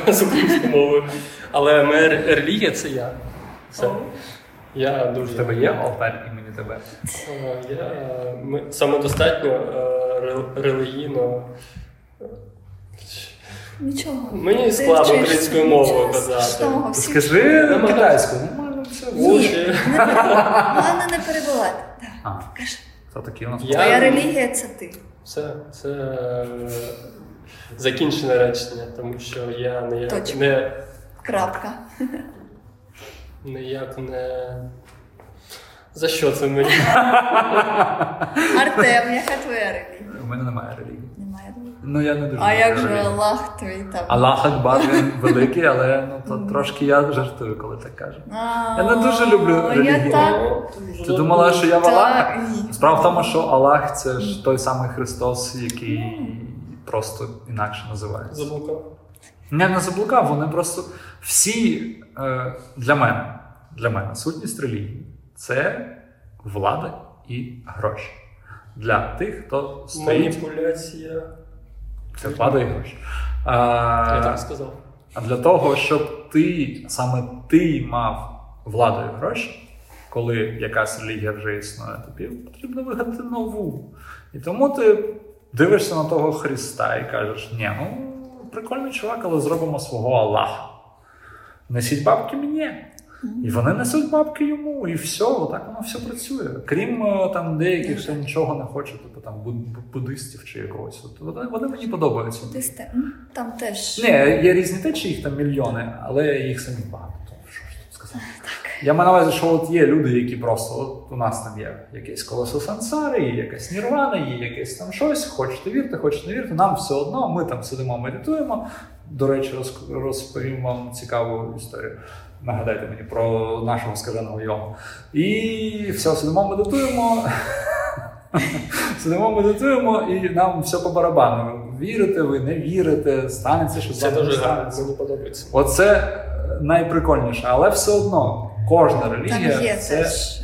Speaker 1: з українською мовою. Але моя ре- релігія це я. Все. Я дуже
Speaker 2: В тебе є алтар імені тебе.
Speaker 1: Е, Я е, ми- самодостатньо е, ре- релігійно.
Speaker 3: Нічого.
Speaker 1: Мені
Speaker 3: Ти
Speaker 1: складно
Speaker 3: вчишся.
Speaker 1: українською мовою
Speaker 3: Нічого
Speaker 1: казати.
Speaker 3: страшного, всі
Speaker 2: Скажи
Speaker 1: Намагаюся.
Speaker 2: китайську. Нормально все.
Speaker 3: Ні,
Speaker 1: Очі.
Speaker 3: не перебивай. Головне не перебувати. Да.
Speaker 2: А,
Speaker 3: Кажи.
Speaker 2: то такі у нас.
Speaker 1: Я-
Speaker 3: Твоя релігія це ти.
Speaker 1: Все, це е, закінчене речення, тому що я ніяк
Speaker 3: Точка.
Speaker 1: не,
Speaker 3: Крапка.
Speaker 1: ніяк не. За що це
Speaker 2: [LAUGHS]
Speaker 1: мені?
Speaker 3: Артем, яка твоя релігія?
Speaker 2: У мене немає релігії.
Speaker 3: Немає релігії.
Speaker 2: Ну я не дуже.
Speaker 3: А
Speaker 2: люблю
Speaker 3: як же
Speaker 2: релігію.
Speaker 3: Аллах твій там?
Speaker 2: Аллах Акбар
Speaker 3: [LAUGHS]
Speaker 2: він великий, але ну то трошки я жартую, коли так кажу.
Speaker 3: А,
Speaker 2: Я не дуже люблю
Speaker 3: я
Speaker 2: релігію.
Speaker 3: так-
Speaker 2: Ти думала, що я в
Speaker 3: Так,
Speaker 2: Аллаха?
Speaker 3: ні.
Speaker 2: Справа в тому, що Аллах це ж той самий Христос, який просто інакше називається.
Speaker 1: Заблукав.
Speaker 2: Я не заблукав, вони просто всі е, для мене, для мене сутність релігії це влада і гроші. Для тих, хто стоїть,
Speaker 1: Маніпуляція.
Speaker 2: це влада і гроші. Е,
Speaker 1: Я
Speaker 2: А,
Speaker 1: так сказав.
Speaker 2: а для того, щоб ти саме ти мав владу і гроші, коли якась релігія вже існує, тобі потрібно вигадати нову. І тому ти дивишся на того Христа і кажеш: ні, ну прикольний чувак, але зробимо свого Аллаха. Несіть бабки мені. І вони несуть бабки йому, і все, отак воно все працює. Крім е, там деяких, що нічого не хоче, типу там буд- буддистів чи якогось. От Вони, вони мені подобаються.
Speaker 3: Десь те- м, там теж.
Speaker 2: Ні, є різні течії, їх там мільйони, але їх самих багато. то Що ж тут сказати? Я маю на увазі, що от є люди, які просто от у нас там є якесь колесо сансари, є якась нірвана, є якесь там щось. Хочете вірте, хочете не вірте. Нам все одно, ми там сидимо, медитуємо. До речі, роз- розповім вам цікаву історію. Нагадайте мені про нашого скаженого йому. І все, сидимо, медитуємо. [LAUGHS] Сидимо, медитуємо, і нам все по барабану. Вірите ви, не вірите, станеться, що з
Speaker 1: Це
Speaker 2: вами не
Speaker 1: дуже гарно,
Speaker 2: станеться.
Speaker 1: мені подобається.
Speaker 2: Оце е, найприкольніше, але все одно кожна
Speaker 3: Там
Speaker 2: релігія
Speaker 3: є
Speaker 2: це
Speaker 3: теж е,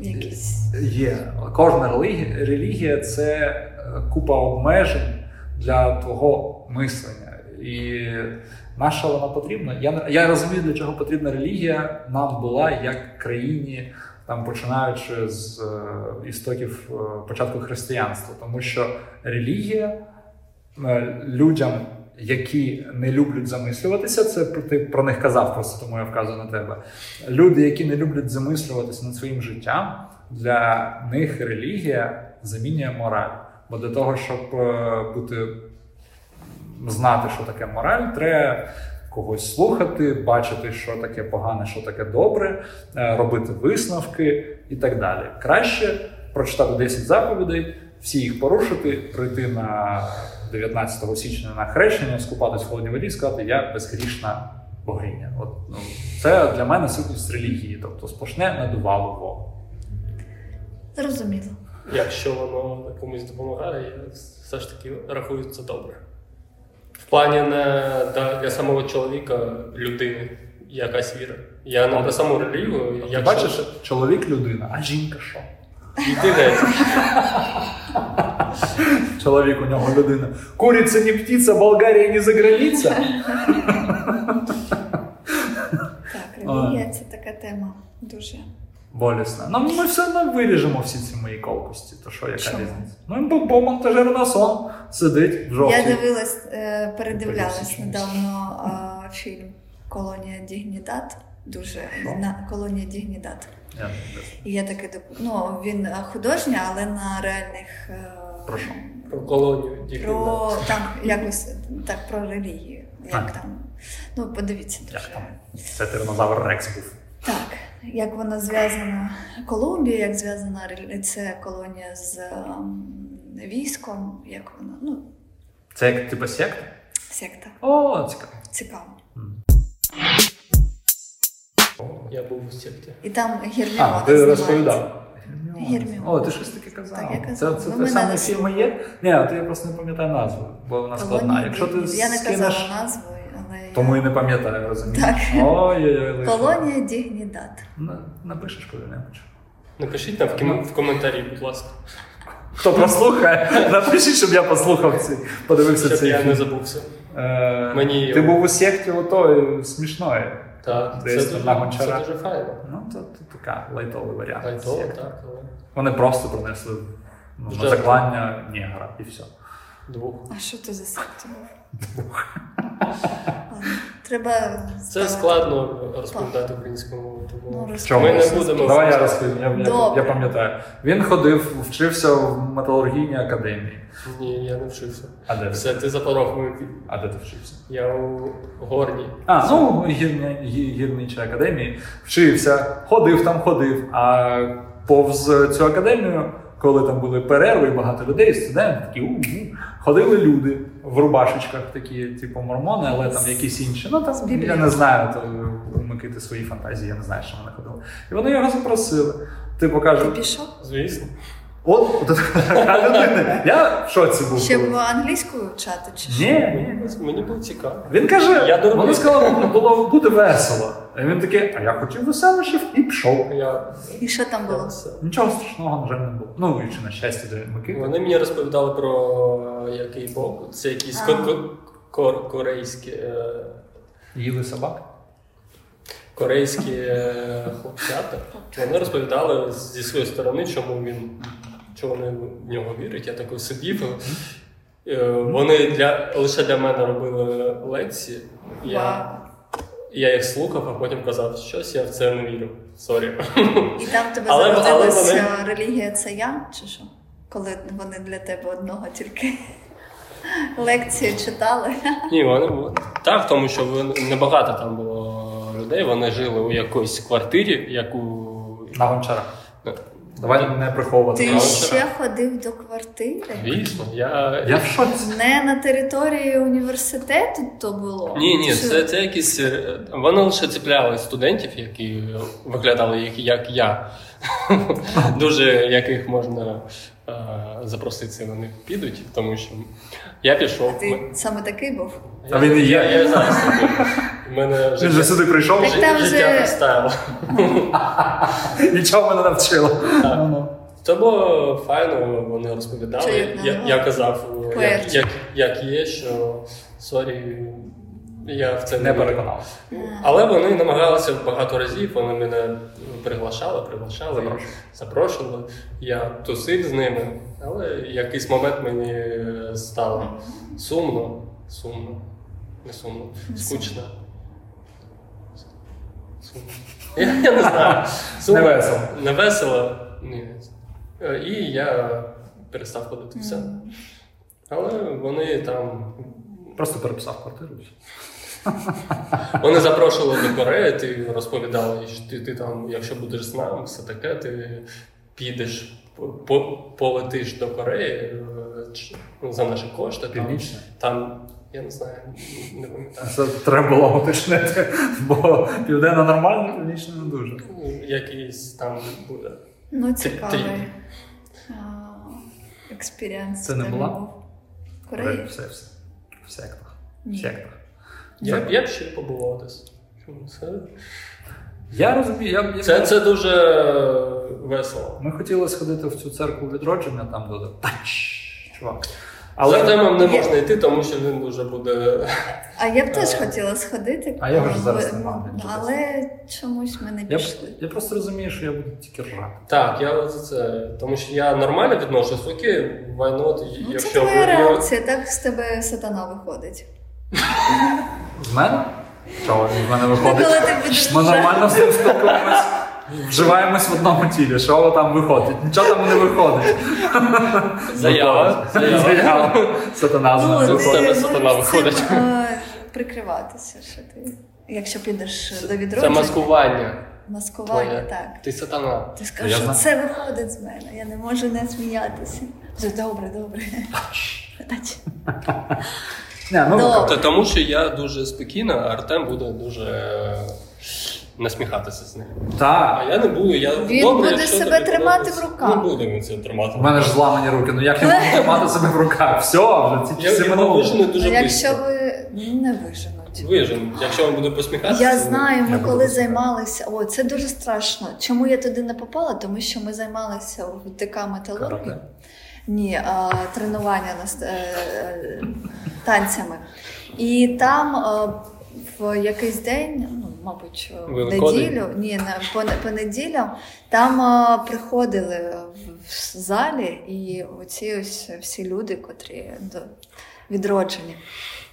Speaker 3: якісь.
Speaker 2: є. Кожна релігія, релігія це е, купа обмежень для твого мислення. І на що вона потрібна? Я, не- я розумію, для чого потрібна релігія нам була як країні, там починаючи з е, істоків е, початку християнства, тому що релігія е, людям, які не люблять замислюватися, це про- ти про них казав, просто тому я вказую на тебе. Люди, які не люблять замислюватися над своїм життям, для них релігія замінює мораль. Бо для того, щоб е, бути знати, що таке мораль, треба когось слухати, бачити, що таке погане, що таке добре, е, робити висновки і так далі. Краще прочитати 10 заповідей, всі їх порушити, прийти на 19 січня на хрещення, скупатись в холодній воді, і сказати, я безгрішна богиня. От ну, це для мене сутність релігії, тобто сплошне надувалово.
Speaker 3: Зрозуміло.
Speaker 1: Якщо воно комусь допомагає, я все ж таки рахую це добре. В плані не да, для самого чоловіка, людини, якась віра. Я не про саму релігію,
Speaker 2: Ти
Speaker 1: я
Speaker 2: бачиш, чоловік людина, а жінка що?
Speaker 1: йди геть.
Speaker 2: Чоловік у нього людина. Куриця не птиця, Болгарія не за границя.
Speaker 3: [LAUGHS] Так, релігія це така тема дуже.
Speaker 2: Болісно. Ну ми все одно виріжемо всі ці мої колкості. То що, яка
Speaker 3: Чому?
Speaker 2: різниця? Ну бо, бо монтажер на сон сидить в жовтій.
Speaker 3: Я дивилась, е, передивлялась
Speaker 2: Подивіться,
Speaker 3: недавно е, фільм Колонія Дігнідат. Дуже на колонія Дігнідат.
Speaker 2: Я не дивлюсь.
Speaker 3: І я таке доп- ну, він е, художній, але на реальних е,
Speaker 2: Про що?
Speaker 1: Про колонію дітей.
Speaker 3: про там якось так про релігію. Як
Speaker 2: А.
Speaker 3: там? Ну подивіться
Speaker 2: Як
Speaker 3: дуже.
Speaker 2: там? Це тиранозавр Рекс був.
Speaker 3: Так, як вона зв'язана Колумбія, як зв'язана релі- це колонія з ем, військом, як вона, ну,
Speaker 2: Це як типу секта?
Speaker 3: секта.
Speaker 2: О, цікаво.
Speaker 3: Цікаво.
Speaker 1: Я був у секті.
Speaker 3: І там Герміона.
Speaker 2: А, ти
Speaker 3: знімається.
Speaker 2: розповідав. Герміона.
Speaker 3: Герміона.
Speaker 2: О, ти щось таке казав.
Speaker 3: Так, я
Speaker 2: Це,
Speaker 3: казала.
Speaker 2: це
Speaker 3: Ну,
Speaker 2: той
Speaker 3: мене
Speaker 2: самий
Speaker 3: не
Speaker 2: фільм і є? Ні, от я просто не пам'ятаю назву, бо вона складна.
Speaker 3: Колонії
Speaker 2: Якщо ти
Speaker 3: дігнів. Я не
Speaker 2: скинеш,
Speaker 3: казала назву, але
Speaker 2: тому і
Speaker 3: я...
Speaker 2: не пам'ятаю, розумієш.
Speaker 3: Так.
Speaker 2: Ой-ой-ой. лихо.
Speaker 3: колонія Дігнідат.
Speaker 2: На- Напишеш коли-небудь.
Speaker 1: Напишіть нам в, кім- в коментарі, будь ласка,
Speaker 2: Хто прослухає, [LAUGHS] напишіть, щоб я послухав ці, подивився
Speaker 1: щоб
Speaker 2: цей
Speaker 1: я
Speaker 2: фільм.
Speaker 1: не забувся.
Speaker 2: Е,
Speaker 1: Мені-
Speaker 2: Ти був у секті отої смішної.
Speaker 1: Так, це
Speaker 2: Десь
Speaker 1: дуже,
Speaker 2: одна гончара.
Speaker 1: це дуже файно.
Speaker 2: Ну, то, то така лайтовий варіант.
Speaker 1: Гайтово,
Speaker 2: секти.
Speaker 1: так, але
Speaker 2: Вони просто принесли ну, на
Speaker 1: Жертву.
Speaker 2: заклання Нігра і все.
Speaker 1: двох.
Speaker 3: А що ти за секта? Ладно, Треба
Speaker 1: Це
Speaker 3: ставити.
Speaker 1: складно розповідати українською мовою,
Speaker 3: Ну,
Speaker 1: тому
Speaker 3: розкажи.
Speaker 2: Чому?
Speaker 1: ми не будемо.
Speaker 2: Давай я розповім, я, я,
Speaker 3: Добре.
Speaker 2: я пам'ятаю. Він ходив, вчився в металургійній академії.
Speaker 1: Ні, я не вчився.
Speaker 2: А де, ти-
Speaker 1: Все, ти запоров мою пі-
Speaker 2: а де ти вчився?
Speaker 1: Я у горній.
Speaker 2: А, ну, гірня, гі- гірничій академії. Вчився, ходив там, ходив. А повз цю академію, коли там були перерви, і багато людей, студенти, такі у-у, ходили люди в рубашечках, такі, типу мормони, але там якісь інші. Ну,
Speaker 3: З
Speaker 2: там,
Speaker 3: Біблії.
Speaker 2: я не знаю, то умикити свої фантазії, я не знаю, що вони ходили. І вони його запросили. Типу
Speaker 3: Ти
Speaker 2: кажуть,
Speaker 3: пішов?
Speaker 1: Звісно.
Speaker 2: От така людина. Я в шоці був.
Speaker 3: Ще
Speaker 2: коли-
Speaker 3: в англійську вчати чи що?
Speaker 2: Ні, ні.
Speaker 1: Мені було цікаво.
Speaker 2: Він каже,
Speaker 1: Я дурний.
Speaker 2: вони сказали, було, було буде весело. А він такий, а я хотів веселощів і пішов.
Speaker 1: Я...
Speaker 3: І що там
Speaker 1: я
Speaker 3: було?
Speaker 1: все.
Speaker 2: Нічого страшного, на жаль, не було. Ну, і чи на щастя для Микити.
Speaker 1: Вони мені розповідали про е, який бог. Це якісь
Speaker 3: А.
Speaker 1: ко- ко- кор- корейські. е,
Speaker 2: Їли собак.
Speaker 1: Корейські е, хлопчата. Вони розповідали зі своєї сторони, чому він чому вони в нього вірять. Я такий сидів. е, Вони для лише для мене робили лекції. Я,
Speaker 3: Вау.
Speaker 1: я їх слухав, а потім казав, щось я в це не вірю. Сорі. [LAUGHS]
Speaker 3: І там в тебе
Speaker 1: Але- але
Speaker 3: зародилась
Speaker 1: вони-
Speaker 3: е, релігія це я, чи що? Коли вони для тебе одного тільки [LAUGHS] лекції читали.
Speaker 1: Ні, вони були. Так, тому що вони- небагато там було людей. Вони жили у якоїсь квартирі, яку. ну,
Speaker 2: На гончара. Давай не приховувати.
Speaker 3: Ти
Speaker 1: вчора.
Speaker 3: ще ходив до квартири?
Speaker 1: Звісно, я.
Speaker 2: Я в шоці.
Speaker 3: Не на території університету то було?
Speaker 1: Ні, ні,
Speaker 3: Чи-
Speaker 1: це, це якісь. е, Вони лише цепляли студентів, які виглядали як, як я. [LAUGHS] Дуже яких можна е, запросити, вони підуть, тому що я
Speaker 3: А
Speaker 1: пішов.
Speaker 3: ти саме такий був?
Speaker 2: А він і є.
Speaker 1: Я, я, я зараз. такий. В мене
Speaker 2: Він же
Speaker 1: життя,
Speaker 2: сюди прийшов
Speaker 3: Так там же-
Speaker 1: життя представило.
Speaker 2: нічого мене Ну, навчило.
Speaker 1: Це було файно, вони розповідали.
Speaker 3: Чуєтно,
Speaker 1: я,
Speaker 3: ну.
Speaker 1: я казав, як,
Speaker 3: Поет.
Speaker 1: як, як є, що сорі, я в це
Speaker 2: Не
Speaker 1: вірю».
Speaker 2: переконав.
Speaker 1: Але вони намагалися багато разів, вони мене ну, приглашали, приглашали,
Speaker 2: Запрошую.
Speaker 1: запрошували. Я тусив з ними, але якийсь момент мені е, стало сумно, сумно, не сумно, скучно. Сумно. Я, я [LAUGHS] не знаю. Сумно.
Speaker 2: Невесело.
Speaker 1: Невесело. Ні. Е, І я перестав ходити все. Але вони там
Speaker 2: Просто переписав квартиру. і все.
Speaker 1: Вони запрошували до Кореї, ти розповідали, що ти, ти там, якщо будеш з нами, все таке, ти підеш, по, полетиш до Кореї е, ч- за наші кошти. Там,
Speaker 2: Північна.
Speaker 1: там, я не знаю, не пам'ятаю.
Speaker 2: Це треба було уточнити, бо південна нормальна, північна не дуже.
Speaker 1: Якийсь там буде.
Speaker 3: Ну,
Speaker 1: Три-
Speaker 3: цікавий
Speaker 1: три.
Speaker 3: а, експіріанс.
Speaker 2: Це не
Speaker 3: в
Speaker 2: була?
Speaker 3: тебе був. В Кореї?
Speaker 2: Все, все. В сектах. В
Speaker 3: Ні.
Speaker 2: сектах.
Speaker 1: Я, б- я б ще побував десь. Чому Це,
Speaker 2: Я розумію, я, я
Speaker 1: це, це дуже весело.
Speaker 2: ми хотіли сходити в цю церкву відродження, там буде пач, чувак.
Speaker 1: Але
Speaker 2: Але
Speaker 1: темам не можна йти, тому що він дуже буде.
Speaker 3: А я б теж хотіла сходити.
Speaker 2: Е, А я вже зараз
Speaker 3: бо-
Speaker 2: не мав ніде.
Speaker 3: Але чомусь ми не
Speaker 2: я,
Speaker 3: пішли.
Speaker 2: я просто розумію, що я буду тільки ржати.
Speaker 1: Так, я за це. Тому що я нормально відношусь, окей, вайнот,
Speaker 3: Ну, це
Speaker 1: якщо ви-
Speaker 3: твоя
Speaker 1: ви-
Speaker 3: реакція, так з тебе сатана виходить.
Speaker 2: З мене? Чого з мене
Speaker 3: Ну, коли
Speaker 2: виходить?
Speaker 3: ти будеш
Speaker 2: Ми
Speaker 3: вже-
Speaker 2: нормально з ним спілкуємось, вживаємось в одному тілі. Що там виходить? Нічого там не виходить.
Speaker 1: Заява.
Speaker 2: Заява. Заява. Сатана з мене
Speaker 1: Ну,
Speaker 3: Ну,
Speaker 1: з
Speaker 3: ти
Speaker 1: тебе
Speaker 2: виходить.
Speaker 3: можеш
Speaker 1: сатана
Speaker 3: цим,
Speaker 1: виходить.
Speaker 3: е, [LAUGHS] Прикриватися, що ти. Якщо підеш до
Speaker 1: Це
Speaker 3: відродження.
Speaker 1: маскування.
Speaker 3: Маскування,
Speaker 1: твоє.
Speaker 3: так.
Speaker 1: Ти сатана.
Speaker 3: Ти
Speaker 2: Я
Speaker 3: скажеш, що
Speaker 2: знаю.
Speaker 3: це виходить з мене. Я не можу не сміятися. Вже добре, добре. Ач.
Speaker 2: Ні, ну,
Speaker 3: Добре.
Speaker 1: Тобто, Та тому що я дуже спокійна, а Артем буде дуже е, насміхатися з ними.
Speaker 2: Так.
Speaker 1: А я не буду, я
Speaker 3: Він
Speaker 1: добре,
Speaker 3: буде
Speaker 1: якщо
Speaker 3: себе
Speaker 1: тобі
Speaker 3: тримати
Speaker 1: подобається.
Speaker 3: в руках.
Speaker 1: Не буде він це тримати.
Speaker 2: У мене ж зламані руки, ну як я можу тримати себе в руках? Все, вже ці
Speaker 1: я,
Speaker 2: часи
Speaker 1: його
Speaker 2: минули.
Speaker 1: вижену
Speaker 3: Ну,
Speaker 1: дуже
Speaker 3: якщо
Speaker 1: близько.
Speaker 3: ви ну, не виженуть.
Speaker 1: Вижену. Якщо він буде посміхатися.
Speaker 3: Я
Speaker 1: то-
Speaker 3: знаю, ми
Speaker 2: Я
Speaker 3: коли
Speaker 2: буду
Speaker 3: займалися. О, це дуже страшно. Чому я туди не попала? Тому що ми займалися в ДК металургії.
Speaker 2: Карате?
Speaker 3: Ні, а, тренування нас е, е, танцями. І там е, в якийсь день, ну мабуть, е, в
Speaker 1: Великодень?
Speaker 3: неділю, ні, на пон- понеділям, там е, приходили в- в залі, і оці ось всі люди, котрі до відроджені.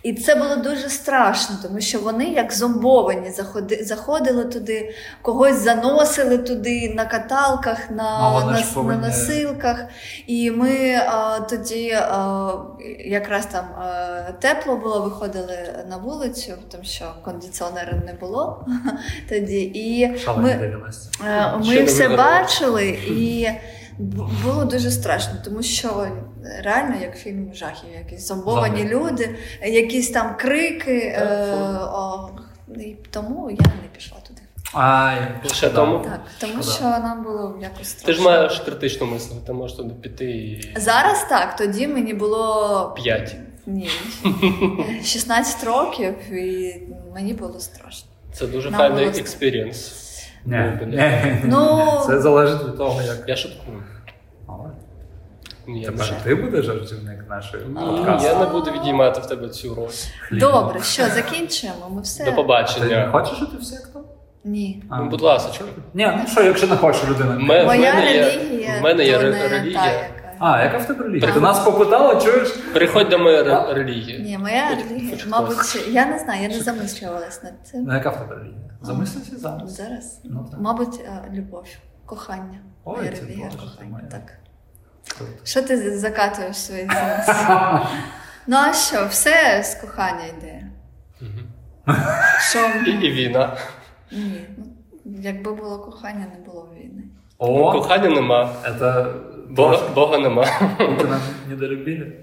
Speaker 3: І це було дуже страшно, тому що вони як зомбовані заходи, заходили туди, когось заносили туди на каталках,
Speaker 2: А
Speaker 3: на,
Speaker 2: вони ж
Speaker 3: на,
Speaker 2: повинні-
Speaker 3: на носилках. І ми а, тоді а, якраз там а, тепло було, виходили на вулицю, тому що кондиціонера не було [LAUGHS] тоді. І
Speaker 2: Шалені
Speaker 3: ми,
Speaker 2: 90.
Speaker 3: Е,
Speaker 1: Ще
Speaker 3: Ми
Speaker 1: не
Speaker 3: все
Speaker 1: вигадали.
Speaker 3: бачили, і бу- було дуже страшно, тому що реально як фільм жахів, якісь зомбовані
Speaker 2: Зомбі.
Speaker 3: люди, якісь там крики. е, о, І тому я не пішла туди.
Speaker 2: Ай,
Speaker 1: Ще тому.
Speaker 3: Так, тому
Speaker 2: Шкода.
Speaker 3: що нам було якось страшно.
Speaker 1: Ти ж маєш критично мислити, ти можеш туди піти і
Speaker 3: зараз так. Тоді мені було
Speaker 1: п'ять. [LAUGHS]
Speaker 3: ні 16 років, і мені було страшно.
Speaker 1: Це дуже
Speaker 3: Нам
Speaker 1: файний
Speaker 3: було-
Speaker 1: експірієнс.
Speaker 2: Ні,
Speaker 1: Ну,
Speaker 2: ні,
Speaker 1: блядь.
Speaker 2: ні,
Speaker 3: Ну.
Speaker 2: ні. це залежить від того, як.
Speaker 1: Я шуткую.
Speaker 2: Але
Speaker 1: Ні, я не
Speaker 2: Тепер ти будеш жартівник нашої
Speaker 1: Ні,
Speaker 2: подкасту.
Speaker 1: я не буду відіймати в тебе цю роль.
Speaker 2: Хліб.
Speaker 3: Ну, Добре, що закінчуємо? Ми все
Speaker 1: До
Speaker 2: А Ти не
Speaker 1: побачення.
Speaker 2: хочеш жити в секту?
Speaker 3: ні.
Speaker 2: А.
Speaker 1: Ну, будь ласка.
Speaker 2: Ні, ну що, якщо не хочеш людина.
Speaker 1: Ме-
Speaker 3: Моя
Speaker 1: Е, в мене є-
Speaker 3: релігія
Speaker 1: в мене є
Speaker 3: то
Speaker 1: ре-
Speaker 3: не
Speaker 1: релігія.
Speaker 3: та, яка.
Speaker 2: А, яка в тебе релігія?
Speaker 3: Так.
Speaker 2: Ти нас попитала, чуєш?
Speaker 1: Переходь до моєї ре- релігії.
Speaker 3: Ні, моя
Speaker 1: Хоч-
Speaker 3: релігія,
Speaker 1: хоч
Speaker 3: мабуть, я не знаю, я не замислювалась над цим
Speaker 2: Ну, яка в тебе релігія? Замислися зараз.
Speaker 3: зараз.
Speaker 2: Ну так.
Speaker 3: Мабуть, е, любов, кохання.
Speaker 2: Ой,
Speaker 3: моя
Speaker 2: це
Speaker 3: релігія,
Speaker 2: Боже, ти
Speaker 3: кохання.
Speaker 2: моя.
Speaker 3: Так.
Speaker 2: Круто.
Speaker 3: Що ти з-
Speaker 2: [LAUGHS]
Speaker 3: закатуєш свої зіниці? Ну а що, все з кохання йде.
Speaker 1: Мгм.
Speaker 3: Що
Speaker 1: І, і війна.
Speaker 3: ні. ну, Якби було кохання, не було війни.
Speaker 2: О,
Speaker 1: Кохання нема.
Speaker 2: це
Speaker 1: Бога, Бога нема.
Speaker 2: Путіна недолюбили.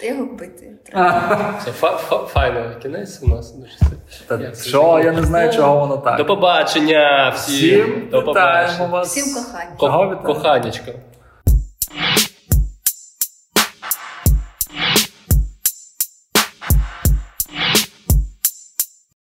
Speaker 3: Та його бити треба.
Speaker 1: Це фа- фа- файний кінець у нас дуже сильно.
Speaker 2: Та
Speaker 1: Як це
Speaker 2: що, я
Speaker 1: зробити?
Speaker 2: не знаю, чого воно так.
Speaker 1: До побачення всім.
Speaker 2: Всім
Speaker 1: До побачення.
Speaker 2: вітаємо вас.
Speaker 3: Всім кохання.
Speaker 1: Ко-
Speaker 2: Чого вітаємо?
Speaker 1: Коханечко.